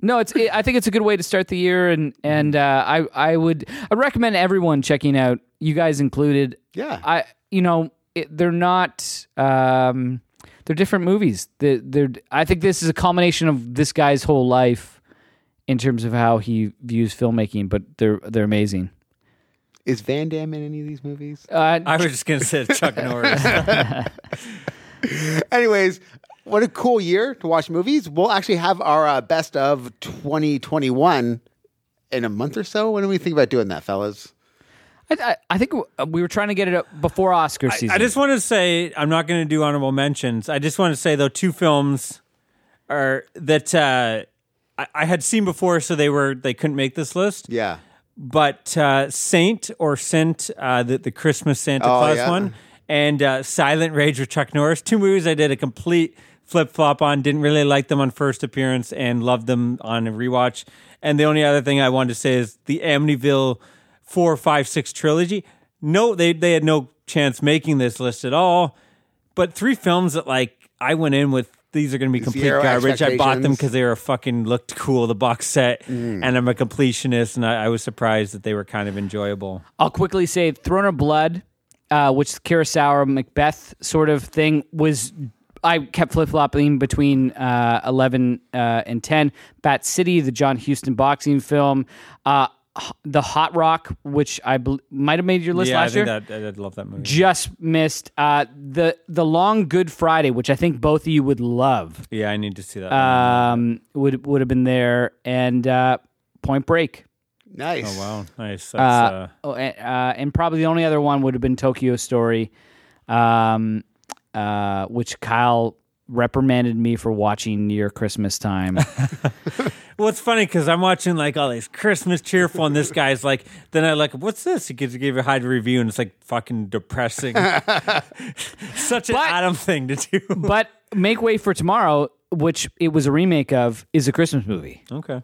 Speaker 1: No, it's. It, I think it's a good way to start the year, and and uh, I I would I recommend everyone checking out you guys included.
Speaker 5: Yeah.
Speaker 1: I you know it, they're not um they're different movies. They they're I think this is a combination of this guy's whole life in terms of how he views filmmaking, but they're they're amazing.
Speaker 5: Is Van Damme in any of these movies?
Speaker 1: Uh,
Speaker 3: I was just going to
Speaker 1: [laughs]
Speaker 3: say Chuck Norris.
Speaker 5: Anyways, what a cool year to watch movies. We'll actually have our uh, best of 2021 in a month or so. When do we think about doing that, fellas?
Speaker 1: I, I, I think we were trying to get it up before Oscar season.
Speaker 3: I just want to say I'm not going to do honorable mentions. I just want to say though two films are that uh, I, I had seen before, so they were they couldn't make this list.
Speaker 5: Yeah.
Speaker 3: But uh, Saint or Sint, uh, the the Christmas Santa
Speaker 5: Oh,
Speaker 3: Claus
Speaker 5: yeah.
Speaker 3: one, and uh, Silent Rage with Chuck Norris. Two movies I did a complete flip flop on. Didn't really like them on first appearance, and loved them on a rewatch. And the only other thing I wanted to say is the Amityville four, five, six trilogy. No, they they had no chance making this list at all. But three films that like I went in with these are going to be complete
Speaker 5: Zero
Speaker 3: garbage. I bought them
Speaker 5: expectations.
Speaker 3: because they were fucking looked cool, the box set, and I'm a completionist, and I, I was surprised that they were kind of enjoyable.
Speaker 1: I'll quickly say Throne of Blood, uh, which the Kurosawa Macbeth sort of thing was. I kept flip flopping between uh, 11 uh, and 10. Bat City, the John Huston boxing film. Uh, H- the Hot Rock, which I bel might have made your list
Speaker 3: yeah, I
Speaker 1: last year.
Speaker 3: think that I did love that movie.
Speaker 1: just missed uh, the the long Good Friday, which I think both of you would love.
Speaker 3: yeah, I need to see that.
Speaker 1: Um, would would have been there, and uh, Point Break.
Speaker 5: Nice.
Speaker 3: oh wow, nice. That's,
Speaker 1: Uh,
Speaker 3: uh,
Speaker 1: oh, and, uh, and probably the only other one would have been Tokyo Story, um, uh, which Kyle reprimanded me for watching near Christmas
Speaker 5: [laughs]
Speaker 1: time.
Speaker 3: well, it's funny because I'm watching like all these Christmas cheerful, and this guy's like, then I like, what's this? He gives gave a high review, and it's like fucking depressing. [laughs] Such an
Speaker 1: But-
Speaker 3: Adam thing to do.
Speaker 1: but Make Way for Tomorrow, which it was a remake of, is a Christmas movie.
Speaker 3: okay.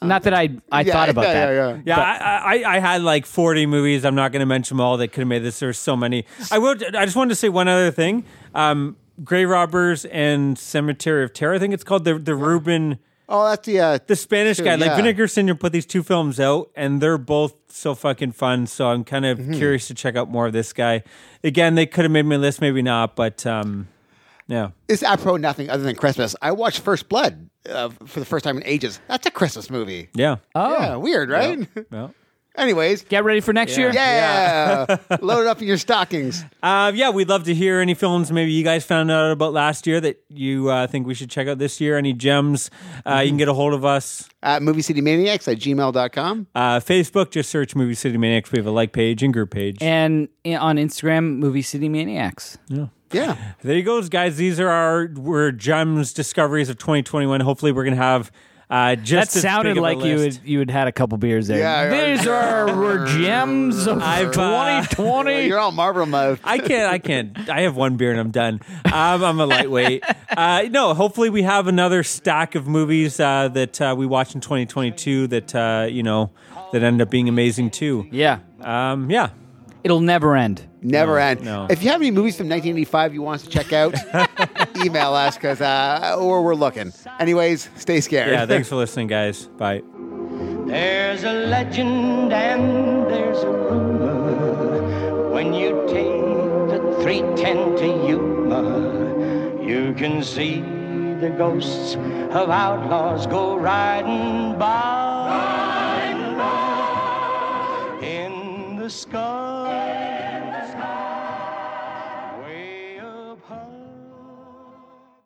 Speaker 1: Not that I I
Speaker 5: Yeah,
Speaker 1: thought about
Speaker 5: yeah,
Speaker 1: that.
Speaker 5: yeah, yeah.
Speaker 3: Yeah, I, I, I had like 40 movies. I'm not going to mention them all that could have made this. There's so many. I will. I just wanted to say one other thing. Um, Grey Robbers and Cemetery of Terror. I think it's called the the Ruben,
Speaker 5: Oh, that's the uh,
Speaker 3: the Spanish
Speaker 5: Sure,
Speaker 3: guy. Like
Speaker 5: yeah.
Speaker 3: Vinegar Syndrome put these two films out, and they're both so fucking fun. So I'm kind
Speaker 5: Mm-hmm.
Speaker 3: of curious to check out more of this guy. Again, they could have made my list, maybe not, but um, yeah.
Speaker 5: it's apropos nothing other than Christmas. I watched First Blood uh, for the first time in ages. That's a Christmas movie.
Speaker 3: Yeah.
Speaker 1: Oh,
Speaker 5: Yeah, weird, right?
Speaker 3: Well.
Speaker 5: [laughs] Anyways,
Speaker 1: get ready for next year.
Speaker 5: [laughs] yeah, load it up in your stockings.
Speaker 3: Uh, yeah, we'd love to hear any films maybe you guys found out about last year that you uh, think we should check out this year. Any gems, uh,
Speaker 1: Mm-hmm.
Speaker 3: you can get a hold of us.
Speaker 5: at moviecitymaniacs at gmail.com.
Speaker 3: Uh, Facebook, just search Movie City Maniacs. We have a like page and group page.
Speaker 1: And i- on Instagram, Movie City Maniacs.
Speaker 5: Yeah.
Speaker 3: there you go, guys. These are our were gems discoveries of 2021. Hopefully, we're going to have uh,
Speaker 1: That
Speaker 3: just as
Speaker 1: sounded
Speaker 3: big of a
Speaker 1: like you
Speaker 3: list.
Speaker 1: had, you had had a couple beers there.
Speaker 5: Yeah.
Speaker 1: These are were gems of
Speaker 3: I've, uh,
Speaker 1: 2020.
Speaker 5: You're all Marvel mode.
Speaker 3: I can't. I can't. I have one beer and I'm done. Um, I'm a lightweight. Uh, no, hopefully we have another stack of movies uh, that uh, we watched in 2022 that uh, you know that end up being amazing too.
Speaker 1: yeah,
Speaker 3: Um, yeah.
Speaker 1: it'll never end.
Speaker 5: Never end.
Speaker 3: no.
Speaker 5: If you have any movies from 1985 you want us to check
Speaker 3: [laughs]
Speaker 5: out, email us because uh, or we're looking. Anyways, stay scared.
Speaker 3: Yeah. Thanks for listening, guys. Bye.
Speaker 6: There's a legend and there's a rumor. When you take the 310 to Yuma, you can see the ghosts of outlaws go riding by in the sky.